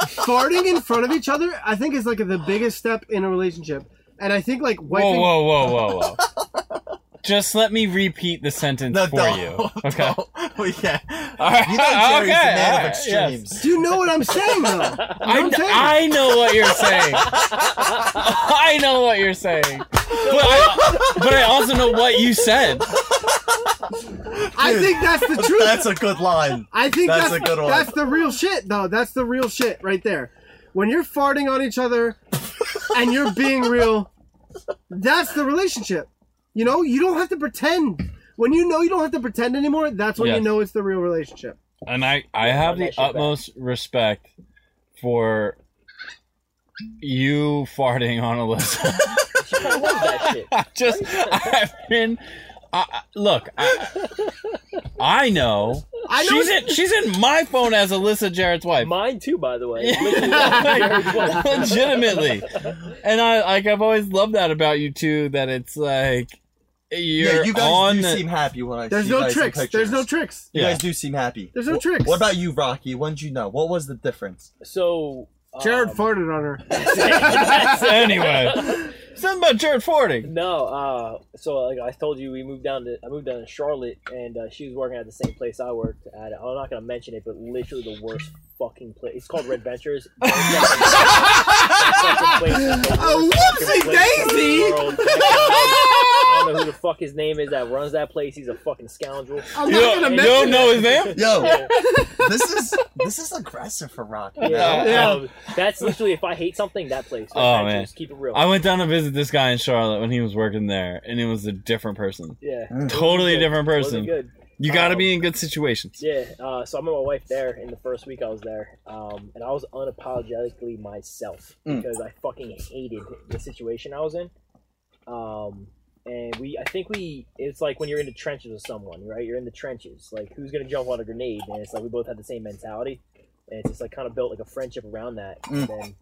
S2: farting in front of each other, I think is like the biggest step in a relationship. And I think like
S1: Whoa,
S2: wiping
S1: whoa, whoa, whoa, whoa. just let me repeat the sentence
S4: no,
S1: for
S4: don't,
S1: you. Okay.
S4: Don't. We can't.
S1: All right,
S4: You know Jerry's
S1: okay,
S4: a man
S1: all
S4: of
S1: right,
S4: extremes.
S2: Do you know what I'm saying though? You know what
S1: I,
S2: I'm saying?
S1: I know what you're saying. I know what you're saying. But I, but I also know what you said.
S2: I think that's the truth.
S4: That's a good line.
S2: I think
S4: that's
S2: that's,
S4: a good one.
S2: that's the real shit though. That's the real shit right there. When you're farting on each other and you're being real, that's the relationship. You know, you don't have to pretend. When you know you don't have to pretend anymore, that's when
S1: Yes.
S2: you know it's the real relationship.
S1: And I, I
S3: run
S1: have
S3: that
S1: the
S3: shit back.
S1: utmost respect for you farting on Alyssa.
S3: She probably loves that shit.
S1: I just I've been. I, I- look, I, I know.
S2: I know
S1: she's in. She's in my phone as Alyssa Jarrett's wife.
S3: Mine too, by the way.
S1: Legitimately, and I like. I've always loved that about you too. That it's like you're
S4: yeah, you guys
S1: on.
S4: do
S1: the-
S4: seem happy when I
S2: there's
S4: see you
S2: no
S4: guys in
S2: tricks. There's no
S4: pictures.
S2: tricks.
S4: You
S1: Yeah.
S4: guys do seem happy.
S2: There's no
S4: Wh-
S2: tricks.
S4: What about you, Rocky? When did you know? What was the difference?
S3: so um,
S2: Jared farted on her.
S1: anyway, something about Jared Fording.
S3: No, uh, so like I told you, we moved down to I moved down to Charlotte, and uh, she was working at the same place I worked at. I'm not gonna mention it, but literally the worst fucking place. It's called Red Ventures. That fucking place is the
S2: Oh,
S3: worst fucking
S2: whoopsie
S3: place in the
S2: daisy!
S3: world. I don't know who the fuck his name is that runs that place. He's a fucking scoundrel.
S2: I'm
S1: You
S2: not
S1: don't, you
S2: gonna mention
S1: don't
S2: it.
S1: know his name? Oh,
S4: Yo, this is this is aggressive for Rocky.
S3: Yeah,
S1: Yeah.
S3: um, that's literally if I hate something, that place. Red
S1: Oh,
S3: Ventures,
S1: man.
S3: keep it real.
S1: I went down to visit this guy in Charlotte when he was working there, and it was a different person.
S3: yeah,
S2: Mm.
S1: Totally
S3: Wasn't
S1: different
S3: good.
S1: person.
S3: Wasn't good.
S1: You got to
S3: Um,
S1: be in good situations.
S3: Yeah, uh, so I met my wife there in the first week I was there, um, and I was unapologetically myself
S4: Mm.
S3: because I fucking hated the situation I was in. Um, and we, I think we, it's like when you're in the trenches with someone, right? You're in the trenches. Like, who's gonna jump on a grenade? And it's like we both had the same mentality, and it's just like kind of built like a friendship around that. And then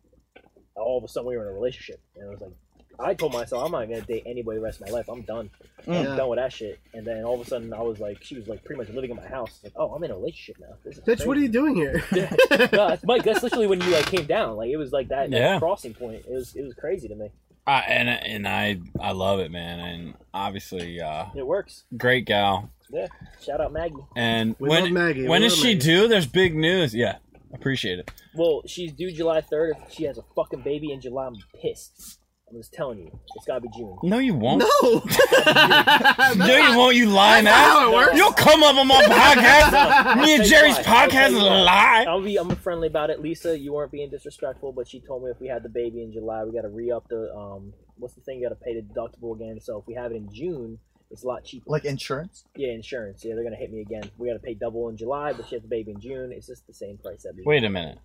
S3: all of a sudden we were in a relationship, and I was like, I told myself I'm not gonna date anybody the rest of my life. I'm done. I'm
S2: Yeah.
S3: done with that shit. And then all of a sudden, I was like, she was like pretty much living in my house. Like, oh, I'm in a relationship now. This is
S2: Bitch, what are you doing here?
S3: crazy. no, that's, Mike, that's literally when you like came down. Like it was like that, that
S1: Yeah.
S3: crossing point. It was it was crazy to me.
S1: I, and and I I love it, man. And obviously, uh,
S3: It works.
S1: great gal,
S3: Yeah. Shout out Maggie.
S1: And
S2: We love
S1: when
S2: Maggie.
S1: when
S2: we
S1: is
S2: love
S1: she
S2: Maggie.
S1: due? There's big news. Yeah, appreciate it.
S3: Well, she's due July 3rd. If she has a fucking baby in July, I'm pissed. I'm just telling you. It's gotta be June.
S1: No, you won't.
S2: No. That's
S1: No, you
S2: not-
S1: won't. You lying
S2: that's
S1: ass.
S2: not how it works.
S1: You'll come up on my podcast. Me and
S3: I'll tell you
S1: Jerry's
S3: why. I'll
S1: podcast
S3: tell
S1: is
S3: you
S1: a
S3: why.
S1: lie.
S3: I'll be I'm friendly about it. Lisa, you weren't being disrespectful, but she told me if we had the baby in July, we got to re up the um what's the thing? You got to pay the deductible again. So if we have it in June, it's a lot cheaper.
S4: Like insurance?
S3: Yeah, insurance. Yeah, they're gonna hit me again. We got to pay double in July, but she has the baby in June. It's just the same price every.
S1: Wait a minute,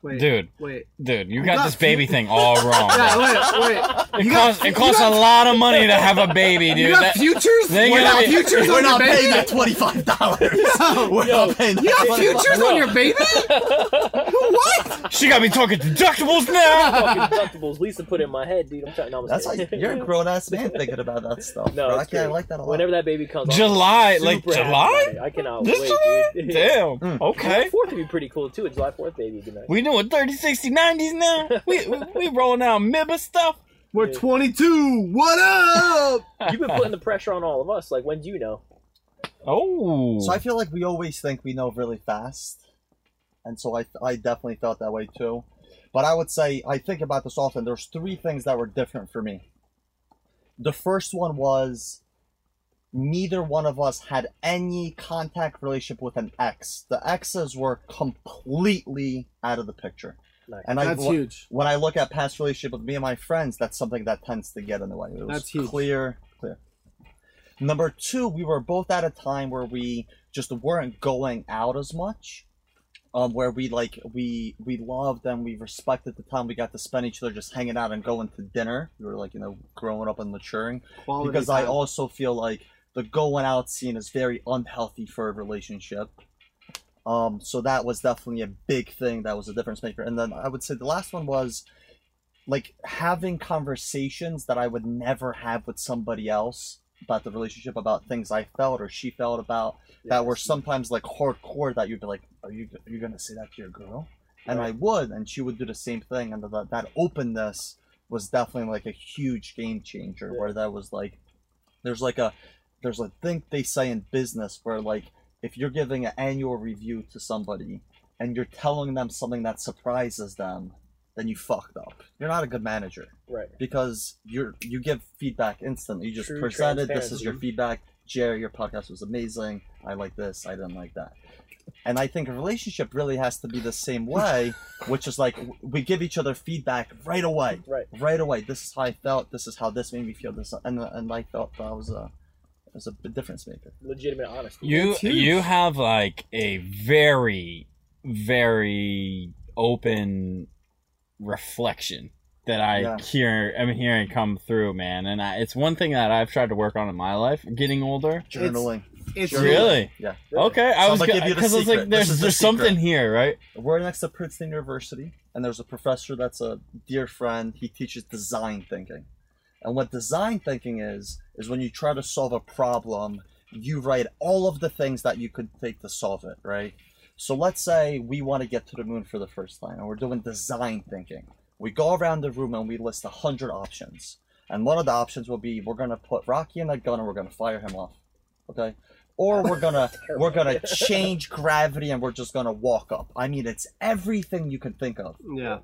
S2: Wait.
S1: dude.
S2: Wait.
S1: Dude, you
S2: got
S1: got this
S2: few-
S1: baby thing all wrong. bro.
S2: Yeah, wait. Wait.
S1: It costs it costs a lot of money to have a baby,
S2: You
S1: dude.
S2: got
S1: That-
S2: futures?
S1: They
S2: We're
S1: gotta
S2: not
S1: be-
S2: futures
S4: We're
S2: on your
S4: not paying
S2: baby?
S4: that twenty-five dollars. We're not paying that.
S2: You got
S4: 25
S2: futures on your baby? What?
S1: she got me talking deductibles now.
S3: Fucking deductibles. Lisa put it in my head, dude. I'm trying. No, I'm
S4: That's
S3: just
S4: how you,
S3: kidding.
S4: you're a grown ass man thinking about that stuff.
S3: No,
S4: bro. I,
S3: it's
S4: can't- I
S3: great.
S4: like that a lot.
S3: Whenever that baby comes, I'm
S1: July, like
S3: super happy
S1: July.
S3: about it. I cannot
S1: This
S3: wait.
S1: July?
S3: Dude.
S1: Damn.
S4: Mm.
S1: Okay.
S3: Fourth would be pretty cool too. A July Fourth baby would be nice.
S1: We doing 30, 60, 90s now. We we, we rolling out MIBA stuff.
S2: We're 22. What up?
S3: You've been putting the pressure on all of us. Like, when do you know?
S1: Oh.
S4: So I feel like we always think we know really fast, and so I, I definitely felt that way too. But I would say I think about this often. There's three things that were different for me. The first one was neither one of us had any contact relationship with an ex. The exes were completely out of the picture.
S3: Nice.
S4: And
S2: That's
S4: I,
S2: huge.
S4: when I look at past relationship with me and my friends, that's something that tends to get in the way. It was
S2: That's huge.
S4: clear, clear. Number two, we were both at a time where we just weren't going out as much. Um, where we like we we loved and we respected the time we got to spend each other just hanging out and going to dinner. We were like, you know, growing up and maturing.
S2: Quality
S4: because I
S2: time.
S4: also feel like the going out scene is very unhealthy for a relationship. Um, so that was definitely a big thing that was a difference maker. And then I would say the last one was like having conversations that I would never have with somebody else about the relationship, about things I felt or she felt about that were sometimes like hardcore that you'd be like, are you are you gonna say that to your girl? And I would, and she would do the same thing, and that that openness was definitely like a huge game changer. Where that was like, there's like a there's a thing they say in business where like if you're giving an annual review to somebody and you're telling them something that surprises them, then you fucked up. You're not a good manager
S3: Right.
S4: because you're you give feedback instantly. You just
S3: True
S4: present it. This is
S3: transparency.
S4: your feedback. Jerry, your podcast was amazing. I like this. I didn't like that. And I think a relationship really has to be the same way, which is like w- we give each other feedback right away,
S3: Right.
S4: right away. This is how I felt. This is how this made me feel. This and and I felt that was a was a b- difference maker.
S3: Legitimate honesty.
S1: You
S2: That's huge.
S1: you have like a very very open reflection that I
S4: Yeah.
S1: hear I'm hearing come through, man. And I, it's one thing that I've tried to work on in my life, getting older.
S4: Journaling.
S2: It's
S1: Really?
S4: Yeah.
S1: Okay, I
S4: Sounds
S1: was
S4: like give you the
S1: because I was
S4: secret.
S1: like,
S4: This
S1: there's
S4: is the
S1: there's something
S4: secret.
S1: here, right?
S4: We're next to Princeton University, and there's a professor that's a dear friend. He teaches design thinking. And what design thinking is, is when you try to solve a problem, you write all of the things that you could take to solve it, right? So let's say we want to get to the moon for the first time, and we're doing design thinking. We go around the room and we list 100 options. And one of the options will be we're going to put Rocky in a gun and we're going to fire him off. Okay? Or we're gonna we're gonna change gravity and we're just gonna walk up. I mean, it's everything you can think of.
S2: Yeah.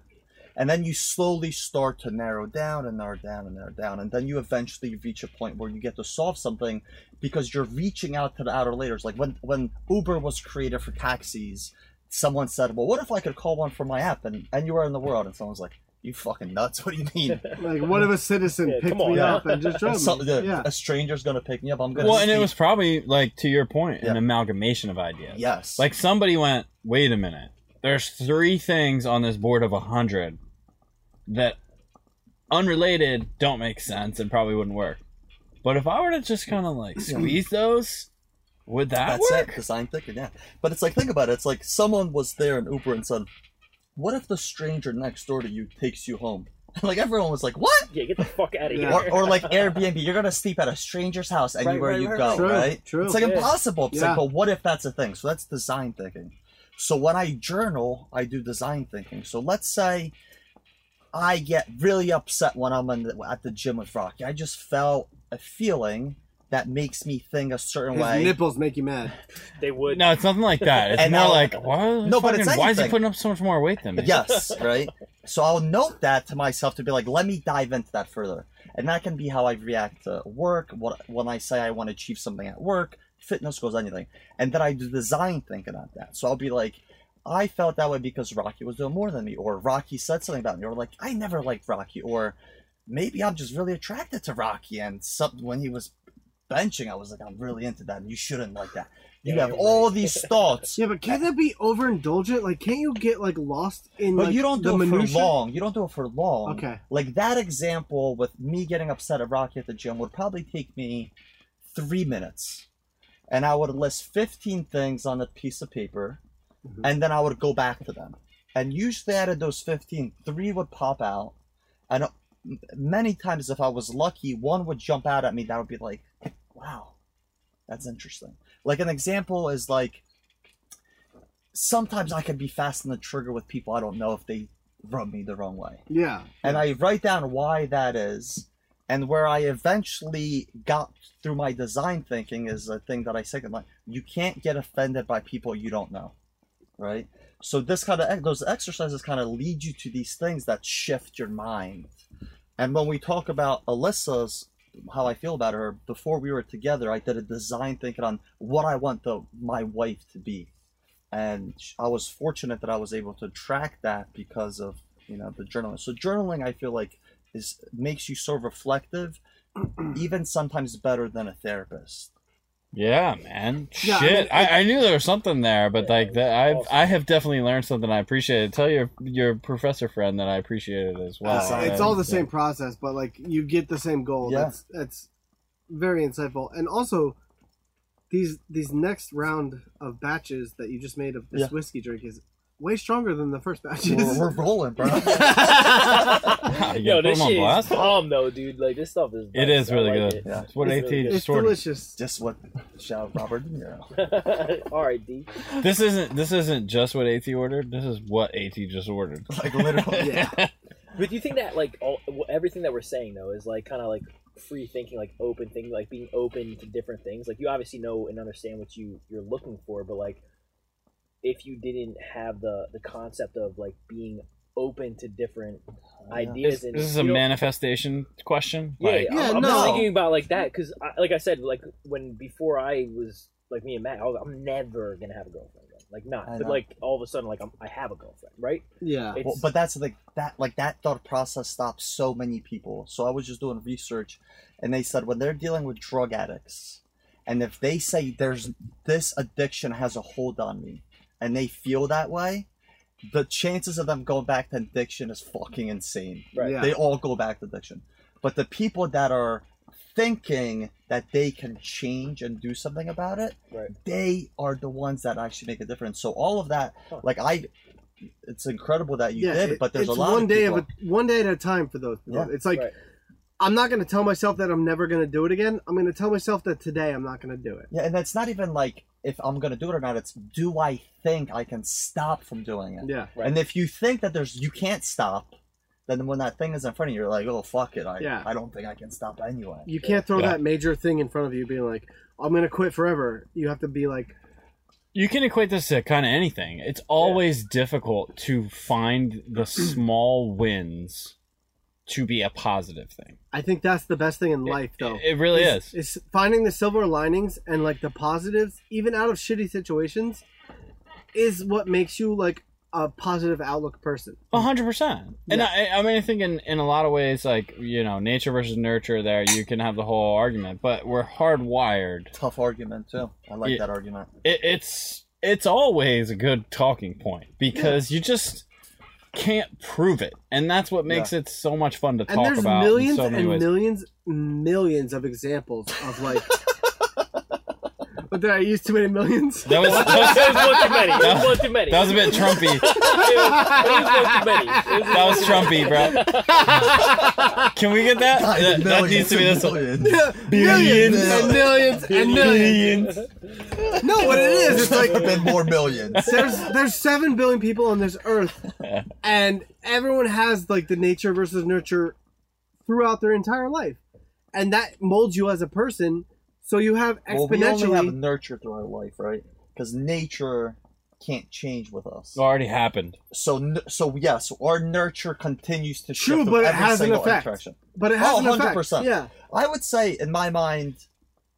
S4: And then you slowly start to narrow down and narrow down and narrow down. And then you eventually reach a point where you get to solve something because you're reaching out to the outer layers. Like when, when Uber was created for taxis, someone said, Well, what if I could call one for my app and anywhere in the world? And someone's like, You fucking nuts. What do you mean?
S2: Like, what if a citizen
S3: Yeah,
S2: picked
S3: come on,
S2: me
S3: yeah.
S2: up and just
S4: And
S2: drove
S4: so-
S2: me?
S4: the-
S2: yeah.
S4: A stranger's going to pick me up. I'm going to.
S1: Well, and it was probably like to your point, an
S4: Yeah.
S1: amalgamation of ideas.
S4: Yes.
S1: Like somebody went, wait a minute. There's three things on this board of a hundred that unrelated don't make sense and probably wouldn't work. But if I were to just kind of like squeeze those, would that
S4: That's
S1: work?
S4: it, design thinking, yeah. But it's like, think about it. It's like someone was there in Uber and said, "What if the stranger next door to you takes you home?" like everyone was like, "What?"
S3: Yeah, get the fuck out of
S2: Yeah.
S3: here.
S4: Or, or like Airbnb, you're gonna sleep at a stranger's house anywhere
S3: right,
S4: you
S3: right,
S4: go,
S2: True,
S4: right?
S2: true.
S4: It's like
S3: Yeah.
S4: impossible. It's
S2: Yeah.
S4: like, but what if that's a thing? So that's design thinking. So when I journal, I do design thinking. So let's say I get really upset when I'm in the, at the gym with Rocky. I just felt a feeling that makes me think a certain
S2: His
S4: way.
S2: nipples make you mad.
S3: They would.
S1: No, it's nothing like that. It's
S4: And
S1: more
S4: now-
S1: like why?
S4: No, but it's
S1: fucking- why is he
S4: anything.
S1: putting up so much more weight than me?
S4: yes, right? So I'll note that to myself to be like, let me dive into that further. And that can be how I react to work, what when I say I want to achieve something at work, fitness goals, anything. And then I do design thinking on that. So I'll be like, I felt that way because Rocky was doing more than me, or Rocky said something about me, or like, I never liked Rocky, or maybe I'm just really attracted to Rocky and some, when he was benching, I was like, I'm really into that and you shouldn't like that. You
S3: Yeah,
S4: have
S3: you're
S4: all
S3: right.
S4: these thoughts.
S2: Yeah, but can't that be overindulgent? Like, can't you get like lost in
S4: But
S2: like
S4: you don't do
S2: the
S4: it
S2: minutia?
S4: for long. You don't do it for long.
S2: Okay.
S4: Like that example with me getting upset at Rocky at the gym would probably take me three minutes. And I would list 15 things on a piece of paper,
S2: Mhm.
S4: and then I would go back to them. And usually out of those 15, three would pop out. And uh, m- many times, if I was lucky, one would jump out at me that would be like, wow, that's interesting. Like an example is like, sometimes I can be fast on the trigger with people I don't know if they rub me the wrong way
S2: Yeah.
S4: and I write down why that is, and where I eventually got through my design thinking is a thing that I second like you can't get offended by people you don't know, right? So this kind of those exercises kind of lead you to these things that shift your mind, and when we talk about Alyssa's how I feel about her before we were together, I did a design thinking on what I want the my wife to be, and sh- I was fortunate that I was able to track that because of you know the journaling. So journaling, I feel like is makes you so reflective, even sometimes better than a therapist.
S1: Yeah, man.
S2: Yeah, I mean,
S1: Shit, I, I, knew there was something there, but
S3: Yeah,
S1: like that, I've
S3: awesome.
S1: I have definitely learned something. I appreciate it. Tell your your professor friend that I appreciate it as well.
S4: Uh,
S2: it's
S1: And-
S2: all the same process, but like you get the same goal.
S4: Yeah.
S2: That's that's very insightful. And also these these next round of batches that you just made of this
S4: Yeah.
S2: whiskey drink is way stronger than the first
S4: We're,
S2: batches.
S4: we're rolling, bro.
S1: Yeah, you
S3: Yo,
S1: put
S3: this
S1: him on
S3: shit is
S1: blast?
S3: bomb though, dude. Like this stuff is.
S1: It
S3: nuts.
S1: is
S3: I
S1: really
S3: like
S1: good.
S3: it.
S4: yeah,
S1: It's what
S3: It's really
S1: AT
S3: good.
S2: it's
S1: sorted.
S2: delicious.
S4: just what shout out Robert De Niro.
S3: All right, D.
S1: This isn't this isn't just what AT ordered. This is what AT just ordered.
S4: Like literally,
S2: Yeah.
S3: But do you think that like all, everything that we're saying though is like kind of like free thinking, like open thinking, like being open to different things? Like you obviously know and understand what you you're looking for, but like if you didn't have the the concept of like being open to different ideas,
S1: This
S3: and
S1: this is
S3: you
S1: a
S3: don't-
S1: manifestation question.
S3: Yeah,
S1: Like,
S3: yeah, I'm,
S2: Yeah,
S3: I'm just
S2: no.
S3: thinking about like that because, I, like I said, like when before I was like me and Matt, I was, I'm never gonna have a girlfriend, again. like not.
S4: I
S3: But
S4: know.
S3: like all of a sudden, like I'm, I have a girlfriend, right?
S1: Uh,
S2: Yeah.
S3: It's,
S4: Well, but that's like that like that thought process stops so many people. So I was just doing research, and they said when they're dealing with drug addicts, and if they say there's this addiction has a hold on me, and they feel that way, the chances of them going back to addiction is fucking insane.
S3: right.
S2: Yeah.
S4: They all go back to addiction. But the people that are thinking that they can change and do something about it,
S3: Right.
S4: they are the ones that actually make a difference. So all of that,
S3: Huh.
S4: like I, it's incredible that you
S2: yeah,
S4: did,
S2: it-
S4: but there's
S2: it's
S4: a lot
S2: one
S4: of
S2: day
S4: people.
S2: of a, one day at a time for those. people.
S4: Yeah.
S2: It's like
S3: Right.
S2: I'm not gonna tell myself that I'm never gonna do it again. I'm gonna tell myself that today I'm not gonna do it.
S4: yeah, and that's not even like if I'm gonna do it or not. It's do I think I can stop from doing it?
S2: Yeah.
S3: Right.
S4: And if you think that there's you can't stop, then when that thing is in front of you, you're like, oh fuck it, I
S2: Yeah.
S4: I don't think I can stop anyway.
S2: You can't throw
S1: Yeah.
S2: that major thing in front of you being like, I'm gonna quit forever. You have to be like
S1: you can equate this to kind of anything. It's always difficult to find the small wins to be a positive thing.
S2: I think that's the best thing in life though.
S1: It really is.
S2: is. Is finding the silver linings and like the positives, even out of shitty situations, is what makes you like a positive outlook person.
S1: A hundred percent. And
S2: Yeah.
S1: I, I mean, I think in, in a lot of ways, like, you know, nature versus nurture there, you can have the whole argument, but we're hardwired.
S4: Tough argument too. I like
S1: Yeah.
S4: that argument.
S1: It, it's, it's always a good talking point because you just can't prove it. And that's what makes it so much fun to
S2: And
S1: talk
S2: there's
S1: about in
S2: millions
S1: so many
S2: and
S1: ways.
S2: millions, millions of examples of like. but did I use too many millions?
S1: that was,
S3: That
S1: that
S3: was one too many. That was
S1: That-
S3: one too many.
S1: was, that was a bit Trumpy.
S3: It was- it was one too many. It was-
S1: That was Trumpy, bro. Can we get that?
S4: God,
S1: that, that
S4: millions
S1: needs to be
S4: and
S1: this one.
S4: millions.
S2: millions and millions and millions.
S1: Billions.
S2: No, what it is, it's like
S4: There have been more millions.
S2: there's there's seven billion people on this earth, and everyone has like the nature versus nurture throughout their entire life, and that molds you as a person. So you have
S4: Well, we only have
S2: exponentially.
S4: nurture through our life, right? Because nature can't change with us.
S1: It already happened.
S4: So, n- so yes, our nurture continues to
S2: True,
S4: shift. with
S2: but it
S4: every
S2: has an
S4: single
S2: effect.
S4: interaction.
S2: but it has
S4: Oh,
S2: an effect.
S4: 100%.
S2: Yeah.
S4: I would say, in my mind,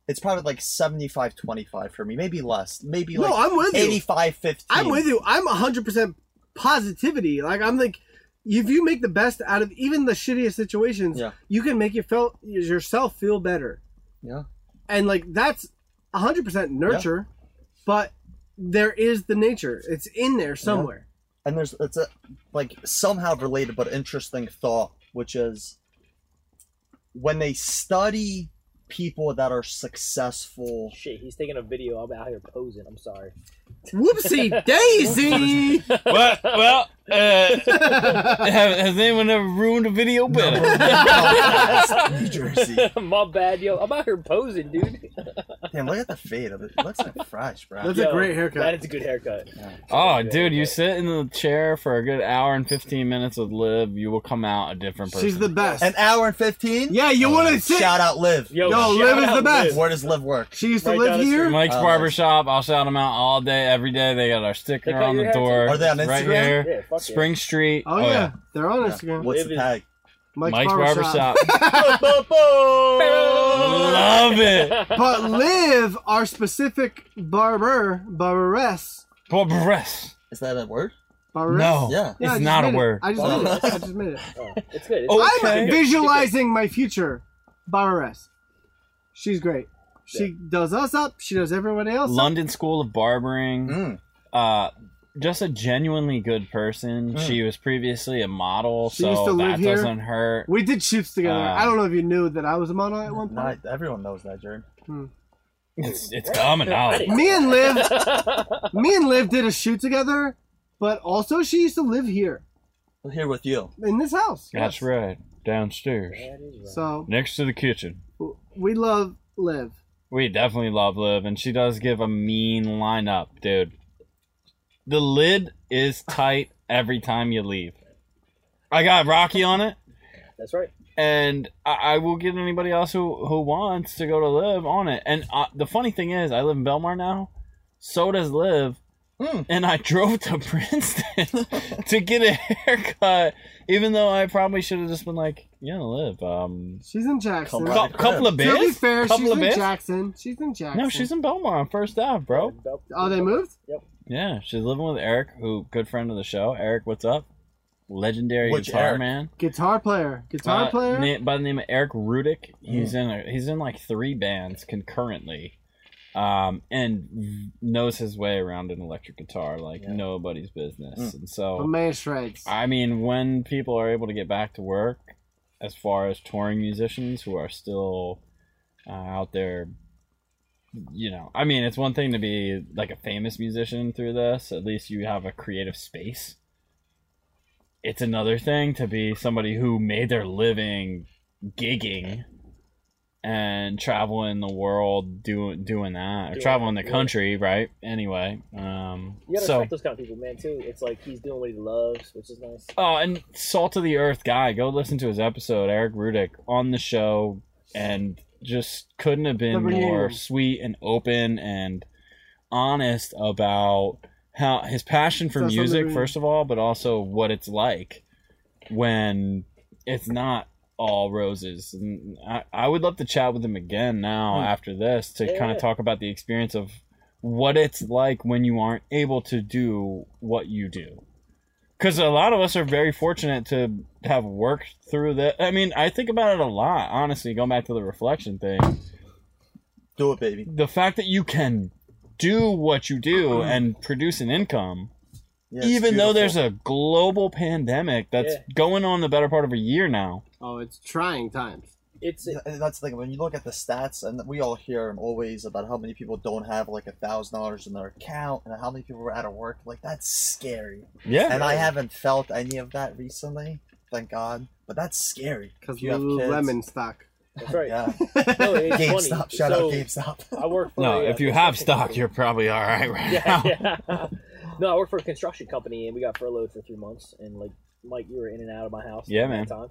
S4: it's probably like 75-25 for me, maybe less, maybe
S2: no,
S4: like
S2: I'm with you.
S4: 85-15.
S2: I'm with you. I'm 100% positivity. Like I'm like if you make the best out of even the shittiest situations,
S4: Yeah.
S2: you can make your felt yourself feel better.
S4: Yeah.
S2: And like that's 100% nurture, but there is the nature. It's in there somewhere.
S4: and there's it's a like somehow related but interesting thought which is when they study people that are successful
S3: Shit, he's taking a video. I'm out here posing. I'm sorry.
S2: Whoopsie daisy.
S1: well, well uh, have, has anyone ever ruined a video better?
S4: Number one podcast, New Jersey.
S3: My bad, yo. I'm out here posing, dude.
S4: Damn, look at the fade of it. It looks like fresh, bro.
S2: That's a
S3: Yo,
S2: great haircut.
S3: That is a good haircut.
S1: Oh,
S3: Yeah,
S1: dude, you
S3: yeah.
S1: sit in the chair for a good hour and 15 minutes with Liv, you will come out a different person.
S2: She's the best.
S4: An hour and fifteen?
S2: yeah, you want to sit.
S4: Shout out Liv.
S3: Yo,
S2: Yo,
S3: shout
S2: Liv is
S3: out
S2: the best.
S3: Liv.
S4: Where does Liv work?
S2: She used to
S3: Right
S2: live
S3: down the
S2: here.
S1: Mike's
S4: Oh,
S1: Barbershop. I'll shout them out all day, every day. They got our sticker
S3: They cut
S1: on
S3: your
S1: the
S3: hair, too?
S1: door.
S4: Are they on
S1: Right
S4: Instagram?
S1: here.
S3: Yeah, fuck
S1: Spring Street.
S2: Oh, yeah. they're on Instagram.
S4: What's
S3: Liv
S4: the
S3: is-
S4: tag?
S2: Mike's,
S1: Mike's
S2: barbershop.
S1: Barbershop.
S3: Yeah.
S1: Love it.
S2: but live our specific barber barberess.
S1: Barbaress.
S4: Is that a word?
S2: barberess.
S1: No.
S4: Yeah.
S2: Yeah, I
S1: It's
S2: just
S1: not a
S2: made it.
S1: word.
S2: I just
S4: Wow.
S2: made it. I just made it.
S3: Oh, it's good. It's
S1: Oh,
S2: I'm
S1: Okay.
S2: visualizing my future barberess. She's great. She does us up. She does everyone else. up.
S1: London School of Barbering.
S4: Mm.
S1: Uh, just a genuinely good person.
S4: Mm.
S1: She was previously a model,
S2: She
S1: so
S2: used to live
S1: that
S2: here.
S1: doesn't hurt.
S2: We did shoots together.
S1: Uh,
S2: I don't know if you knew that I was a model at one point.
S4: Not, everyone knows that, Jared.
S1: It's, it's coming out.
S2: Me and Liv,
S3: good.
S2: me and Liv did a shoot together, but also she used to live here
S4: We're here with you.
S2: in this house.
S1: That's right. Downstairs.
S2: So
S1: Next to the kitchen.
S2: w- we love Liv.
S1: We definitely love Liv, and she does give a mean lineup, dude. The lid is tight every time you leave. I got Rocky on it,
S3: That's right.
S1: and I, I will get anybody else who, who wants to go to Liv on it. And uh, the funny thing is, I live in Belmar now, so does Liv,
S4: Mm.
S1: and I drove to Princeton to get a haircut, even though I probably should have just been like, yeah, Liv, um,
S2: She's in Jackson.
S4: Come
S1: cou-
S4: Right.
S1: couple of
S2: To be
S1: bits,
S2: fair,
S1: couple
S2: she's
S1: of
S2: in
S1: bits.
S2: Jackson. She's in Jackson.
S1: No, she's in Belmar on first dive, bro.
S2: Oh, they moved.
S1: Yeah, she's living with Eric, who good friend of the show. Eric, what's up? Legendary
S4: Which
S1: guitar
S4: Eric?
S1: man.
S2: Guitar player. Guitar
S1: Uh,
S2: player.
S1: na- by the name of Eric Rudick. He's in a, he's in like three bands concurrently. Um, and v- knows his way around an electric guitar like
S4: Yeah.
S1: nobody's business.
S4: Mm.
S1: And
S2: But
S1: so
S2: man shreds.
S1: Oh. I mean when people are able to get back to work as far as touring musicians who are still uh, out there you know i mean it's one thing to be like a famous musician through this at least you have a creative space it's another thing to be somebody who made their living gigging and traveling the world doing doing that or
S3: Doing
S1: traveling the
S3: it, yeah.
S1: country right anyway um
S3: You gotta
S1: so
S3: respect those kind of people, man. Too. It's like he's doing what he loves, which is nice.
S1: Oh, and salt of the earth guy. Go listen to his episode, Eric Rudick, on the show, and just couldn't have
S2: The
S1: been
S2: reunion.
S1: more sweet and open and honest about how his passion for
S2: That's on the
S1: music,
S2: reunion.
S1: first of all, but also what it's like when it's not all roses. And I, I would love to chat with him again now
S4: Hmm.
S1: after this to
S3: Yeah,
S1: kind
S3: yeah.
S1: of talk about the experience of what it's like when you aren't able to do what you do. Because a lot of us are very fortunate to have worked through that. I mean, I think about it a lot, honestly, going back to the reflection thing.
S4: Do it, baby.
S1: The fact that you can do what you do and produce an income
S4: Hmm. Yeah, it's
S1: even though there's
S4: beautiful.
S1: a global pandemic that's
S3: Yeah.
S1: going on the better part of a year now.
S2: oh, it's trying times.
S3: It's
S4: Yeah, and that's the thing when you look at the stats and we all hear and always about how many people don't have like a thousand dollars in their account and how many people are out of work like that's scary
S1: Yeah.
S4: and i haven't felt any of that recently thank god but that's scary
S2: Because
S4: If you have kids-
S2: lemon stock.
S3: that's right.
S4: yeah
S3: No, it's
S4: gamestop
S3: funny.
S4: shout
S3: so
S4: out gamestop
S3: I work for
S1: no,
S3: a, uh,
S1: if you have
S3: construction
S1: stock,
S3: company.
S1: you're probably all right right
S3: yeah,
S1: now.
S3: yeah. No, I work for a construction company, and we got furloughed for three months. And like Mike, you were in and out of my house.
S1: Yeah,
S3: during
S1: man.
S3: that Time.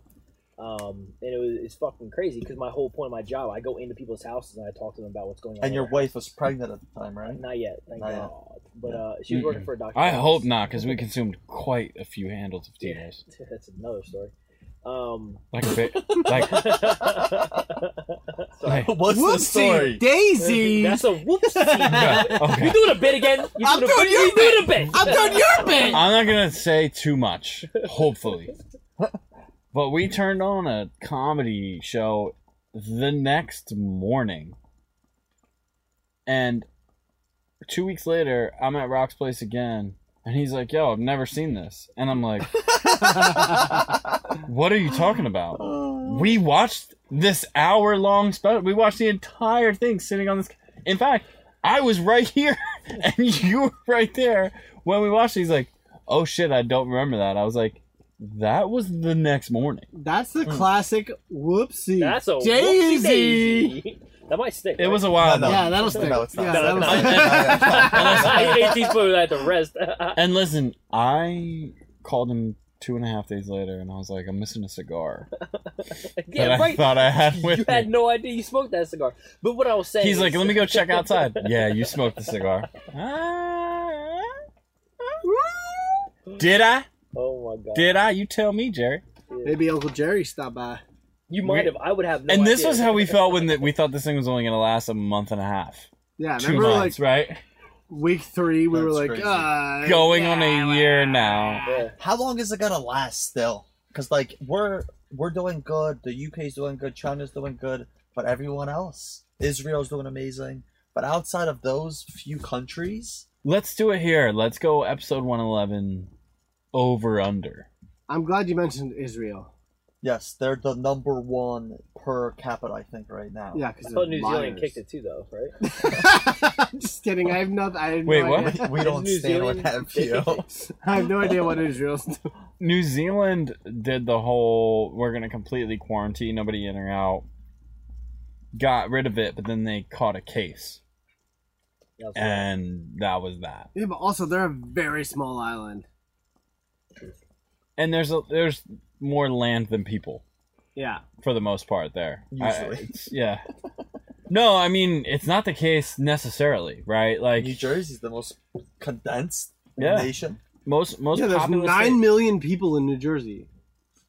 S3: Um, and it was it's fucking crazy because my whole point of my job, I go into people's houses and I talk to them about what's going on.
S4: And your
S3: there.
S4: wife was pregnant at the time, right?
S3: Not yet, thank
S4: Not yet.
S3: God. But uh, she was
S1: Mm-mm.
S3: working for a doctor.
S1: I hope not, because we consumed quite a few handles of Tito's.
S3: That's another story. Um,
S1: Like, a bit, like, like,
S4: What's the
S5: Whoopsie
S4: story?
S5: Daisy.
S3: That's a whoopsie.
S1: okay.
S3: You're doing a bit again. You're
S5: I'm
S3: doing a
S5: doing
S3: bit.
S5: your
S3: You're doing a bit.
S5: I'm doing your bit.
S1: I'm not gonna say too much, hopefully. But we turned on a comedy show the next morning, and two weeks later, I'm at Rock's place again, and he's like, "Yo, I've never seen this," and I'm like, "What are you talking about?" We watched this hour-long special. We watched the entire thing sitting on this. In fact, I was right here, and you were right there when we watched. It, he's like, "Oh shit, I don't remember that." I was like, "That was the next morning."
S2: That's the classic whoopsie.
S3: That's a
S5: Daisy.
S3: Daisy. Daisy. That might stick.
S1: It was a
S3: right?
S1: while.
S4: No,
S1: ago.
S4: no.
S5: Yeah, that'll stick.
S4: No, it's not.
S5: Yeah,
S4: No,
S5: that'll
S4: it's
S5: stick.
S3: I ate these food. I had to rest.
S1: And listen, I called him two and a half days later, and I was like, "I'm missing a cigar that
S3: yeah,
S1: I
S3: right.
S1: thought I had with
S3: You
S1: me."
S3: had no idea you smoked that cigar. But what I was saying,
S1: He's like,
S3: is-
S1: "Let me go check outside." yeah, you smoked the cigar. Did I?
S3: Oh my god,
S1: Did I? You tell me, Jerry.
S2: Maybe Uncle Jerry stopped by.
S3: you might
S1: we-
S3: have. I would have. No
S1: and this
S3: idea.
S1: was how we felt when the, we thought this thing was only going to last a month and a half,
S2: Yeah,
S1: two
S2: remember
S1: months,
S2: like
S1: right?
S2: week three, we were
S4: That's
S2: like,
S4: crazy.
S2: uh,
S1: Going on a year now.
S3: Yeah.
S4: How long is it gonna last still? Because like we're we're doing good, the UK's doing good, China's doing good, but everyone else, Israel's doing amazing. But outside of those few countries,
S1: Let's do it here. Let's go episode one eleven, over under.
S2: I'm glad you mentioned Israel.
S4: yes, they're the number one per capita, Oh. I think, right now.
S2: Yeah, because
S3: I thought New Zealand kicked it too, though, right?
S2: Just kidding. I have nothing. I have
S1: Wait,
S2: no
S1: what?
S2: Idea.
S4: We don't
S3: New
S4: stand with that
S3: Zealand-
S4: view.
S2: I have no idea what Israel's doing.
S1: New Zealand did the whole we're going to completely quarantine nobody in or out. Got rid of it, but then they caught a case,
S3: That was
S1: and that was that.
S2: Yeah, but also they're a very small island.
S1: And there's a, there's more land than people.
S2: Yeah,
S1: for the most part there. I-
S4: Usually.
S1: it's- yeah. No, I mean it's not the case necessarily, right? Like
S4: New Jersey's the most condensed
S1: Yeah.
S4: nation.
S1: most most
S2: yeah. There's nine
S1: populous
S2: million people in New Jersey.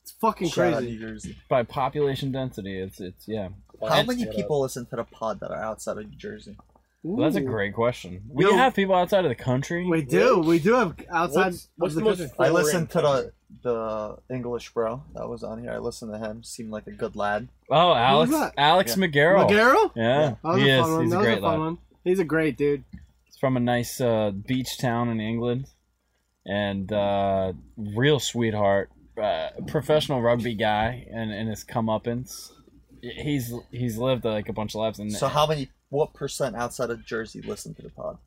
S2: It's fucking
S4: Shout out
S2: crazy.
S4: New Jersey.
S1: by population density. It's it's yeah.
S3: wild.
S4: How
S3: That's
S4: many
S3: what I-
S4: people listen to the pod that are outside of New Jersey?
S1: Well, that's a
S2: Ooh.
S1: great question. We
S2: Yo.
S1: have people outside of the country.
S2: We do. We do have outside
S3: What's- what's
S2: of the,
S3: the most-
S2: country.
S4: I
S3: Foreign
S4: listened to the
S3: country.
S4: the English bro that was on here. I listened to him. Seemed like a good lad.
S1: Oh, Alex
S2: Who's that?
S1: Alex
S4: Yeah.
S1: McGarrel.
S2: Magero?
S1: Yeah,
S2: That was
S1: he
S2: a
S1: is.
S2: fun one.
S1: He's
S2: that
S1: a
S2: was
S1: great
S2: a fun
S1: lad.
S2: one. He's a great dude.
S1: He's from a nice uh, beach town in England, and uh, real sweetheart, uh, professional rugby guy, and and his comeuppance. He's he's lived like a bunch of lives, and
S4: So how many? What percent outside of Jersey listen to the pod?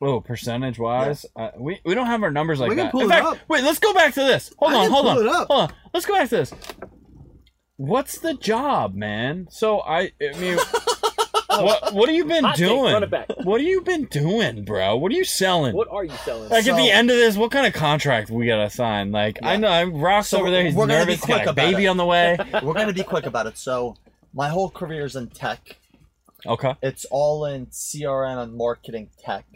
S1: Oh, percentage wise, uh, we, we don't have our numbers like
S2: We can
S1: that.
S2: pull
S1: In
S2: it
S1: fact,
S2: up.
S1: wait, let's go back to this. Hold
S2: I
S1: on,
S2: can
S1: hold on,
S2: pull it up.
S1: hold on. Let's go back to this. What's the job, man? So I, I mean, what what have you been
S3: Hot take,
S1: doing?
S3: run it back.
S1: What have you been doing, bro? What are you selling?
S3: What are you selling?
S1: like at
S4: So-
S1: the end of this, what kind of contract we gotta sign? Like I
S4: Yeah.
S1: know I'm rocks
S4: So
S1: over there. He's
S4: we're gonna be
S1: nervous. Got
S4: quick
S1: a
S4: about
S1: baby
S4: it.
S1: on the way.
S4: We're gonna be quick about it. So my whole career is in tech.
S1: Okay.
S4: It's all in CRM and marketing tech.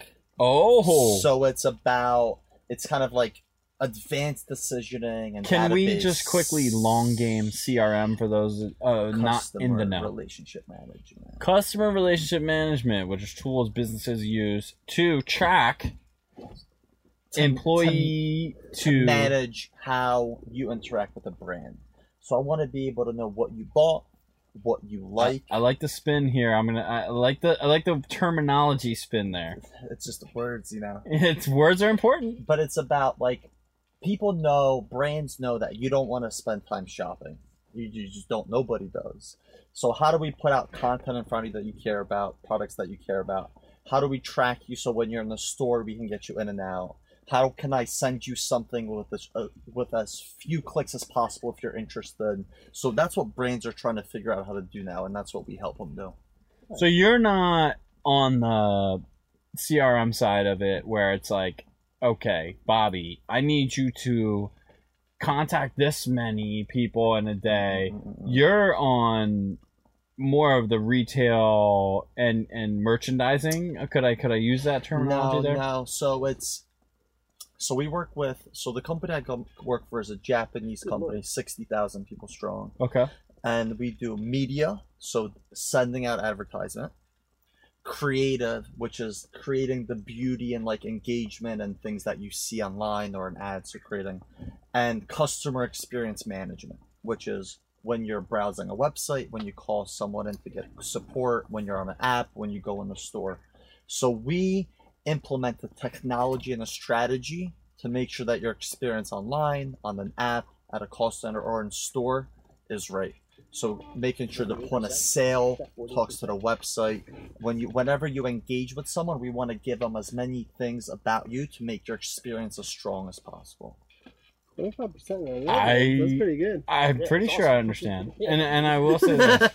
S1: Oh.
S4: So it's about it's kind of like advanced decisioning and
S1: can we just
S4: database
S1: quickly long game CRM for those uh, not in
S4: customer
S1: the know?
S4: relationship management.
S1: customer relationship management, which is tools businesses use to track
S4: To-
S1: employee
S4: to,
S1: to,
S4: manage how you interact with a brand. So I want to be able to know what you bought, what you like.
S1: I, I like the spin here. I'm gonna. I like the. I like the terminology spin there.
S4: it's just words, you know.
S1: It's words are important.
S4: But it's about like people know, brands know that you don't want to spend time shopping. You, you just don't. Nobody does. So how do we put out content in front of you that you care about, products that you care about? How do we track you so when you're in the store we can get you in and out? How can I send you something with as uh, with as few clicks as possible if you're interested? So that's what brands are trying to figure out how to do now, and that's what we help them do.
S1: So you're not on the CRM side of it, where it's like, okay, Bobby, I need you to contact this many people in a day. You're on more of the retail and and merchandising. Could I could I use that terminology
S4: No,
S1: there?
S4: no. So it's so we work with so the company I go- work for is a Japanese company, sixty thousand people strong,
S1: Okay.
S4: and we do media, so sending out advertisement, creative, which is creating the beauty and like engagement and things that you see online or in ads, so creating, and customer experience management, which is when you're browsing a website, when you call someone in to get support, when you're on an app, when you go in the store. So we implement the technology and the strategy to make sure that your experience online, on an app, at a call center, or in store is right. So making sure the point of sale talks to the website. When you, whenever you engage with someone, we want to give them as many things about you to make your experience as strong as possible.
S2: Twenty-five percent.
S1: I-
S2: That's pretty good.
S1: I'm
S3: Yeah,
S1: pretty
S3: it's
S1: sure I
S3: awesome.
S1: understand.
S3: Yeah.
S1: And and I will say this.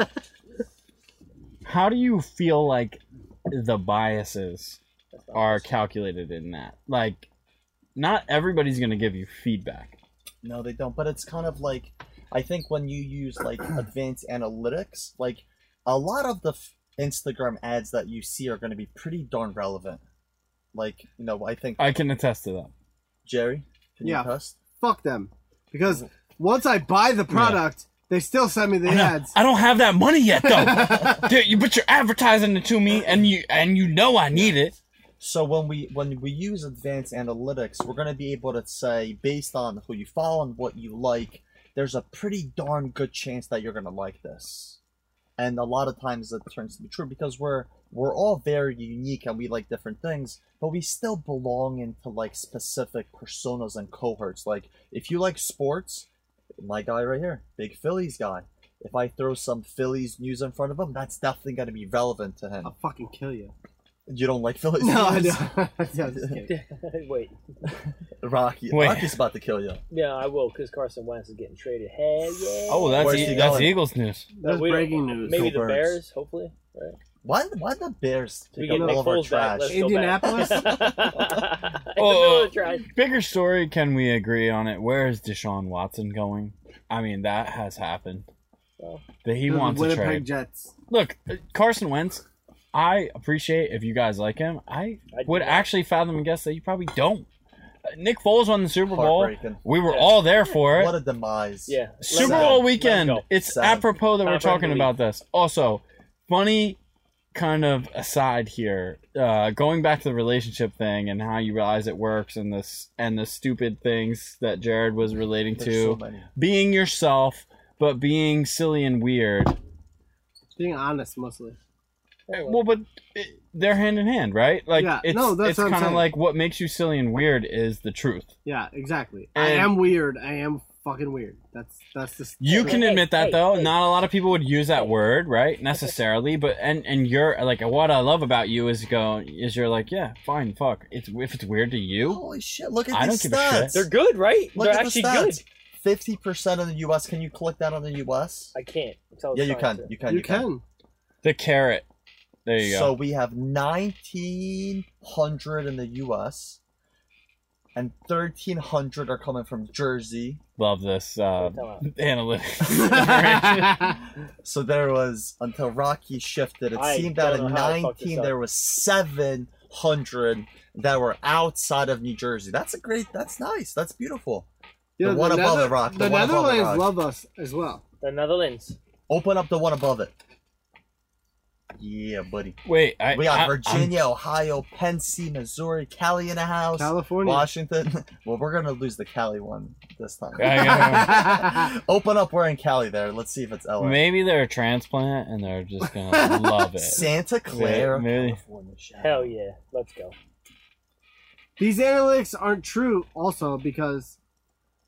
S1: How do you feel like the biases are calculated in that? Like not everybody's going to give you feedback.
S4: No, they don't. But it's kind of like I think when you use like advanced analytics, like a lot of the f- Instagram ads that you see are going to be pretty darn relevant. Like you know, I think
S1: I can attest to that.
S4: Jerry, can
S2: Yeah.
S4: you test?
S2: Fuck them. Because once I buy the product, they still send me the
S1: I know.
S2: ads.
S1: I don't have that money yet, though. Dude, you, but you're advertising it to me, and you and you know I need it.
S4: So when we when we use advanced analytics, we're going to be able to say based on who you follow and what you like, there's a pretty darn good chance that you're going to like this. And a lot of times that turns to be true because we're we're all very unique and we like different things, but we still belong into like specific personas and cohorts. Like if you like sports, my guy right here, big Phillies guy. If I throw some Phillies news in front of him, that's definitely going to be relevant to him.
S2: I'll fucking kill you.
S4: You don't like Phillies?
S2: No, I
S4: news?
S2: don't. Yeah, I'm just kidding.
S3: Wait,
S4: Rocky.
S1: Wait.
S4: Rocky's about to kill you.
S3: yeah, I will, because Carson Wentz is getting traded. Hell yeah!
S1: Oh, that's
S4: Where's
S1: e-
S4: he
S1: that's
S4: going?
S1: Eagles news.
S2: That's
S3: We don't-
S2: breaking news.
S3: Maybe
S4: Go
S3: the
S4: Birds.
S3: Bears, hopefully. Right?
S4: Why? Why the Bears
S3: We
S4: take
S3: get
S4: up
S3: Nick
S4: all of our
S3: Foles back.
S4: trash?
S3: Let's
S2: Indianapolis?
S3: Go back.
S1: Oh,
S3: oh, trash.
S1: Bigger story, can we agree on it? Where is Deshaun Watson going? I mean, that has happened.
S3: Well,
S1: That he
S2: The
S1: wants a
S2: Winnipeg
S1: trade.
S2: Jets.
S1: Look, uh, Carson Wentz. I appreciate if you guys like him. I
S3: I do
S1: would
S3: not.
S1: actually fathom and guess that you probably don't. Uh, Nick Foles won the Super Bowl.
S4: Heartbreaking.
S1: We were
S3: Yeah.
S1: all there for it.
S4: What a demise.
S3: Yeah.
S1: Super
S4: Let
S1: Bowl
S4: go.
S1: weekend.
S3: Let go.
S1: It's
S4: Sad.
S1: apropos that we're
S3: Not friend of
S1: talking
S3: the
S1: about this. Also, funny kind of aside here, uh, going back to the relationship thing and how you realize it works and this and the stupid things that Jared was relating
S4: There's
S1: to.
S4: so many.
S1: being yourself, but being silly and weird.
S2: Being honest, mostly.
S1: Well, but it, they're hand in hand, right? Like
S2: Yeah,
S1: it's
S2: no, that's
S1: it's
S2: what I'm
S1: kind of
S2: saying.
S1: like what makes you silly and weird is the truth.
S2: Yeah, exactly. I
S1: And-
S2: am weird. I am fucking weird. That's that's the.
S1: You
S2: truth.
S1: can
S3: Hey,
S1: admit that
S3: hey,
S1: though.
S3: hey.
S1: Not a lot of people would use that word, right? Necessarily, but and and you're like what I love about you is go is you're like yeah, fine, fuck. It's if it's weird to you,
S4: Holy shit! Look at
S1: I
S4: these
S1: don't give a shit.
S4: stats.
S3: They're good, right?
S4: Look
S3: They're
S4: at the
S3: actually
S4: stats.
S3: good.
S4: Fifty percent of the U.S. Can you click that on the U.S.?
S3: I can't. That's what I was
S4: Yeah, you
S3: trying
S4: can.
S3: to.
S4: You can.
S2: You can.
S1: the carrot. There you
S4: So
S1: go.
S4: we have nineteen hundred in the U.S. and thirteen hundred are coming from Jersey.
S1: Love this uh,
S3: Come on.
S1: analytics.
S4: So there was until Rocky shifted. It
S3: I
S4: seemed that
S3: don't
S4: in
S3: know how I fucked this
S4: nineteen
S3: up.
S4: there was seven hundred that were outside of New Jersey. That's a great. That's nice. That's beautiful.
S2: You
S4: The
S2: know,
S4: one above
S2: Nether-
S4: the rock, the
S2: The
S4: one above the
S2: Netherlands
S4: rock.
S2: love us as well.
S3: The Netherlands.
S4: Open up the one above it. Yeah, buddy.
S1: Wait, I,
S4: We
S1: I-
S4: got
S1: I'm-
S4: Virginia, Ohio, Pennsy, Missouri, Cali in a house,
S2: California.
S4: Washington. Well, we're gonna lose the Cali one this time.
S1: I gotta-
S4: Open up. We're in Cali there. Let's see if it's LA.
S1: maybe they're a transplant and they're just gonna love it.
S4: Santa Clara,
S1: Maybe.
S4: California. shout
S3: Hell
S4: out.
S3: yeah. Let's go.
S2: These analytics aren't true, also because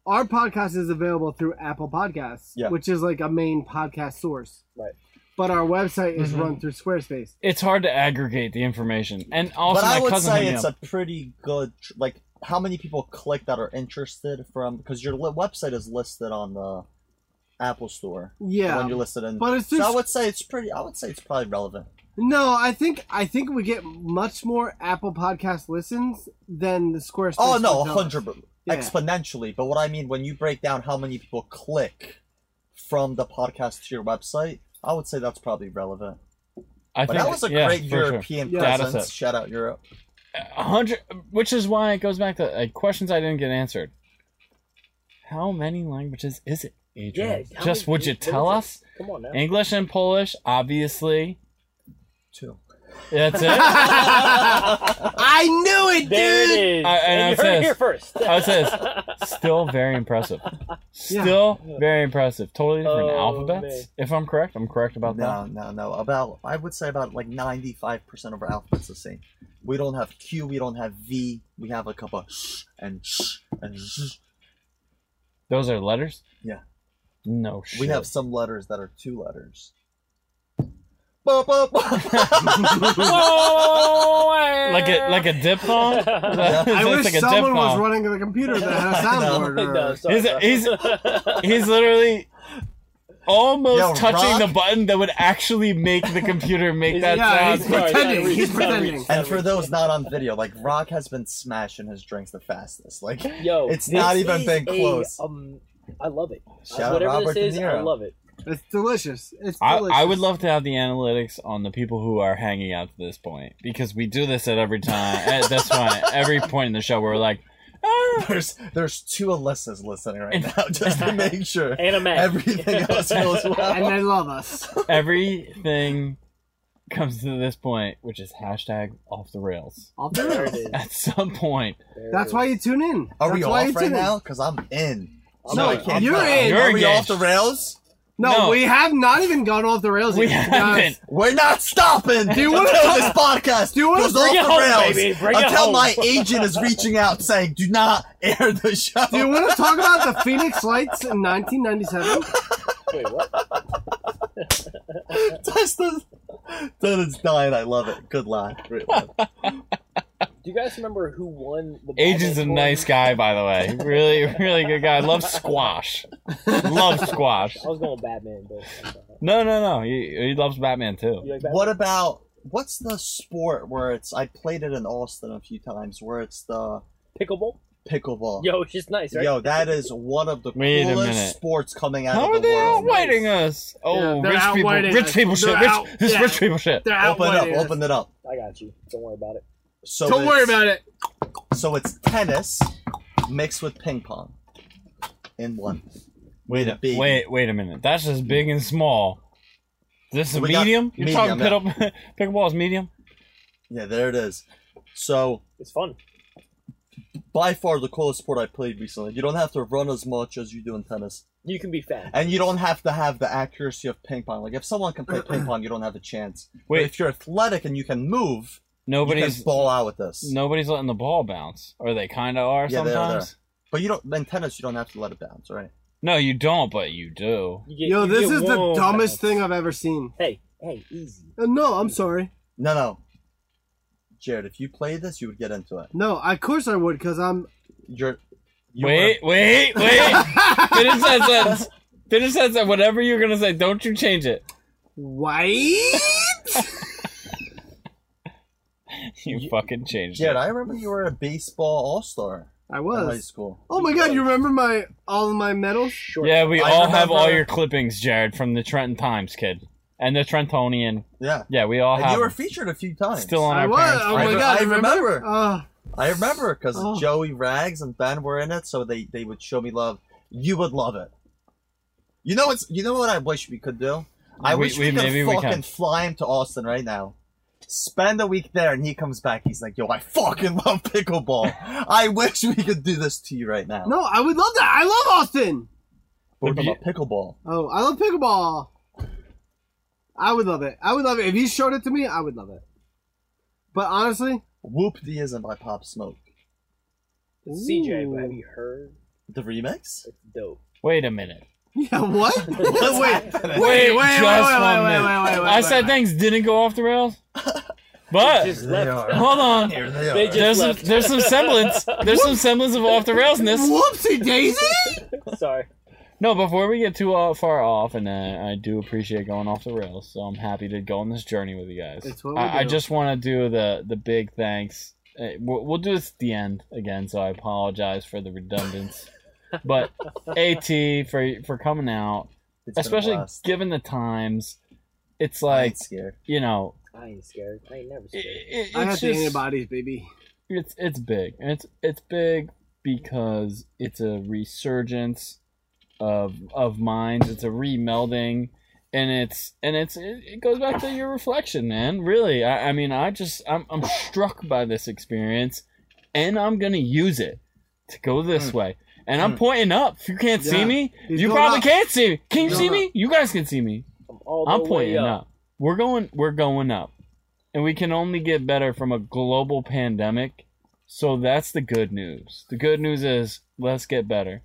S2: our podcast is available through Apple Podcasts,
S4: Yeah.
S2: which is like a main podcast source.
S3: Right.
S2: But our website is
S1: Mm-hmm.
S4: Mhm.
S2: run through Squarespace.
S1: It's hard to aggregate the information, and also
S4: but I
S1: my
S4: would
S1: cousin
S4: say
S1: hit me
S4: it's
S1: up.
S4: a pretty good tr- like how many people click that are interested from because your li- website is listed on the Apple Store.
S2: Yeah,
S4: when you're listed in.
S2: but it's
S4: so I
S2: just-
S4: would say it's pretty. I would say it's probably relevant.
S2: No, I think I think we get much more Apple Podcast listens than the Squarespace.
S4: Oh no,
S2: would tell us.
S4: hundred.
S2: Yeah.
S4: exponentially. But what I mean when you break down how many people click from the podcast to your website, I would say that's probably relevant.
S1: I
S4: But
S1: think
S4: that was a
S1: yeah,
S4: great
S1: for sure.
S4: European
S2: Yeah.
S1: Data
S4: presence.
S1: set.
S4: Shout out Europe.
S1: A hundred, which is why it goes back to like, questions I didn't get answered. How many languages is it, Adrian?
S3: Yeah, how
S1: Just
S3: many-
S1: would you
S3: what is
S1: tell
S3: it?
S1: us?
S3: Come on now.
S1: English and Polish, obviously.
S4: Two.
S1: That's it. I
S2: I knew it,
S3: There
S2: dude.
S3: it is.
S1: I- and
S3: you
S1: that's
S3: heard it
S1: it.
S3: here first.
S1: would say it's still very impressive. Still very impressive. Totally different
S3: Oh,
S1: alphabets.
S3: man.
S1: If I'm correct, I'm correct about that.
S4: No, no, no. About I would say about like ninety five percent of our alphabet's the same. We don't have Q, we don't have V, we have a couple of sh and sh and sh.
S1: Those are letters.
S4: Yeah.
S1: No shit.
S4: We have some letters that are two letters. Ba, ba, ba.
S1: like a like a diphthong.
S2: I
S1: It's
S2: wish
S1: like a
S2: someone was
S1: diphthong.
S2: running the computer that had a
S4: I know.
S2: soundboard. or-
S3: no, sorry,
S1: He's-
S3: bro.
S1: he's- He's literally almost
S4: Yo,
S1: touching
S4: Rock?
S1: the button that would actually make the computer make
S3: He's-
S1: that
S2: yeah, he's
S1: sound.
S3: Sorry,
S2: pretending.
S3: sorry,
S2: he's
S3: sorry,
S2: pretending.
S3: sorry.
S4: and for those not on video, like Rock has been smashing his drinks the fastest. Like
S3: Yo,
S4: It's
S3: this
S4: not even
S3: is
S4: been
S3: a,
S4: close.
S3: um, I love it.
S4: Shout out
S3: Whatever
S4: Robert
S3: this is,
S4: De
S3: I
S4: Niro.
S3: love it.
S2: It's delicious. It's delicious.
S1: I, I would love to have the analytics on the people who are hanging out to this point because we do this at every time at this point every point in the show where we're like ah.
S4: there's there's two Alyssas listening right now just to make sure
S3: And a Mac.
S4: everything else goes
S2: And
S4: well.
S2: they love us.
S1: everything comes to this point which is hashtag off the rails
S2: I'll do
S3: There it
S2: it.
S3: is.
S1: at some point
S3: There it
S2: That's
S3: is.
S2: why you tune in.
S4: Are
S2: That's
S4: we
S2: why you
S4: off right
S2: tune in.
S4: now? Because I'm in.
S2: No,
S4: I can't
S2: you're
S4: tell.
S2: in.
S1: You're
S4: Are we off
S1: engaged.
S4: the rails?
S2: No,
S1: No.
S2: we have not even gone off the rails.
S1: we
S2: yet,
S1: haven't
S2: guys.
S4: We're not stopping
S2: you
S4: until
S2: wanna come-
S4: this podcast
S2: do you wanna
S4: goes
S2: bring
S4: off
S3: it
S4: the
S3: home,
S4: rails.
S3: baby? Bring it
S4: until
S3: home.
S4: my agent is reaching out saying, "Do not air the show."
S2: Do you want to talk about the Phoenix Lights in 1997?
S3: Wait, what?
S4: That's the- that is dying. I love it. Good line. Great line.
S3: Do you guys remember who won the?
S1: Agent's
S3: Battle
S1: a
S3: for-
S1: nice guy by the way really really good guy loves squash loves squash
S3: I was going Batman, but
S1: no no no he, he loves Batman too
S3: you like Batman?
S4: What about what's the sport where it's? I played it in Austin a few times. Where it's the
S3: pickleball?
S4: pickleball.
S3: Yo, it's just nice, right?
S4: Yo, that is one of the
S1: Wait a minute.
S4: coolest sports coming out
S1: How are
S4: of the
S1: they
S4: world.
S1: outwhiting us? Oh,
S2: they're
S1: rich people,
S2: outwhiting
S1: rich
S2: us.
S1: people shit,
S2: They're
S1: rich,
S2: out-
S1: this is
S2: yeah.
S1: rich people shit.
S2: They're
S4: Open it up.
S2: outwitting us.
S4: Open it up.
S3: I got you. Don't worry about it.
S4: So
S2: Don't worry
S4: it's-
S2: about it.
S4: So it's tennis mixed with ping pong in one.
S1: Wait, a,
S4: baby.
S1: wait, wait a minute. That's just big and small. This is
S4: We got
S1: medium. You're talking
S4: medium,
S1: pit- pickleball is medium.
S4: Yeah, there it is. So
S3: It's fun.
S4: by far the coolest sport I played recently. You don't have to run as much as you do in tennis,
S3: You can be fat.
S4: and you don't have to have the accuracy of ping pong. Like if someone can play ping pong, you don't have a chance. Wait,
S1: Wait.
S4: if you're athletic and you can move, you can
S1: Nobody's
S4: ball out with this.
S1: nobody's letting the ball bounce, or they kind of are
S4: Yeah, they are, they are.
S1: sometimes.
S4: But you don't. In tennis, you don't have to let it bounce, right?
S1: No, you don't, but you do.
S3: You get-
S2: Yo,
S3: you
S2: this
S3: get
S2: is the
S3: one
S2: dumbest
S3: bounce.
S2: thing I've ever seen.
S3: Hey, hey, easy.
S2: Uh, no, I'm sorry.
S4: No, no. Jared, if you played this, you would get into it.
S2: No, of course I would, cause I'm.
S4: You're. You
S1: Wait, wait, wait. Finish that sentence. Finish that sentence. Whatever you're gonna say, don't you change it.
S2: White.
S1: You fucking changed
S4: Jared,
S1: it.
S4: I remember you were a baseball all star
S2: I
S4: in high
S2: was.
S4: school.
S2: Oh my god, you remember my all my medals?
S3: Short.
S1: Yeah, we
S4: I
S1: all have all
S4: remember-
S1: your clippings, Jared, from the Trenton Times, kid, and the Trentonian.
S4: Yeah.
S1: Yeah, we all
S4: And
S1: have.
S4: you were featured a few times.
S1: Still on
S2: I
S1: our
S2: was.
S1: parents'
S2: Oh my
S4: I-
S2: god,
S4: I remember.
S2: Uh,
S4: I remember because
S2: Oh.
S4: Joey Rags and Ben were in it, so they, they would show me love. You would love it. You know what's you know what I wish we could do? I
S1: We-
S4: wish
S1: we-
S4: we,
S1: maybe
S4: could
S1: we
S4: fucking
S1: can.
S4: fly him to Austin right now. Spend a week there and he comes back, he's like, Yo, I fucking love pickleball. I wish we could do this to you right now.
S2: no, I would love that. I love Austin.
S4: But what about pickleball?
S2: Oh, I love pickleball. I would love it. I would love it. If you showed it to me, I would love it. But honestly,
S4: Whoop D isn't by Pop Smoke.
S3: CJ,
S2: Ooh.
S3: but have you heard?
S4: The remix?
S3: It's dope.
S1: Wait a minute.
S2: Yeah, what?
S4: What's
S2: wait,
S4: happening?
S1: Wait,
S2: wait, wait,
S1: just
S2: wait,
S1: one
S2: wait,
S1: minute.
S2: wait, wait, wait,
S1: I
S2: wait,
S1: said
S2: wait.
S1: things didn't go off the rails, but
S3: Just
S4: They
S3: left.
S4: are.
S1: hold on.
S4: Here they are.
S3: They just-
S1: There's some,
S3: left.
S1: there's some semblance. There's some semblance of off the railsness.
S2: Whoopsie daisy!
S3: Sorry.
S1: No, before we get too uh, far off, and uh, I do appreciate going off the rails, so I'm happy to go on this journey with you guys.
S2: It's what we
S1: I, I
S2: do.
S1: just want to do the the big thanks eh, we'll, we'll do this at the end again. So I apologize for the redundancy, but At for for coming out,
S4: It's
S1: especially
S4: been a blast.
S1: given the times. It's
S4: I
S1: like
S4: ain't scared.
S1: you know,
S3: I ain't scared. I ain't never
S1: i- i-
S3: scared.
S1: it's
S2: I have the
S1: just-
S2: antibodies, baby.
S1: it's it's big and it's it's big because it's a resurgence of of minds it's a remelding and it's and it's it, it goes back to your reflection man really I, I mean i just I'm, I'm struck by this experience and i'm gonna use it to go this
S4: Mm.
S1: way and i'm
S4: Mm.
S1: pointing up if you can't see
S2: Hmm. Yeah.
S1: me
S2: He's
S1: you
S2: going
S1: probably
S2: up.
S1: can't see me can you
S2: He's
S1: see
S2: going
S1: me you guys can see me
S3: I'm all
S1: I'm
S3: the way
S1: pointing
S3: up.
S1: up. We're going we're going up. And we can only get better from a global pandemic. So that's the good news. The good news is let's get better.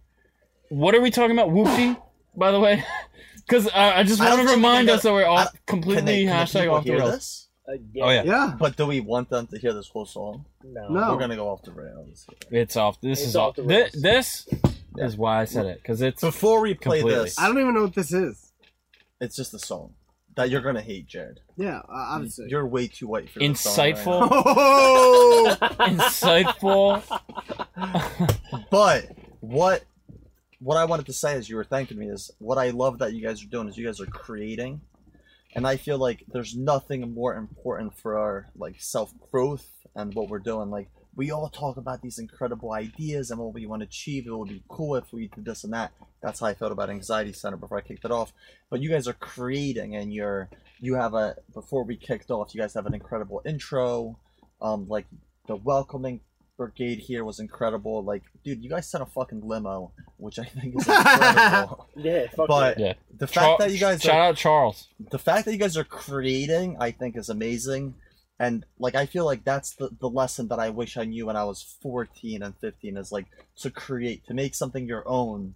S1: What are we talking about? Whoopty, by the way? Because I, I just
S4: I don't
S1: want to
S4: think we
S1: remind
S4: can
S1: us that we're
S4: I-
S1: off
S4: can Can
S1: completely
S4: they, can the
S1: hashtag
S4: people
S1: off the
S4: hear
S1: rails.
S4: this?
S3: Uh,
S1: Oh, yeah.
S2: Yeah.
S4: But do we want them to hear this whole song?
S3: No.
S2: No.
S4: We're gonna go off the rails.
S1: It's off. This
S3: It's
S1: is off.
S3: off the
S1: thi-
S3: rails.
S1: this is why I said it because it's
S4: Before we play
S1: Completely.
S4: this,
S2: I don't even know what this is.
S4: it's just a song that you're gonna hate, Jared.
S2: Yeah, uh, obviously.
S4: You're way too white for this song right
S1: insightful,
S4: now.
S2: oh,
S1: insightful.
S4: But what what I wanted to say is you were thanking me is what I love that you guys are doing is you guys are creating, and I feel like there's nothing more important for our like self growth and what we're doing. Like we all talk about these incredible ideas and what we want to achieve. It would be cool if we did this and that. That's how I felt about Anxiety Center before I kicked it off. But you guys are creating and you're you have a before we kicked off, you guys have an incredible intro. Um, like the welcoming brigade here was incredible. Like, dude, you guys sent a fucking limo, which I think is incredible.
S3: Yeah, fuck
S4: but
S1: Yeah.
S4: the fact
S1: Char-
S4: that you guys
S1: shout
S4: are,
S1: out Charles.
S4: the fact that you guys are creating, I think, is amazing. And like, I feel like that's the, the lesson that I wish I knew when I was 14 and 15 is like to create, to make something your own.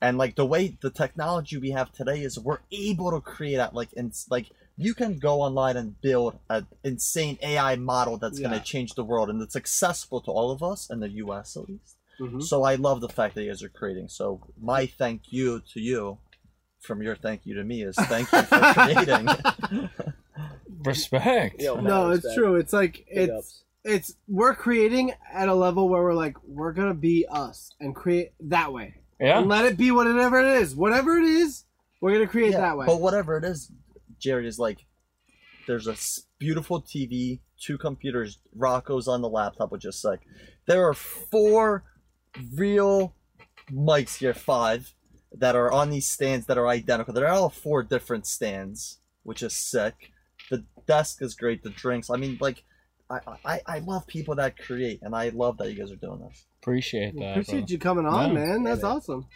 S4: And like the way the technology we have today is we're able to create at like, ins like you can go online and build an insane AI model that's going
S2: Yeah.
S4: to change the world and it's accessible to all of us in the US at least.
S2: Mhm.
S4: So I love the fact that you guys are creating. So my thank you to you, from your thank you to me, is thank you for creating.
S1: Respect.
S3: Yo, man,
S2: no, it's
S3: respect.
S2: true. It's like
S3: Big
S2: it's
S3: ups.
S2: it's we're creating at a level where we're like we're gonna be us and create that way
S1: yeah.
S2: and let it be whatever it is, whatever it is, we're gonna create
S4: Yeah,
S2: that way.
S4: But whatever it is, Jerry is like, there's a s- beautiful TV, two computers, Rocco's on the laptop, which is sick. There are four real mics here, five, that are on these stands that are identical. They're all four different stands, which is sick. The desk is great, the drinks. I mean, like, I, I, I love people that create, and I love that you guys are doing this.
S1: Appreciate
S2: Well,
S1: that.
S2: appreciate
S1: brother.
S2: you coming on,
S1: Yeah.
S2: man. That's
S3: Yeah, man.
S2: awesome.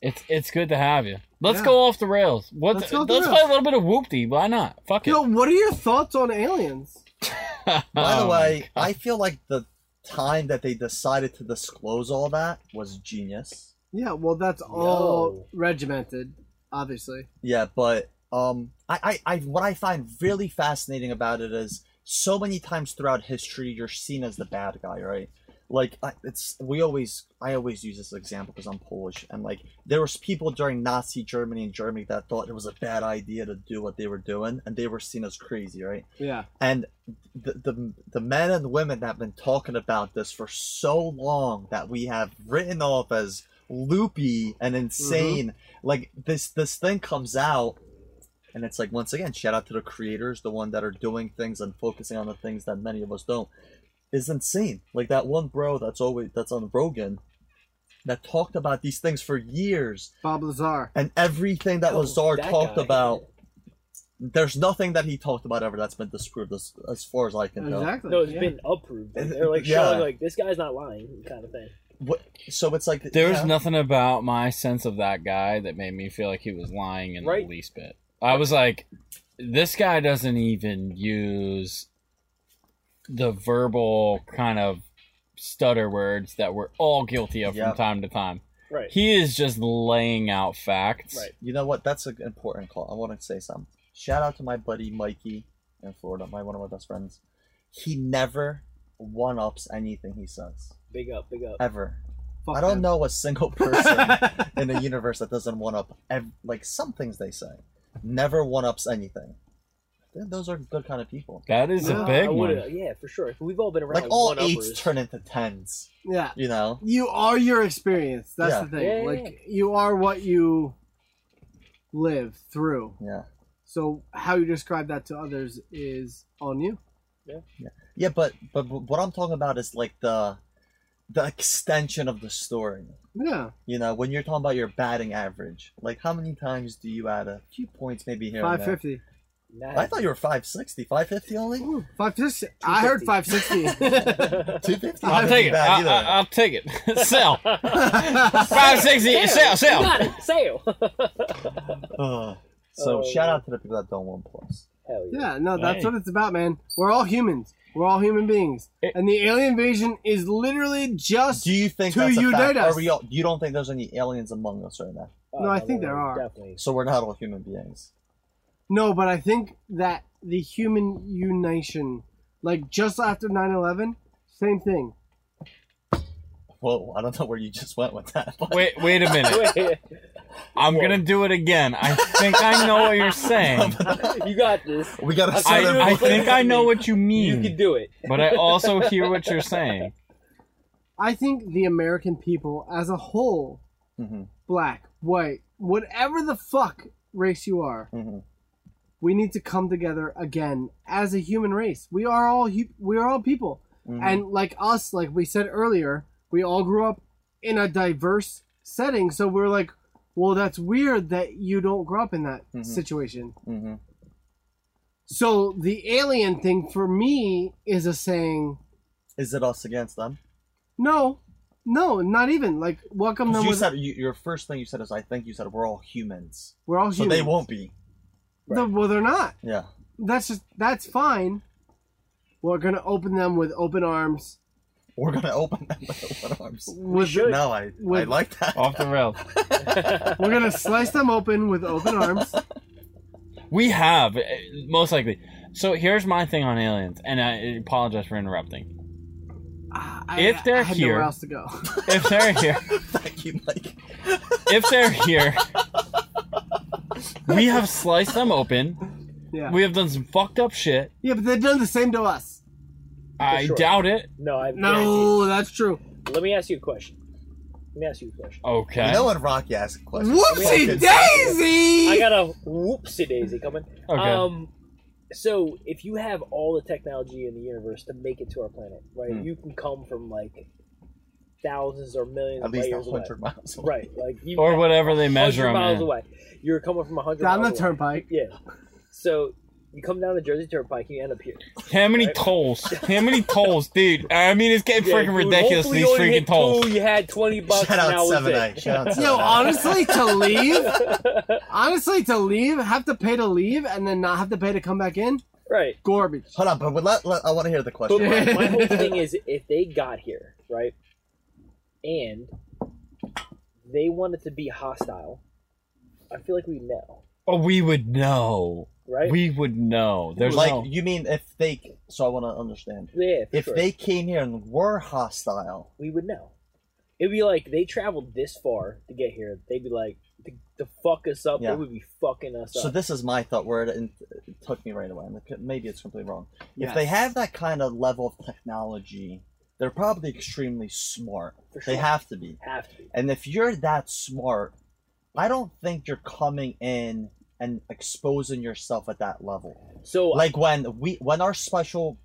S1: It's it's good to have you. Let's
S2: Yeah.
S1: go off the rails. What?
S2: Let's
S1: Let's,
S2: go off the
S1: play a little bit of whoopty. Why not? Fuck it.
S2: Yo, what are your thoughts on aliens?
S4: By the
S1: Oh,
S4: way, I feel like the time that they decided to disclose all that was genius.
S2: Yeah, well, that's all
S3: Yo.
S2: regimented, obviously.
S4: Yeah, but um, I, I, I, what I find really fascinating about it is so many times throughout history you're seen as the bad guy, right? Like I, it's we always I always use this example because I'm Polish and like there was people during Nazi Germany and Germany that thought it was a bad idea to do what they were doing and they were seen as crazy, right?
S2: Yeah.
S4: and the, the the men and women that have been talking about this for so long that we have written off as loopy and
S3: Mm-hmm.
S4: insane like this this thing comes out and it's like once again shout out to the creators the one that are doing things and focusing on the things that many of us don't is insane like that one bro that's always that's on rogan that talked about these things for years
S2: Bob Lazar.
S4: and everything that
S3: Oh,
S4: lazar
S3: that
S4: talked
S3: guy.
S4: about there's nothing that he talked about ever that's been disproved as, as far as I can tell.
S2: Exactly.
S3: No, it's
S2: yeah.
S3: been approved.
S4: Is-
S3: They're like
S4: yeah.
S3: showing like this guy's not lying, kind of thing.
S4: What, so it's like
S1: there's
S4: yeah,
S1: nothing about my sense of that guy that made me feel like he was lying in
S3: Right.
S1: the least bit. I was like, this guy doesn't even use the verbal kind of stutter words that we're all guilty of
S4: Yeah.
S1: from time to time.
S3: Right.
S1: He is just laying out facts.
S3: Right.
S4: You know what? That's an important call. I want to say something. Shout out to my buddy Mikey in Florida, my one of my best friends. He never one ups anything he says
S3: Big up, big up.
S4: ever.
S2: Fuck
S4: I don't
S2: them.
S4: know a single person in the universe that doesn't one up ev- like some things they say. Never one ups anything. yeah, those are good kind of people.
S1: That is
S2: Yeah,
S1: a
S2: I
S1: big
S3: I
S1: one.
S3: would, yeah, for sure. We've all been around
S4: Like all
S3: one
S4: eights
S3: uppers.
S4: turn into tens,
S2: Yeah.
S4: you know.
S2: You are your experience. That's
S4: Yeah.
S2: the thing.
S3: Yeah, yeah,
S2: like you are what you live through.
S4: Yeah,
S2: So how you describe that to others is on you.
S4: yeah, but, but but what I'm talking about is like the the extension of the story.
S2: Yeah.
S4: You know, when you're talking about your batting average, like how many times do you add a few points maybe here?
S2: Five
S4: and there?
S2: fifty.
S4: I thought you were 560, 550 only.
S2: Five fifty. I heard five sixty.
S4: Two fifty.
S1: I'll take it. I, I, I'll take it. Sell. Five sixty.
S3: Sale.
S1: Sell. Sell.
S3: Got it. Sale.
S4: so
S3: Oh,
S4: shout
S3: yeah.
S4: out to the people that don't want plus.
S3: Hell yeah.
S2: yeah. No, that's
S1: Hey.
S2: what it's about, man. We're all humans. We're all human beings,
S1: It-
S2: and the alien invasion is literally just.
S4: Do you think
S2: To
S4: that's a
S2: unite
S4: fact?
S2: us.
S4: Are we all, you don't think there's any aliens among us right now?
S3: Oh,
S2: No, I think there are.
S3: Definitely.
S4: So we're not all human beings.
S2: No, but I think that the human unison, like just after 9-11, same thing.
S4: Whoa, I don't know where you just went with that. But
S1: Wait. Wait a minute.
S3: Wait,
S1: I'm
S3: Whoa.
S1: gonna do it again. I think I know what you're saying.
S3: you got this.
S4: we gotta
S3: I-
S4: set
S1: I, I
S4: everyone-
S1: think I know what you
S3: You can
S1: mean,
S3: do it.
S1: but I also hear what you're saying.
S2: I think the American people as a whole,
S4: Mhm,
S2: black, white, whatever the fuck race you are,
S4: mhm.
S2: we need to come together again as a human race. We are all hu- we are all people.
S4: Mhm.
S2: And like us, like we said earlier, we all grew up in a diverse setting, so we're like, well, that's weird that you don't grow up in that
S4: Mhm.
S2: situation.
S4: Mhm.
S2: So the alien thing for me is a saying,
S4: Is it us against them?
S2: no, no, not even like welcome
S4: 'Cause
S2: them
S4: You
S2: with
S4: said you, your first thing you said is I think you said we're all humans,
S2: we're all
S4: so
S2: humans.
S4: they won't be.
S2: The- well, they're not.
S4: Yeah.
S2: That's just that's fine. We're gonna open them with open arms.
S4: We're gonna open them with open arms.
S2: With
S3: should.
S4: No, I, I
S2: With-
S4: like that.
S1: Off the rails.
S2: we're gonna slice them open with open arms.
S1: We have eh, most likely. So here's my thing on aliens, and I apologize for interrupting.
S2: Ah, I,
S1: If they're
S2: I had
S1: here-
S2: nowhere else to go.
S1: If they're here,
S4: Thank you, Mike.
S1: if they're here, we have sliced them open.
S2: Yeah,
S1: We have done some fucked up shit.
S2: yeah, but they've done the same to us.
S1: I
S3: sure.
S1: doubt it.
S3: No, I
S2: No, that's true.
S3: guarantee- Let me ask you a question. Let me ask you a question.
S1: Okay.
S4: You know when Rocky asks questions.
S2: Whoopsie
S4: Fucking-
S2: Daisy!
S3: I got a whoopsie daisy coming.
S1: okay.
S3: Um, so if you have all the technology in the universe to make it to our planet, right?
S4: Hmm.
S3: You can come from like thousands or millions
S4: At
S3: of
S4: least
S3: layers away.
S4: 100 miles. away.
S3: Right, like you
S1: or whatever they measure
S3: hundred
S1: them
S3: miles
S1: in.
S3: away. You're coming from hundred
S2: Down the
S3: miles away.
S2: turnpike.
S3: Yeah. So you come down the Jersey Turnpike, you end up here.
S1: How many tolls? How many tolls, dude? I mean, it's getting
S3: Yeah,
S1: freaking
S3: dude,
S1: ridiculous.
S3: hopefully
S1: These
S3: you only
S1: freaking
S3: hit
S1: tolls.
S3: two, you had twenty bucks.
S4: Shout
S3: and
S4: out
S3: that was
S4: Seven
S3: it.
S4: Eight. Shout out Seven
S2: Yo,
S4: Eight.
S2: honestly, to leave, honestly, to leave, have to pay to leave and then not have to pay to come back in,
S3: Right.
S2: garbage.
S4: Hold on, but we- let, let, I want to hear the
S3: But
S4: question.
S2: Yeah.
S3: my, my whole thing is if they got here, right, and they wanted to be hostile, I feel like we know,
S1: Oh, we would know.
S3: right?
S1: We would know. There's
S4: like,
S1: no.
S4: you mean if they? So I want to understand.
S3: yeah, for
S4: If
S3: sure.
S4: they came here and were hostile,
S3: we would know. It'd be like they traveled this far to get here. They'd be like to, to fuck us up.
S4: Yeah.
S3: They would be fucking us
S4: so
S3: up.
S4: this is my thought where it, it took me right away. and it- Maybe it's completely wrong. If they
S2: Yes.
S4: have that kind of level of technology, they're probably extremely smart.
S3: For sure.
S4: They have to be.
S3: have to. Be.
S4: And if you're that smart, I don't think you're coming in and exposing yourself at that level.
S3: So
S4: like when we when our special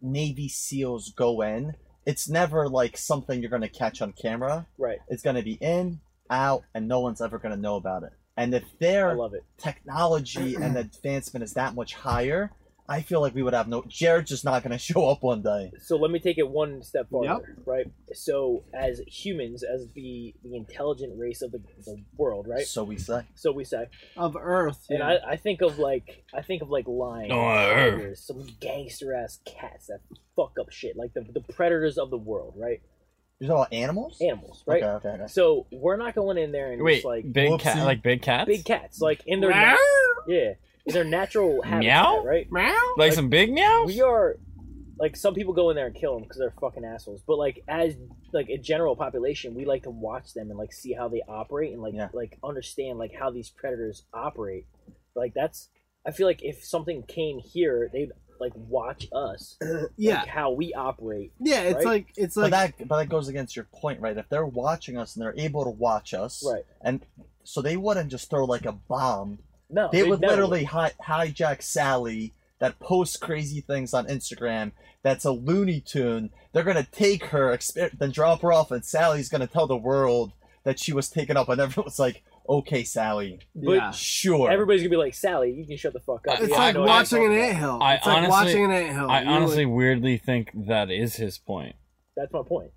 S4: navy seals go in it's never like something you're gonna catch on camera
S3: right,
S4: it's gonna be in out and no one's ever gonna know about it and if
S3: I
S4: their
S3: love it.
S4: technology and advancement is that much higher i feel like we would have no jared's just not gonna show up one day
S3: So let me take it one step farther, right? So as humans, as the the intelligent race of the, the world, right?
S4: so we say
S3: So we say,
S2: Of Earth.
S3: And
S2: yeah.
S3: I, I think of like I think of like lions,
S1: Oh, I heard.
S3: tigers, some gangster ass cats that fuck up shit, like the, the predators of the world, right?
S4: there's all animals
S3: Animals, right?
S4: okay okay, okay.
S3: So we're not going in there and
S1: Wait,
S3: just like
S1: big
S4: whoopsie.
S1: cat, like big cats,
S3: big cats, like in their
S2: Meow?
S3: yeah, in their natural habitat,
S1: Meow?
S3: right?
S2: Meow?
S1: like, some big meows.
S3: We are like some people go in there and kill them because they're fucking assholes, but like as like a general population, we like to watch them and like see how they operate and like
S4: Yeah.
S3: like understand like how these predators operate. Like that's I feel like if something came here, they'd like watch us,
S2: yeah,
S3: like, how we operate.
S2: yeah. It's
S3: right?
S2: like it's
S4: but
S2: like
S4: that but that goes against your point, right? If they're watching us and they're able to watch us,
S3: Right.
S4: And so they wouldn't just throw like a bomb.
S3: No,
S4: they
S3: they'd
S4: would
S3: never
S4: literally hi- hijack Sally that posts crazy things on Instagram. That's a Looney Tune. They're gonna take her, exper- then drop her off, and Sally's gonna tell the world that she was taken up, and everyone's like, "Okay, Sally,
S3: But
S2: yeah.
S4: sure."
S3: Everybody's gonna be like, Sally, you can shut the fuck up.
S2: It's
S3: Yeah, I
S2: like
S3: know what you're
S2: watching an
S3: talking about."
S2: anthill.
S1: I
S2: It's like
S1: honestly-
S2: watching an anthill.
S1: I
S2: You, like-
S1: honestly weirdly think that is his point.
S3: That's my point,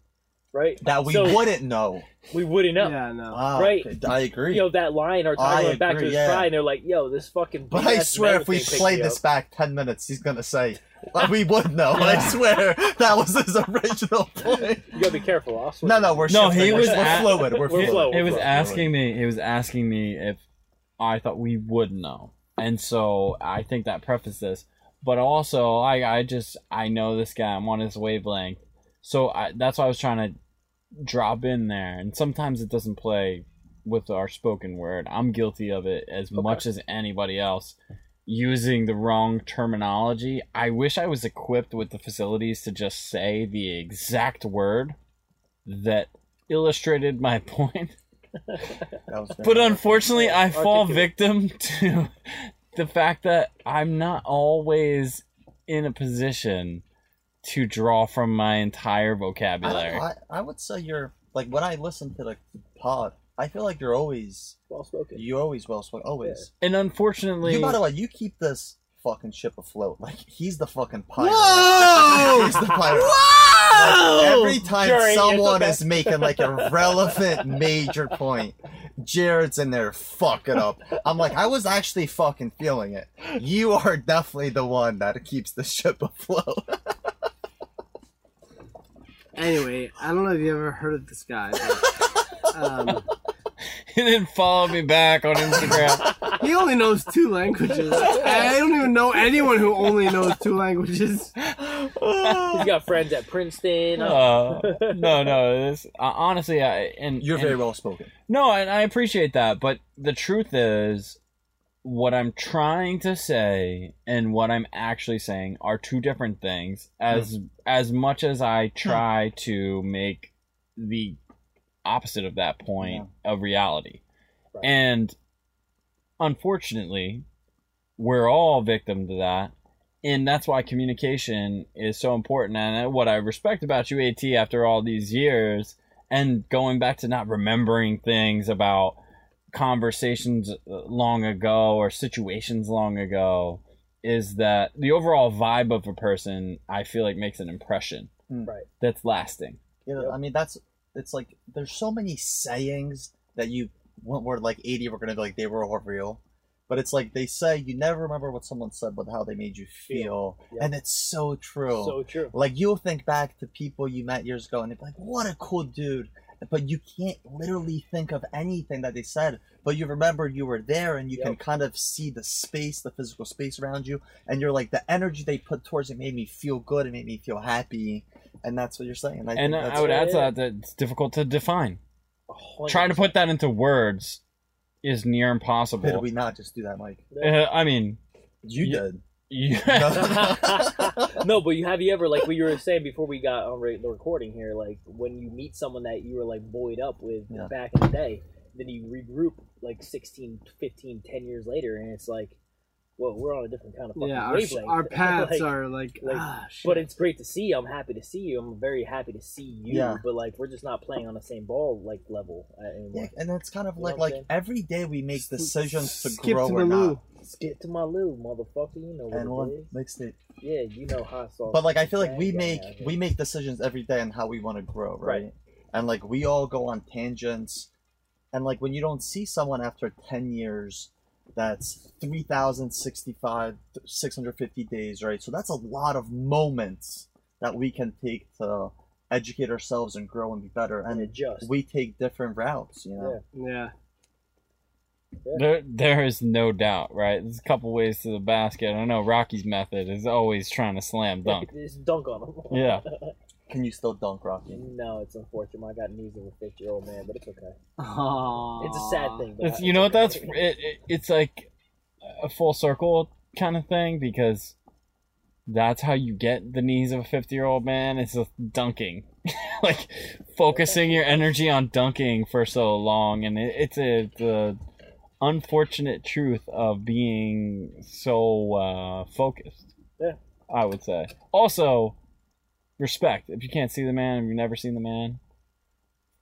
S3: right?
S4: that we
S3: So-
S4: wouldn't know.
S3: We wouldn't know.
S2: yeah, no.
S4: Wow,
S3: Right.
S4: okay, I agree.
S3: You know that line or
S4: I
S3: time went back to
S4: agree,
S3: his
S4: yeah.
S3: pride, and they're like, "Yo, this fucking."
S4: But
S3: big
S4: I
S3: ass
S4: swear, if
S3: metal
S4: we
S3: thing picked
S4: play
S3: me
S4: this
S3: up.
S4: back ten minutes, he's gonna say "Well, we would know. I swear that was his original point.
S3: you gotta be careful. I'll switch
S4: No,
S3: it.
S4: no, we're
S1: No,
S4: shifting.
S1: he
S4: We're-
S1: was
S4: we're,
S1: at-
S4: fluid. We're,
S3: We're
S4: fluid.
S3: fluid.
S1: It was
S3: Right.
S1: asking me. It was asking me if I thought we would know, and so I think that prefaced this. But also, I I just I know this guy. I'm on his wavelength, so I, that's why I was trying to drop in there. And sometimes it doesn't play with our spoken word. I'm guilty of it as much as anybody else. Using the wrong terminology. I wish I was equipped with the facilities to just say the exact word that illustrated my point
S4: That was
S1: but unfortunately, I fall
S3: Articulate.
S1: victim to the fact that I'm not always in a position to draw from my entire
S4: I, don't
S1: vocabulary.
S4: know, I, I would say you're like when I listen to the pod, I feel like you're always
S3: Well spoken.
S4: you're always well spoken. Always.
S1: And unfortunately,
S4: You by the way, you keep this fucking ship afloat. Like he's the fucking pilot.
S2: Whoa!
S4: He's the pilot. Like,
S2: Whoa!
S4: every time
S3: Oh, Jerry, it's
S4: someone
S3: okay.
S4: is making like a relevant major point, Jared's in there fucking up. I'm like, I was actually fucking feeling it. You are definitely the one that keeps the ship afloat.
S2: Anyway, I don't know if you ever heard of this guy. but, um,
S1: he didn't follow me back on Instagram.
S2: he only knows two languages. I don't even know anyone who only knows two languages.
S3: He's got friends at Princeton.
S1: Uh, no, no. This I honestly, I and
S4: You're
S1: and-
S4: very well spoken.
S1: No, and I appreciate that, but the truth is what I'm trying to say and what I'm actually saying are two different things as as much as I try to make the opposite of that point of reality.
S3: Right.
S1: And unfortunately, we're all victim to that. And that's why communication is so important. And what I respect about you, AT, after all these years, and going back to not remembering things about conversations uh, long ago or situations long ago is that the overall vibe of a person I feel like makes an impression
S4: Mm.
S3: Right.
S1: that's lasting.
S4: You know, I mean, that's it's like there's so many sayings that you when we're like 80, we're gonna be like they were all real, but it's like they say you never remember what someone said, but how they made you feel,
S3: Yeah.
S4: and it's so true.
S3: Oh, So true.
S4: like you'll think back to people you met years ago, and they're like, "What a cool dude," but you can't literally think of anything that they said. But you remember you were there, and you can
S3: Yep.
S4: kind of see the space, the physical space around you, and you're like, the energy they put towards it made me feel good, it made me feel happy, and that's what you're saying. I
S1: and
S4: think that's
S1: I would
S3: what
S1: add
S3: it
S1: to that that it's difficult to define.
S3: A hundred
S1: Trying to
S3: percent.
S1: put that into words is near
S4: Did
S1: impossible.
S4: we not just do that, Mike?
S1: Uh, I mean,
S4: You
S1: Yeah.
S4: did.
S1: you-
S3: no, but you have you ever like what you were saying before we got on re- the recording here? Like when you meet someone that you were like buoyed up with
S4: Yeah.
S3: back in the day, then you regroup like 16, 15, 10 years later, and it's like, well, we're on a different kind of fucking
S2: Yeah, our,
S3: wavelength.
S2: our paths
S3: Like,
S2: are like,
S3: like,
S2: ah, shit.
S3: But it's great to see you. I'm happy to see you. I'm very happy to see you.
S4: Yeah.
S3: But like we're just not playing on the same ball like level uh,
S4: Yeah,
S3: anymore.
S4: and it's kind of
S3: You know
S4: like
S3: what I'm
S4: like
S3: saying?
S4: every day we make decisions to
S2: Skip
S4: grow
S2: to
S4: or
S2: the loo.
S4: not.
S3: Skip to my loo, motherfucker. You know
S4: And
S3: what it
S4: one
S3: is.
S4: mixtape.
S3: Yeah, you know hot sauce.
S4: But like I feel like we
S3: Yeah,
S4: make
S3: yeah, yeah.
S4: we make decisions every day on how we want to grow, right?
S3: Right.
S4: And like we all go on tangents, and like when you don't see someone after ten years, that's 3,065, 650 days, right? So that's a lot of moments that we can take to educate ourselves and grow and be better.
S3: and
S4: And
S3: adjust.
S4: we take different routes, you know.
S2: yeah.
S1: there, there is no doubt, right? There's a couple ways to the basket. I know Rocky's method is always trying to slam dunk.
S3: Just dunk on him.
S1: Yeah.
S4: Can you still dunk, Rocky?
S3: No, it's unfortunate. I got news of a fifty-year-old man, but it's okay.
S2: Aw.
S3: It's a sad thing. But
S1: It's,
S3: I-
S1: you know what? That's
S3: okay.
S1: it, it, it's like a full circle kind of thing because that's how you get the knees of a 50 year old man is with dunking like focusing your energy on dunking for so long and it, it's a the unfortunate truth of being so uh, focused
S3: Yeah.
S1: i would say also respect if you can't see the man if you've never seen the man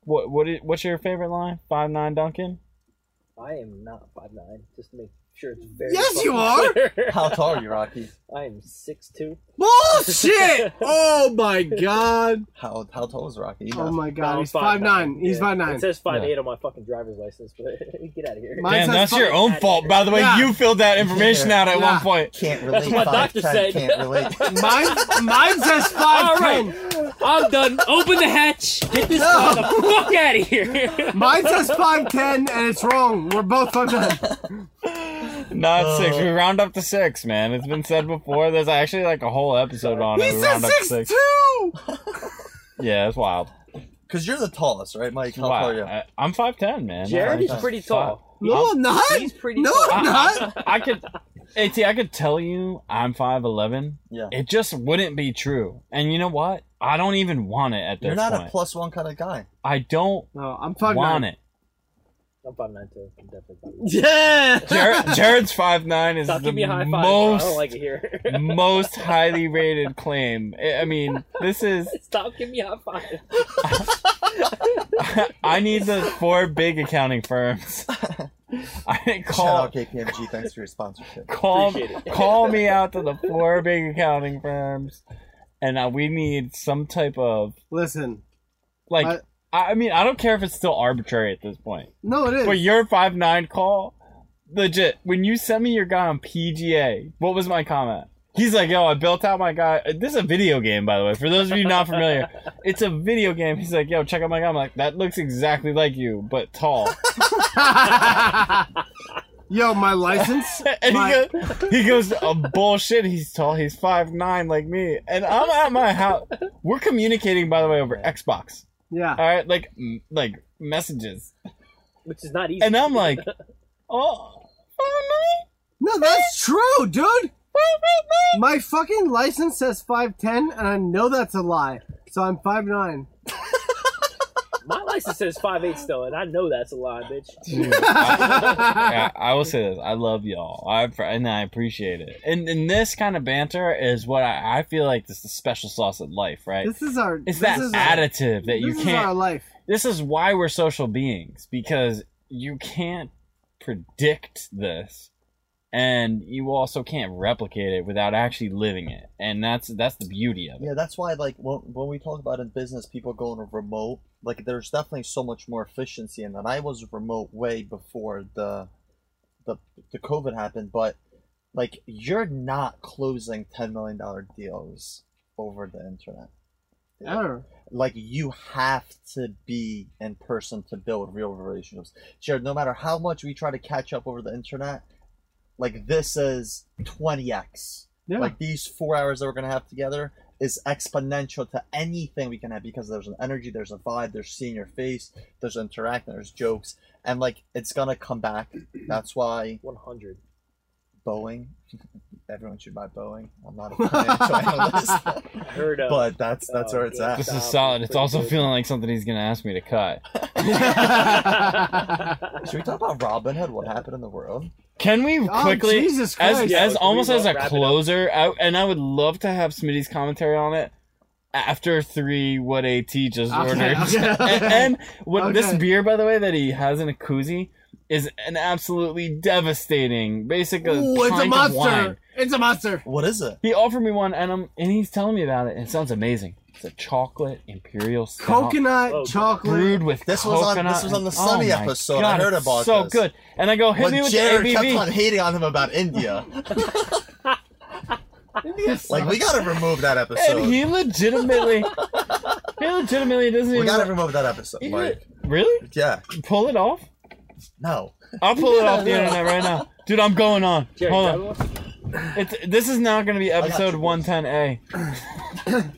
S1: what what is, what's your favorite line five nine duncan
S3: I am not five nine. Just to make sure it's very.
S5: Yes,
S3: fucking
S5: you are.
S3: clear.
S4: How tall are you, Rocky?
S3: I am six two.
S5: Bullshit!
S2: Oh my god!
S4: How how tall is Rocky? You know.
S2: Oh my god!
S3: No,
S2: He's
S3: five
S2: five nine.
S3: nine.
S2: He's
S3: Yeah.
S2: five nine.
S3: It says five eight on my fucking driver's license, but get out of here.
S2: Mine
S1: Damn,
S2: says
S1: that's your
S3: fucking
S1: own
S3: accurate.
S1: fault. By the way,
S2: Yeah.
S1: you filled that information out at
S2: Yeah.
S1: one point.
S4: can't relate.
S3: That's what my doctor
S4: 5'10",
S3: said.
S4: Can't relate.
S2: Mine, mine says five ten.
S5: I'm done. Open the hatch. Get this
S2: No.
S5: the fuck out of here.
S2: Mine says five ten, and it's wrong. We're both five nine.
S1: Not
S4: Uh,
S1: six. We round up to six, man. It's been said before. There's actually like a whole episode on
S2: He
S1: it. We round
S2: says
S1: up to six.
S2: six two.
S1: Yeah, it's wild.
S4: Because you're the tallest, right, Mike? How tall
S1: Wow.
S4: are you?
S1: I, I'm five ten, man.
S3: Jared is
S1: I'm
S3: pretty
S1: five-
S3: tall.
S2: No, I'm not.
S3: He's pretty
S2: No,
S3: tall.
S2: I'm not.
S1: I could, At, I could tell you I'm five eleven.
S4: Yeah.
S1: It just wouldn't be true. And you know what? I don't even want it at this
S4: You're not
S1: point.
S4: a plus one kind of guy.
S1: I don't
S2: No, I'm five
S1: want
S2: nine.
S1: it.
S3: I'm five nine too. I'm definitely five nine.
S2: Yeah.
S1: Jared, Jared's five nine is
S3: Stop
S1: the
S3: giving me a high five. bro. I
S1: most
S3: don't like it here.
S1: most highly rated claim. I I mean, this is.
S3: Stop giving me a high five.
S1: I need the four big accounting firms. I
S4: Shout
S1: call
S4: out KPMG. Thanks for your sponsorship.
S1: call
S3: Appreciate it.
S1: call me out to the four big accounting firms, and uh, we need some type of
S2: Listen,
S1: like. I, I mean, I don't care if it's still arbitrary at this point.
S2: no, it is.
S1: But your five nine call, legit. When you sent me your guy on PGA, what was my comment? He's like, yo, I built out my guy. uh, This is a video game, by the way. For those of you not familiar, it's a video game. He's like, yo, check out my guy. I'm like, that looks exactly like you, but tall.
S2: Yo, my license.
S1: and he
S2: My-
S1: goes, he goes, oh, bullshit. He's tall. He's five nine, like me. And I'm at my house. We're communicating, by the way, over Xbox.
S2: Yeah.
S1: All right, like, m- like messages.
S3: Which is not easy.
S1: And I'm like, oh, five nine.
S2: No, that's true, dude. My fucking license says five ten, and I know that's a lie. So I'm five nine.
S3: my license says five eight still, and I know that's a lie, bitch.
S1: I, I will say this: I love y'all, I and I appreciate it. And and this kind of banter is what I, I feel like this is the special sauce of life, right?
S2: This is our.
S1: it's
S2: this
S1: that
S2: is our-
S1: additive that you
S2: this is our
S1: can't.
S2: life.
S1: This is why we're social beings because you can't predict this, and you also can't replicate it without actually living it. And that's that's the beauty of it.
S4: Yeah, that's why like when, when we talk about in business, people going remote, like there's definitely so much more efficiency in that. I was remote way before the the the COVID happened, but like you're not closing ten million dollar deals over the internet.
S2: Error.
S4: Like you have to be in person to build real relationships. Jared, no matter how much we try to catch up over the internet, like this is twenty x
S2: Yeah.
S4: like these four hours that we're gonna have together is exponential to anything we can have because there's an energy, there's a vibe, there's seeing your face, there's interacting, there's jokes, and like it's gonna come back. That's why
S3: One hundred.
S4: Boeing. Everyone should buy Boeing. I'm not a financial analyst,
S3: I heard of.
S4: but that's that's
S3: Oh,
S4: where it's
S3: yeah.
S4: at.
S1: This is
S3: Stop.
S1: solid. It's also
S3: Pretty good.
S1: feeling like something he's gonna ask me to cut.
S4: Should we talk about Robin Hood? What happened in the world?
S1: Can we
S2: Oh,
S1: quickly?
S2: Jesus
S1: as,
S2: Christ.
S3: Yeah,
S1: as
S3: can we
S1: almost as a
S3: wrap it up?
S1: closer, I, and I would love to have Smitty's commentary on it after three what AT just
S2: Okay,
S1: ordered.
S2: okay, okay.
S1: And, and what this
S2: Okay.
S1: beer, by the way, that he has in a koozie is an absolutely devastating, basically
S2: Ooh, it's a
S1: pint of wine.
S2: monster. It's a monster.
S4: What is it?
S1: He offered me one, and I'm and he's telling me about it. And it sounds amazing. It's a chocolate imperial stout
S2: Coconut
S3: Oh,
S2: chocolate.
S1: brewed with
S4: This was on-
S1: coconut.
S4: this was on the
S1: and-
S4: Sunny
S1: oh my
S4: episode. I
S1: God,
S4: heard
S1: it's
S4: about
S1: so
S4: this.
S1: good. And I go hit me
S4: When
S1: with
S4: Jared
S1: the ABV.
S4: kept on hating on him about India, like we gotta remove that episode.
S1: And he legitimately, he legitimately doesn't
S4: we
S1: even.
S4: gotta remove that episode. Like,
S1: really?
S4: yeah,
S1: Pull it off?
S4: no.
S1: I'll pull it off the internet right now, dude. I'm going on.
S3: Jerry,
S1: Hold
S3: grab
S1: on.
S3: one.
S1: It's, this is now going to be
S4: got
S1: episode
S4: you.
S1: 110A.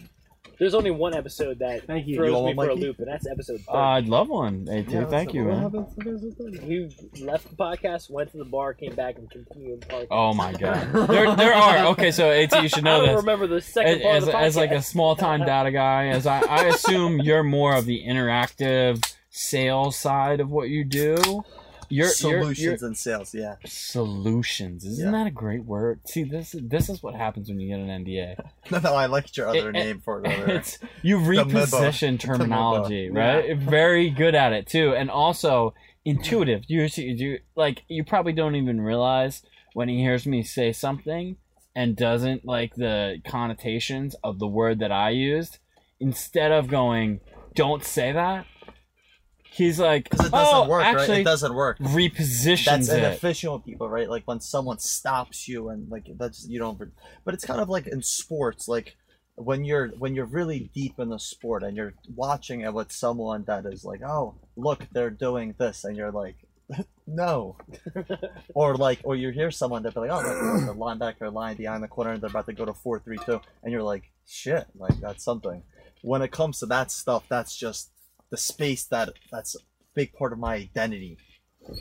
S3: There's only one episode that
S2: Thank you.
S3: throws
S4: You want
S3: me
S4: one,
S3: for a
S4: Mikey?
S3: loop, and that's episode. 30.
S1: Uh, I'd love one. Hey,
S4: Yeah,
S1: Tim, thank
S4: that's
S1: you,
S4: what
S1: man.
S4: happens to those things?
S3: we left the podcast, went to the bar, came back, and continued. the podcast.
S1: Oh my god. There, there are okay. So At, you should know
S3: I don't
S1: this.
S3: remember the second part
S1: As,
S3: of the
S1: as like a
S3: podcast.
S1: small time data guy, as I, I assume you're more of the interactive sales side of what you do. You're,
S4: Solutions
S1: You're, you're,
S4: and sales, yeah.
S1: solutions. Isn't
S4: Yeah.
S1: that a great word? See, this this is what happens when you get an NDA.
S4: No, no, I liked your other
S1: It- it-
S4: name for it. earlier.
S1: It's you
S4: memo.
S1: reposition
S4: The memo.
S1: terminology, right? Very good at it too, and also intuitive. You see- you like you probably don't even realize when he hears me say something and doesn't like the connotations of the word that I used. Instead of going, "Don't say that," he's like,
S4: 'Cause it doesn't
S1: "Oh,
S4: work, right?
S1: actually,
S4: It doesn't work.
S1: repositions
S4: That's
S1: it."
S4: inefficient with people, right? Like when someone stops you and like that's you don't. But it's kind of like in sports, like when you're when you're really deep in the sport and you're watching it with someone that is like, oh, look, they're doing this, and you're like, no, or like, or you hear someone that be like, oh, look, the linebacker lying behind the corner, and they're about to go to four three two, and you're like, shit, like that's something. When it comes to that stuff, that's just the space that that's a big part of my identity.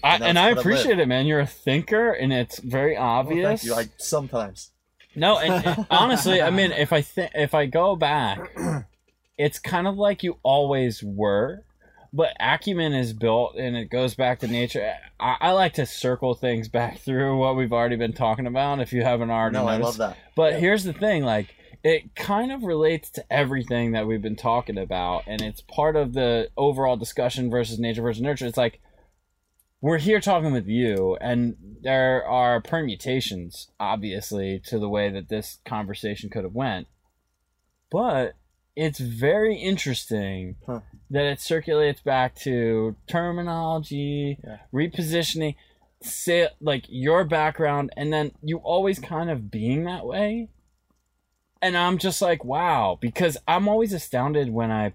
S1: I,
S4: and that's
S1: and I
S4: what I
S1: appreciate it, man. You're a thinker, and it's very
S4: Well, thank
S1: obvious.
S4: you. I sometimes.
S1: No, and, and honestly, I mean, if I think if I go back, it's kind of like you always were, but acumen is built, and it goes back to nature. I, I like to circle things back through what we've already been talking about. If you haven't already,
S4: No, I
S1: noticed.
S4: love that.
S1: But
S4: Yeah.
S1: here's the thing, like it kind of relates to everything that we've been talking about and it's part of the overall discussion versus nature versus nurture. It's like we're here talking with you and there are permutations obviously to the way that this conversation could have went. But it's very interesting
S4: Huh.
S1: that it circulates back to terminology,
S4: Yeah.
S1: repositioning say like your background and then you always kind of being that way and i'm just like wow because i'm always astounded when i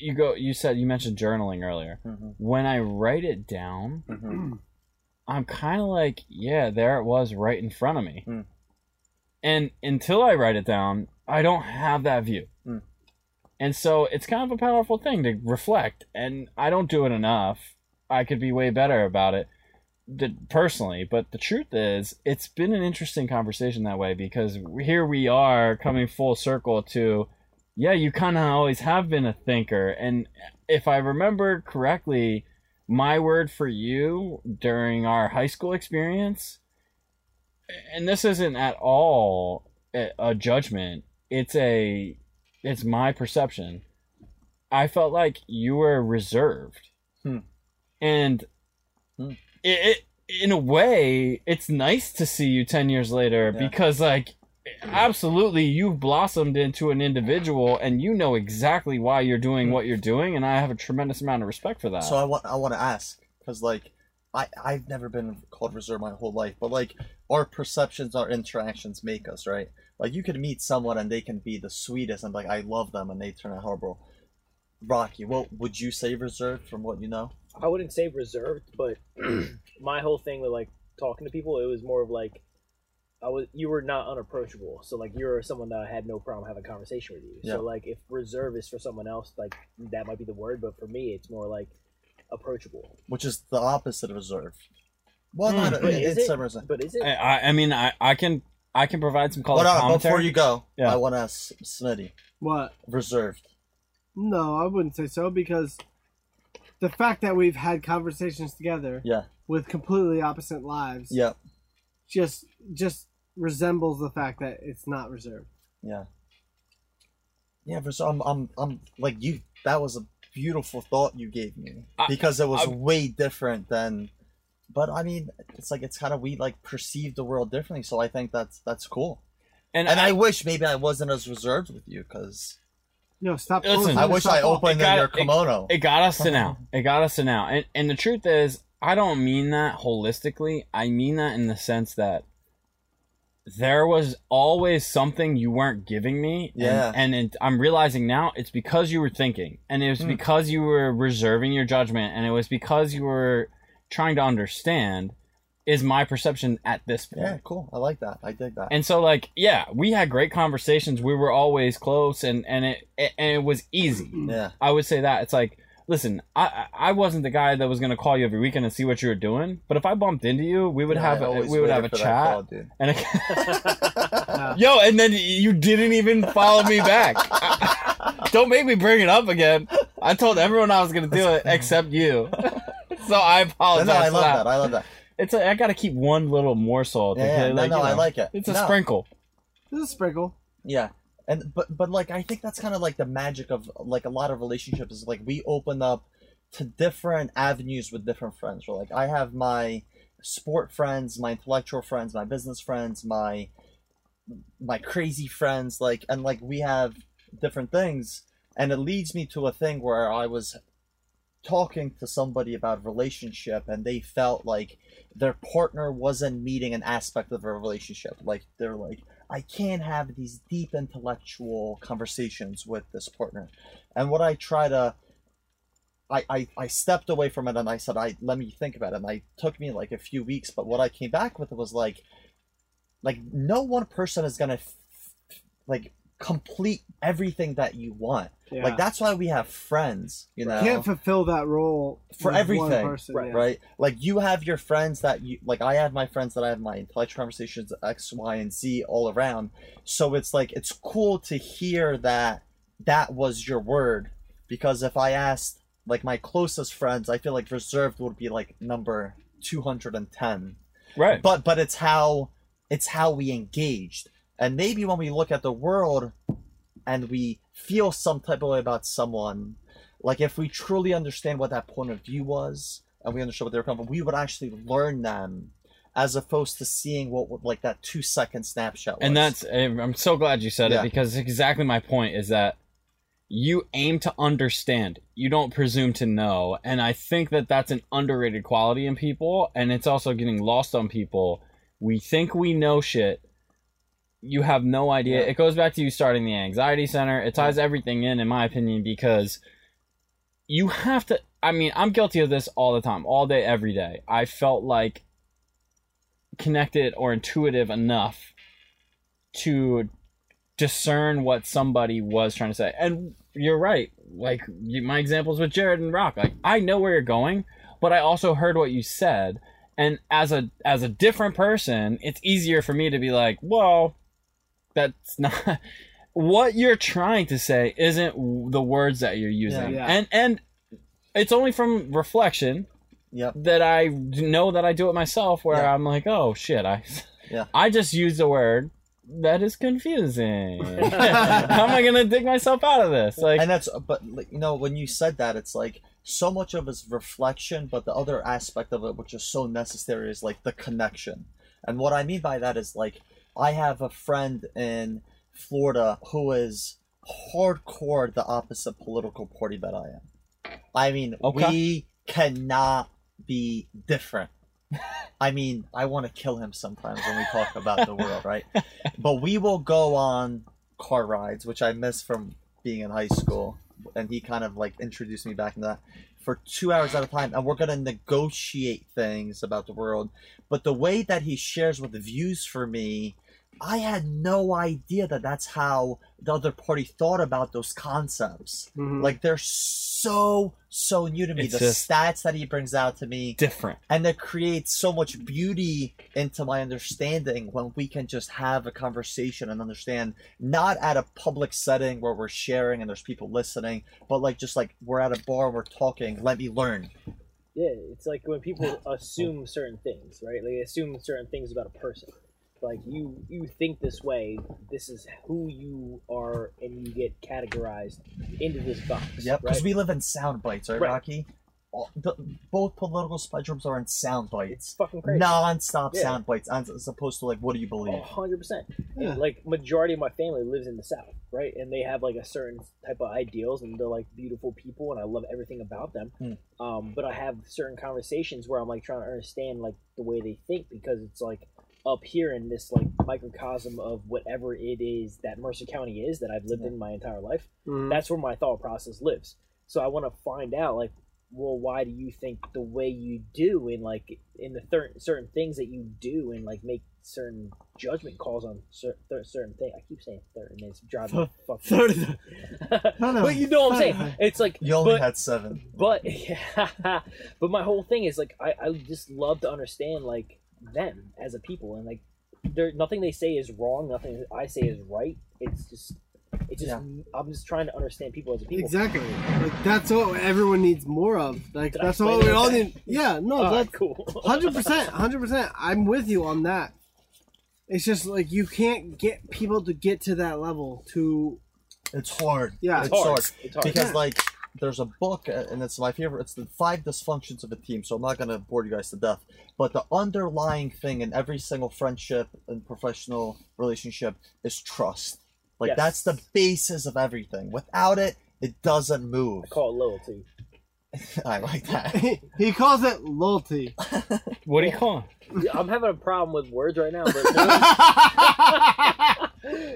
S1: you go you said you mentioned journaling earlier
S4: Mhm,
S1: when i write it down
S4: mhm.
S1: i'm kind of like yeah there it was right in front of me
S4: Mm.
S1: and until i write it down i don't have that view
S4: Mm.
S1: and so it's kind of a powerful thing to reflect and i don't do it enough i could be way better about it d- personally but the truth is it's been an interesting conversation that way because here we are coming full circle to yeah you kind of always have been a thinker and if i remember correctly my word for you during our high school experience and this isn't at all a a judgment it's a it's my perception i felt like you were reserved
S4: Hmm.
S1: and
S4: Hmm.
S1: it, it in a way it's nice to see you 10 years later
S4: Yeah.
S1: because like absolutely you've blossomed into an individual and you know exactly why you're
S4: Hmm.
S1: doing what you're doing and i have a tremendous amount of respect for that
S4: So I want I want to ask because like I I've never been called reserved my whole life, but like our perceptions, our interactions make us right. Like you could meet someone and they can be the sweetest and like I love them and they turn out horrible. Rocky, what would you say reserved from what you know?
S3: I wouldn't say reserved, but my whole thing with like talking to people, it was more of like I was you were not unapproachable. So like you're someone that I had no problem having a conversation with you.
S4: Yeah.
S3: So like if reserve is for someone else, like that might be the word, but for me it's more like approachable.
S4: Which is the opposite of reserved. Well,
S1: Hmm.
S4: not it,
S3: But is
S4: it's
S3: it?
S4: some reserve.
S3: But is it?
S1: I, I- I mean, I, I can I can provide some color
S4: But uh,
S1: commentary.
S4: before you go,
S1: Yeah.
S4: I want to ask Smitty
S2: What?
S4: reserved.
S2: No, I wouldn't say so because the fact that we've had conversations together
S4: Yeah,
S2: with completely opposite lives
S4: yeah,
S2: just just resembles the fact that it's not reserved.
S4: Yeah. Yeah, for so I'm, I'm, I'm like you. That was a beautiful thought you gave me
S1: I-
S4: because it was
S1: I-
S4: way different than. But I mean, it's like it's kind of we like perceive the world differently, so I think that's that's cool.
S1: and,
S4: And
S1: I,
S4: I wish maybe I wasn't as reserved with you because
S2: No, stop.
S1: Listen,
S2: pulling
S4: I
S2: yourself
S4: wish I
S2: off.
S4: opened in
S1: gotta-
S4: your kimono.
S1: it got us to now. It got us to now. And and the truth is, I don't mean that holistically. I mean that in the sense that there was always something you weren't giving me. and-
S4: Yeah.
S1: And, it, I'm realizing now it's because you were thinking, and it was
S4: Hmm.
S1: because you were reserving your judgment, and it was because you were trying to understand. is my perception at this point.
S4: Yeah, cool. I like that. I dig that.
S1: And so like yeah, we had great conversations. We were always close and and it and it was easy.
S4: yeah.
S1: I would say that it's like, listen, I I I wasn't the guy that was gonna call you every weekend and see what you were doing, but if I bumped into you, we would
S4: Yeah,
S1: have
S4: I
S1: a,
S4: always
S1: we would
S4: waited
S1: have a
S4: for that
S1: chat
S4: call, dude.
S1: and yo, and then you didn't even follow me back. Don't make me bring it up again. I told everyone I was gonna do it except you. so I
S4: No,
S1: apologize.
S4: no, I
S1: for
S4: love that. I love that.
S1: It's a, I gotta keep one little morsel. to
S4: Yeah,
S1: kinda,
S4: no,
S1: like,
S4: no,
S1: you
S4: I
S1: know,
S4: like it.
S1: It's a
S4: No.
S1: sprinkle.
S2: This is sprinkle.
S4: Yeah. And but but like I think that's kind of like the magic of like a lot of relationships is like we open up to different avenues with different friends. We're like I have my sport friends, my intellectual friends, my business friends, my my crazy friends like and like we have different things and it leads me to a thing where I was talking to somebody about relationship and they felt like their partner wasn't meeting an aspect of their relationship. Like they're like I can have these deep intellectual conversations with this partner. And what I try to I, I, I stepped away from it and I said, I let me think about it. And I took me like a few weeks, but what I came back with was like like no one person is gonna f- f- like complete everything that you want.
S2: Yeah.
S4: Like that's why we have friends, you know
S2: Can't fulfill that role
S4: For
S2: with One
S4: everything.
S2: person,
S3: Right,
S2: yeah.
S4: right? Like you have your friends that you like. I have my friends that I have my intellectual conversations X, Y, and Z all around. So it's like it's cool to hear that that was your word because if I asked like my closest friends, I feel like reserved would be like number two hundred and ten.
S1: Right.
S4: But but it's how it's how we engaged, and maybe when we look at the world and we feel some type of way about someone like if we truly understand what that point of view was and we understood what they were coming from, we would actually learn them as opposed to seeing what would- like that two second snapshot was.
S1: And that's I'm so glad you said it
S4: Yeah.
S1: because exactly my point is that you aim to understand, you don't presume to know, and I think that that's an underrated quality in people, and it's also getting lost on people. We think we know shit. You have no idea.
S4: Yeah.
S1: It goes back to you starting the anxiety center. It ties everything in, in my opinion, because you have to. I mean, I'm guilty of this all the time, all day, every day. I felt like connected or intuitive enough to discern what somebody was trying to say. And you're right. Like you, my examples with Jared and Rock. Like I know where you're going, but I also heard what you said. And as a as a different person, it's easier for me to be like, well, that's not what you're trying to say. Isn't w- the words that you're using?
S2: Yeah.
S1: And and it's only from reflection
S4: yep.
S1: that I know that I do it myself where
S4: Yeah.
S1: I'm like, oh shit, I
S4: Yeah.
S1: I just used a word that is confusing. How am I gonna dig myself out of this? Like
S4: and that's but like, you know when you said that it's like so much of it's reflection but the other aspect of it which is so necessary is like the connection and what i mean by that is like i have a friend in florida who is hardcore the opposite political party that i am i mean
S1: Okay.
S4: we cannot be different i mean i want to kill him sometimes when we talk about the world right but we will go on car rides which i miss from being in high school and he kind of like introduced me back into that for two hours at a time and we're going to negotiate things about the world but the way that he shares with the views for me i had no idea that that's how the other party thought about those concepts
S2: Mhm.
S4: like they're so so new to me
S1: It's
S4: the
S1: just-
S4: stats that he brings out to me
S1: different.
S4: and that creates so much beauty into my understanding when we can just have a conversation and understand not at a public setting where we're sharing and there's people listening but like just like we're at a bar we're talking let me learn
S3: Yeah, it's like when people assume certain things, right? They assume certain things about a person. Like you, you think this way. This is who you are, and you get categorized into this box.
S4: yep because
S3: Right?
S4: we live in sound bites right,
S3: Right.
S4: rocky All- the, both political spectrums are in sound
S3: it's
S4: bites
S3: fucking crazy.
S4: non-stop
S3: Yeah. Oh.
S4: sound bites as as opposed to like what do you believe
S3: hundred percent.
S2: Yeah.
S3: Like majority of my family lives in the South, right? And they have like a certain type of ideals, and they're like beautiful people, and I love everything about them.
S4: Mm.
S3: Um, but I have certain conversations where I'm like trying to understand like the way they think because it's like up here in this like microcosm of whatever it is that Mercer County is that I've lived in my entire life
S2: Mhm.
S3: that's where my thought process lives. So I want to find out like well, why do you think the way you do and like in the thir- certain things that you do and like make certain judgment calls on cer- thir- certain thing? I keep saying certain, it's driving me fucking.
S4: Thirty.
S3: but
S4: No, no.
S3: you know what I'm saying? It's like
S4: You only
S3: but-
S4: had seven.
S3: but yeah, but my whole thing is like I, I just love to understand like them as a people and like there nothing they say is wrong, nothing I say is right. It's just it's just I'm just trying to understand people as a people.
S2: Exactly. Like, that's what everyone needs more of. Like
S3: Did I
S2: that's
S3: explain
S2: what we
S3: it
S2: all
S3: okay?
S2: need. Yeah, no,
S3: All
S2: that's
S3: right, cool.
S2: hundred percent, hundred percent. I'm with you on that. It's just like you can't get people to get to that level. To
S4: It's hard.
S2: Yeah.
S4: it's,
S3: It's hard.
S4: hard.
S3: It's hard.
S4: because
S2: Yeah.
S4: like there's a book uh, and it's my favorite. It's the five dysfunctions of a team. So I'm not gonna bore you guys to death. But the underlying thing in every single friendship and professional relationship is trust. Like
S3: Yes.
S4: that's the basis of everything. Without it, it doesn't move.
S3: I call it loyalty.
S4: I like that.
S2: he calls it loyalty.
S1: What do you call? it?
S3: Yeah, I'm having a problem with words right now, but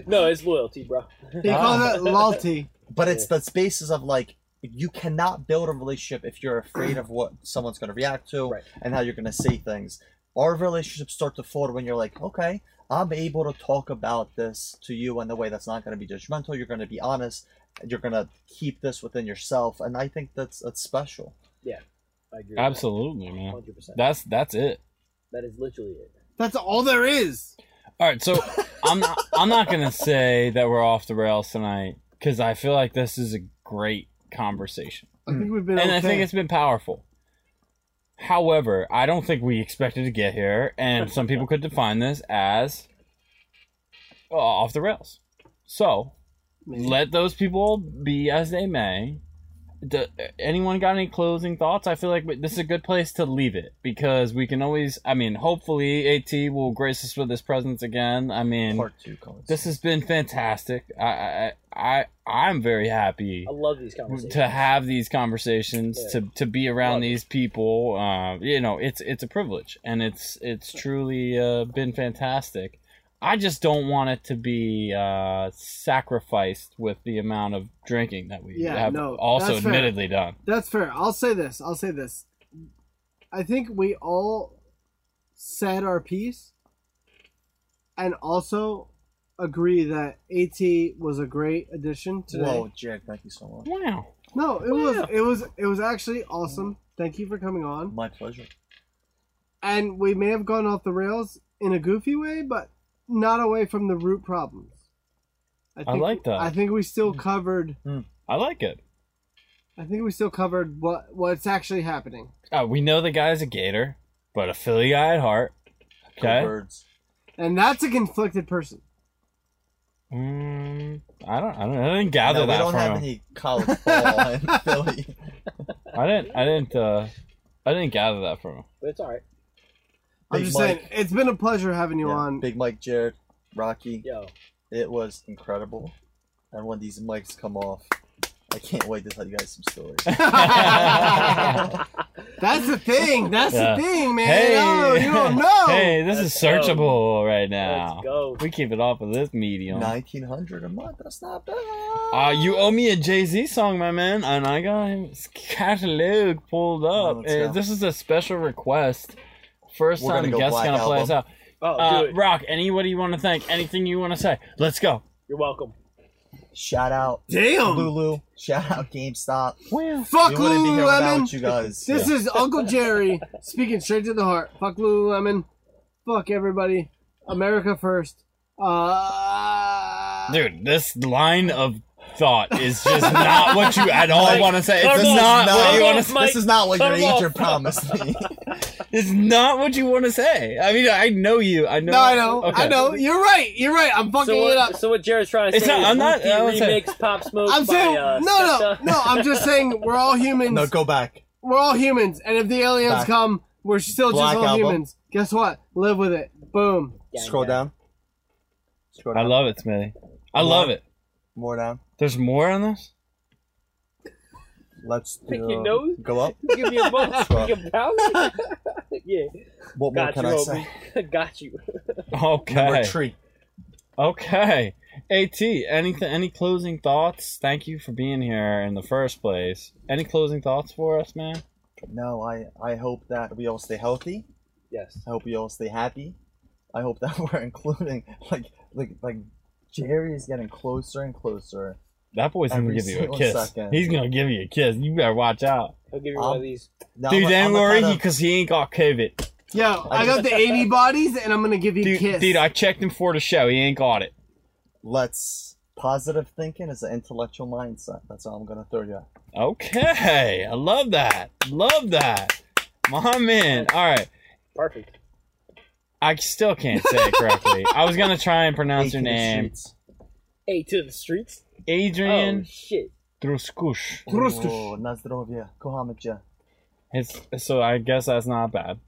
S3: no, it's loyalty, bro.
S2: He
S1: Ah.
S2: calls it loyalty.
S4: But it's the basis of like you cannot build a relationship if you're afraid of what someone's going to react to
S3: Right.
S4: and how you're going to say things. Our relationships start to form when you're like, okay, I'm able to talk about this to you in a way that's not going to be judgmental. You're going to be honest. and You're going to keep this within yourself, and I think that's that's special.
S3: I agree.
S1: Absolutely, man.
S3: Hundred percent.
S1: That's that's it.
S3: That is literally it.
S2: That's all there is.
S1: All right, so I'm not I'm not gonna say that we're off the rails tonight because I feel like this is a great conversation
S2: I think we've been.
S1: and
S2: okay.
S1: I think it's been powerful. However, I don't think we expected to get here, and some people could define this as uh, off the rails. So
S2: Maybe.
S1: let those people be as they may. Do, anyone got any closing thoughts? I feel like we- this is a good place to leave it because we can always. I mean, hopefully, At will grace us with his presence again. I mean,
S4: Part two, Colin.
S1: this has been fantastic. I I I I'm very happy
S3: I love these conversations.
S1: to have these conversations
S3: Yeah.
S1: to to be around
S3: Love it.
S1: these people uh, you know it's it's a privilege and it's it's truly uh, been fantastic i just don't want it to be uh, sacrificed with the amount of drinking that we
S2: Yeah,
S1: have
S2: no,
S1: also
S2: that's fair.
S1: admittedly done
S2: That's fair. I'll say this. I'll say this. I think we all said our piece and also agree that AT was a great addition today.
S4: Whoa, Jack, thank you so much.
S1: wow
S2: No,
S1: Oh,
S2: it was it was it was actually awesome. Thank you for coming on.
S4: My pleasure.
S2: And we may have gone off the rails in a goofy way, but not away from the root problems.
S1: I like that.
S2: I think we still covered
S1: i like it
S2: I think we still covered what what's actually happening.
S1: uh, we know the guy's a gator but a philly guy at heart okay
S4: Good Words.
S2: And that's a conflicted person.
S1: Mm, I don't. I don't. I didn't gather
S4: No, we
S1: that
S4: don't
S1: from
S4: have
S1: him.
S4: any college ball in Philly.
S1: I didn't. I didn't. Uh, I didn't gather that from him.
S3: but it's all right.
S2: I'm
S4: Big
S2: just
S4: Mike.
S2: saying, it's been a pleasure having you
S4: Yeah,
S2: on.
S4: Big Mike, Jared, Rocky.
S3: Yo,
S4: It was incredible. And when these mics come off, I can't wait to tell you guys some stories.
S2: That's the thing. That's
S1: Yeah.
S2: the thing, man.
S1: Hey,
S2: Oh, you don't know.
S1: hey, this is
S3: Let's go.
S1: searchable right now.
S3: let's go.
S1: We keep it off of this medium.
S4: 1900 a month, that's not bad.
S1: Uh, you owe me a Jay Z song, my man, and I got his catalog pulled up.
S4: let's
S1: Uh,
S4: go.
S1: this is a special request. 1st
S4: We're
S1: time
S4: gonna go
S1: guest
S4: Black
S1: gonna play us out.
S3: Oh,
S1: Uh,
S3: do it.
S1: Rock, any what do you want to thank? Anything you want to say? Let's go.
S3: You're welcome.
S4: Shout out
S2: Damn.
S4: Lulu. Shout out GameStop.
S1: Well,
S2: Fuck
S4: we wouldn't be here
S2: Lululemon.
S4: without you guys.
S2: This is Uncle Jerry speaking straight to the heart. Fuck Lululemon. Fuck everybody. America first. Uh,
S1: dude, this line of thought is just not what you at all
S3: Mike,
S1: want to say. It's
S5: come
S1: just
S5: on,
S1: not what
S5: come
S1: you
S5: on.
S1: want to
S4: this,
S5: Mike,
S4: is not what your
S5: cut him off.
S4: agent promised me.
S1: It's not what you want to say. I mean, I know you. I know.
S2: no, I know.
S1: Okay.
S2: I know. You're right. You're right. I'm fucking
S3: So
S2: it up.
S3: what, so what Jared's trying to
S1: It's
S3: say
S1: not-
S3: is
S1: I'm not-
S3: Rookie
S1: I wouldn't say-
S3: remix Pop Smoke
S2: I'm
S3: by,
S2: saying
S3: uh,
S2: no, no,
S3: Skepta.
S2: no. I'm just saying we're all humans.
S4: no, go back.
S2: we're all humans, and if the aliens
S4: Black-
S2: come, we're still just
S4: Black
S2: all
S4: album.
S2: humans. Guess what? Live with it. Boom.
S3: Gang,
S4: Scroll
S3: gang.
S4: down. Scroll
S1: I
S4: down.
S1: love it, Smitty. I love it.
S4: More down.
S1: There's more on this.
S4: Let's do,
S3: Pick your nose.
S4: go up.
S3: Give me a bump.
S4: Scroll.
S3: Give me a pound. yeah,
S4: What more
S3: got
S4: can
S3: you,
S4: I say?
S3: homie. got you.
S1: Okay.
S4: Number three.
S1: Okay. At any any closing thoughts? Thank you for being here in the first place. Any closing thoughts for us, man?
S4: No, I I hope that we all stay healthy.
S3: Yes.
S4: I hope we all stay happy. I hope that we're including like like like Jerry is getting closer and closer.
S1: That boy's gonna
S4: Every
S1: give you a
S4: single
S1: kiss.
S4: second.
S1: He's gonna give you a kiss. You better watch out,
S3: He'll give you one
S4: Um,
S3: of these.
S4: Now,
S1: dude.
S4: I'm a-
S1: Don't
S4: I'm a
S1: worry,
S4: kinda-
S1: because he ain't got COVID.
S2: Yo, I got the antibodies, and I'm gonna give you a
S1: Dude,
S2: kiss.
S1: dude, I checked him for the show. He ain't got it.
S4: let's positive thinking is an intellectual mindset. That's all I'm gonna throw you. At.
S1: Okay, I love that. Love that, my man. All right,
S3: Perfect.
S1: I still can't say it correctly. I was gonna try and pronounce your
S4: Taking the
S1: name,
S4: streets.
S3: Hey, to the streets. Oh
S1: Adrian
S3: shit.
S1: Druskush.
S2: Prostush.
S4: Oh, nazdrovia, kohamitja.
S1: It's so I guess that's not bad.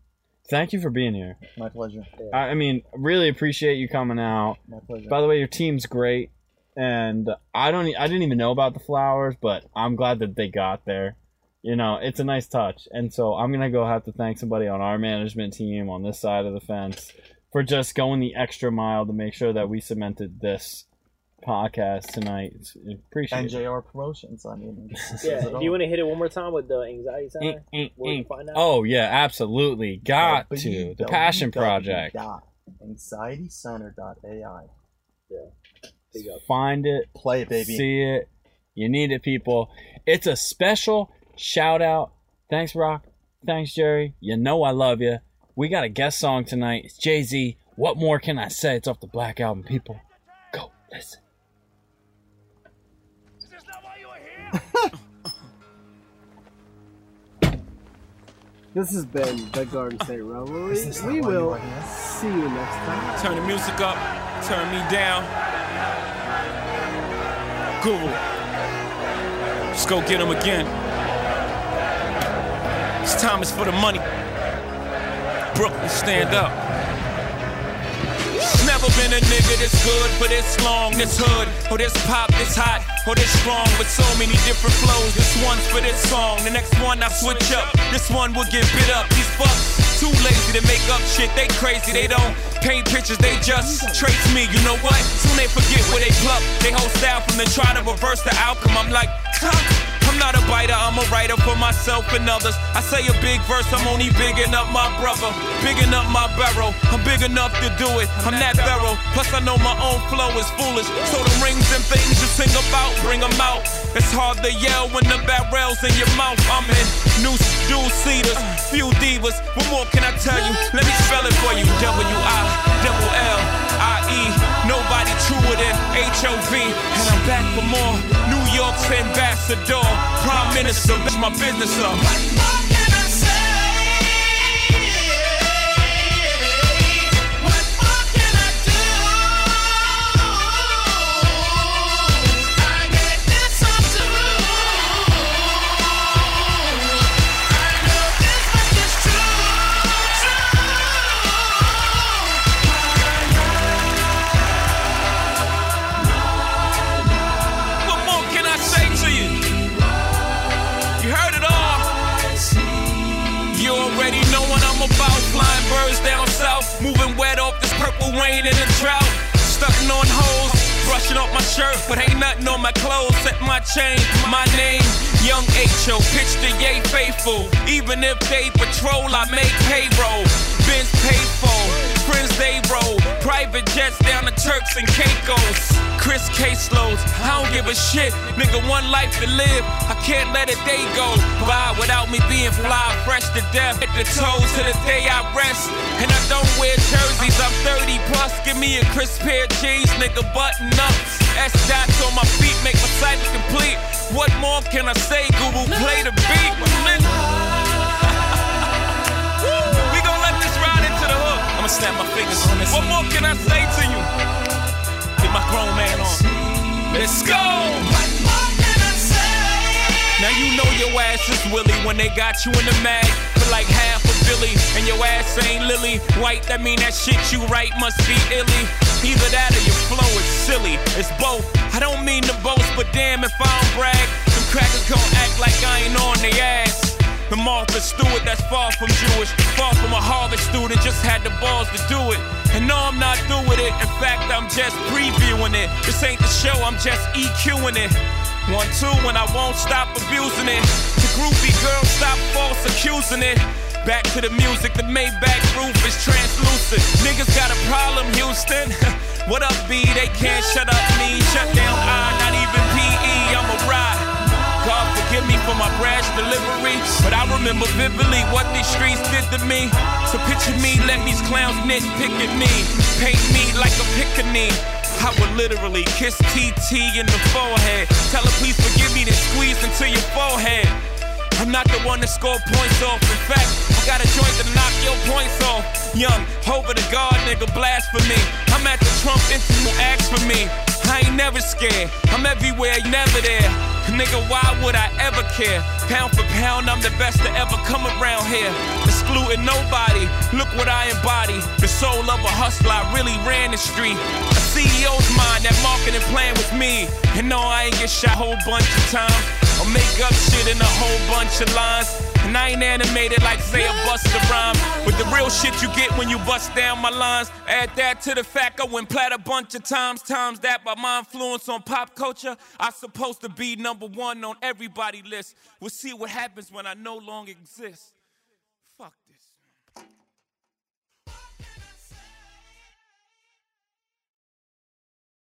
S1: Thank you for being here.
S4: My pleasure.
S1: I, I mean, really appreciate you coming out.
S4: My pleasure.
S1: By the way, your team's great, and I don't, e- I didn't even know about the flowers, but I'm glad that they got there. You know, it's a nice touch, and so I'm gonna go have to thank somebody on our management team on this side of the fence for just going the extra mile to make sure that we cemented this podcast tonight. It's- Appreciate it.
S4: NJR Promotions. I mean, this is
S3: Yeah.
S4: it
S3: If you
S4: all.
S3: want to hit it one more time with the anxiety
S1: Mm,
S3: sign,
S1: mm,
S3: we'll
S1: mm.
S3: find out.
S1: Oh yeah, absolutely. Got to the Passion Project.
S4: AnxietyCenter.ai.
S3: Big up.
S1: Find it.
S4: Play it, baby.
S1: See it. You need it, people. It's a special shout out. Thanks, Rock. Thanks, Jerry. You know I love you. We got a guest song tonight. It's Jay Z. What more can I say? It's off the Black Album, people. Go listen.
S2: This has been the Garden State Revelry.
S4: Is this
S2: We
S4: not why you
S2: will
S4: are here?
S2: see you next time.
S6: Turn the music up, turn me down. Guru. Let's go get him again. It's time is for the money. Brooklyn, stand up. Never been a nigga this good for this long, this hood, or this pop, this hot, or this strong, with so many different flows. This one's for this song, the next one I switch up. This one will get bit up. These fucks too lazy to make up shit. They crazy, they don't paint pictures, they just trace me. You know what? Soon they forget where they pluck. They whole style from the try to reverse the outcome. I'm like, cock. I'm not a biter, I'm a writer for myself and others. I say a big verse, I'm only bigging up my brother, bigging up my barrel. I'm big enough to do it, I'm that thorough. Plus, I know my own flow is foolish. So the rings and things you sing about, bring them out. It's hard to yell when the barrel's in your mouth. I'm in new dual seaters, few divas. What more can I tell you? Let me spell it for you W I double L I E. Nobody truer than H O V. And I'm back for more. New York's ambassador, prime minister, bitch my business up. What more can I say to you? You heard it all. You already know what I'm about. Flying birds down south, moving wet off this purple rain in a drought. Stunting on holes, brushing off my shirt, but ain't nothing on my clothes. Set my chain, my name, Young H.O. Pitch the yay faithful. Even if they patrol, I make payroll. Benz paid for, friends they roll. Private jets down to Turks and Caicos. Chris caseloads, I don't give a shit. Nigga, one life to live, I can't let a day go by without me being fly, fresh to death. Hit the toes to the day I rest. And I don't wear jerseys, I'm 30 plus. Give me a crisp pair of jeans, nigga, button up. S dots on my feet make my cycle complete. What more can I say? Google play the beat. Listen. we gon' let this ride into the hook. I'ma snap my fingers on this. What more can I say to you? Get my grown man on. Let's go. Now you know your ass is Willy when they got you in the mag for like half a Billy, and your ass ain't Lily. White, that mean that shit you write must be illy. Either that or your flow is silly. It's both. I don't mean to boast, but damn if I don't brag, them crackers gon' act like I ain't on their ass. The Martha Stewart that's far from Jewish, far from a Harvard student, just had the balls to do it. And no, I'm not through with it. it. In fact, I'm just previewing it. This ain't the show, I'm just EQing it. One, two, and I won't stop abusing it. The groupie girl, stop false accusing it. Back to the music, the Maybach roof is translucent. Niggas got a problem, Houston. what up, B? They can't shut up me. Shut down I, not even PE. I'm a ride. God forgive me for my brash delivery, but I remember vividly what these streets did to me. So picture me, let these clowns nitpick at me, paint me like a pickaninny. I would literally kiss TT in the forehead. Tell her please forgive me, then squeeze into your forehead. I'm not the one to score points off. In fact, I got a joint to knock your points off. Young, over the guard, nigga, blasphemy. I'm at the Trump interview, ask for me. I ain't never scared. I'm everywhere, never there. Nigga, why would I ever care? Pound for pound, I'm the best to ever come around here. Excluding nobody, look what I embody. The soul of a hustler, I really ran the street. A CEO's mind, that marketing plan was me. And no, I ain't get shot a whole bunch of times. I make up shit in a whole bunch of lines. And I ain't animated like say I bust a rhyme. But the real shit you get when you bust down my lines. Add that to the fact I went plat a bunch of times. Times that by my influence on pop culture. I supposed to be number one on everybody list. We'll see what happens when I no longer exist.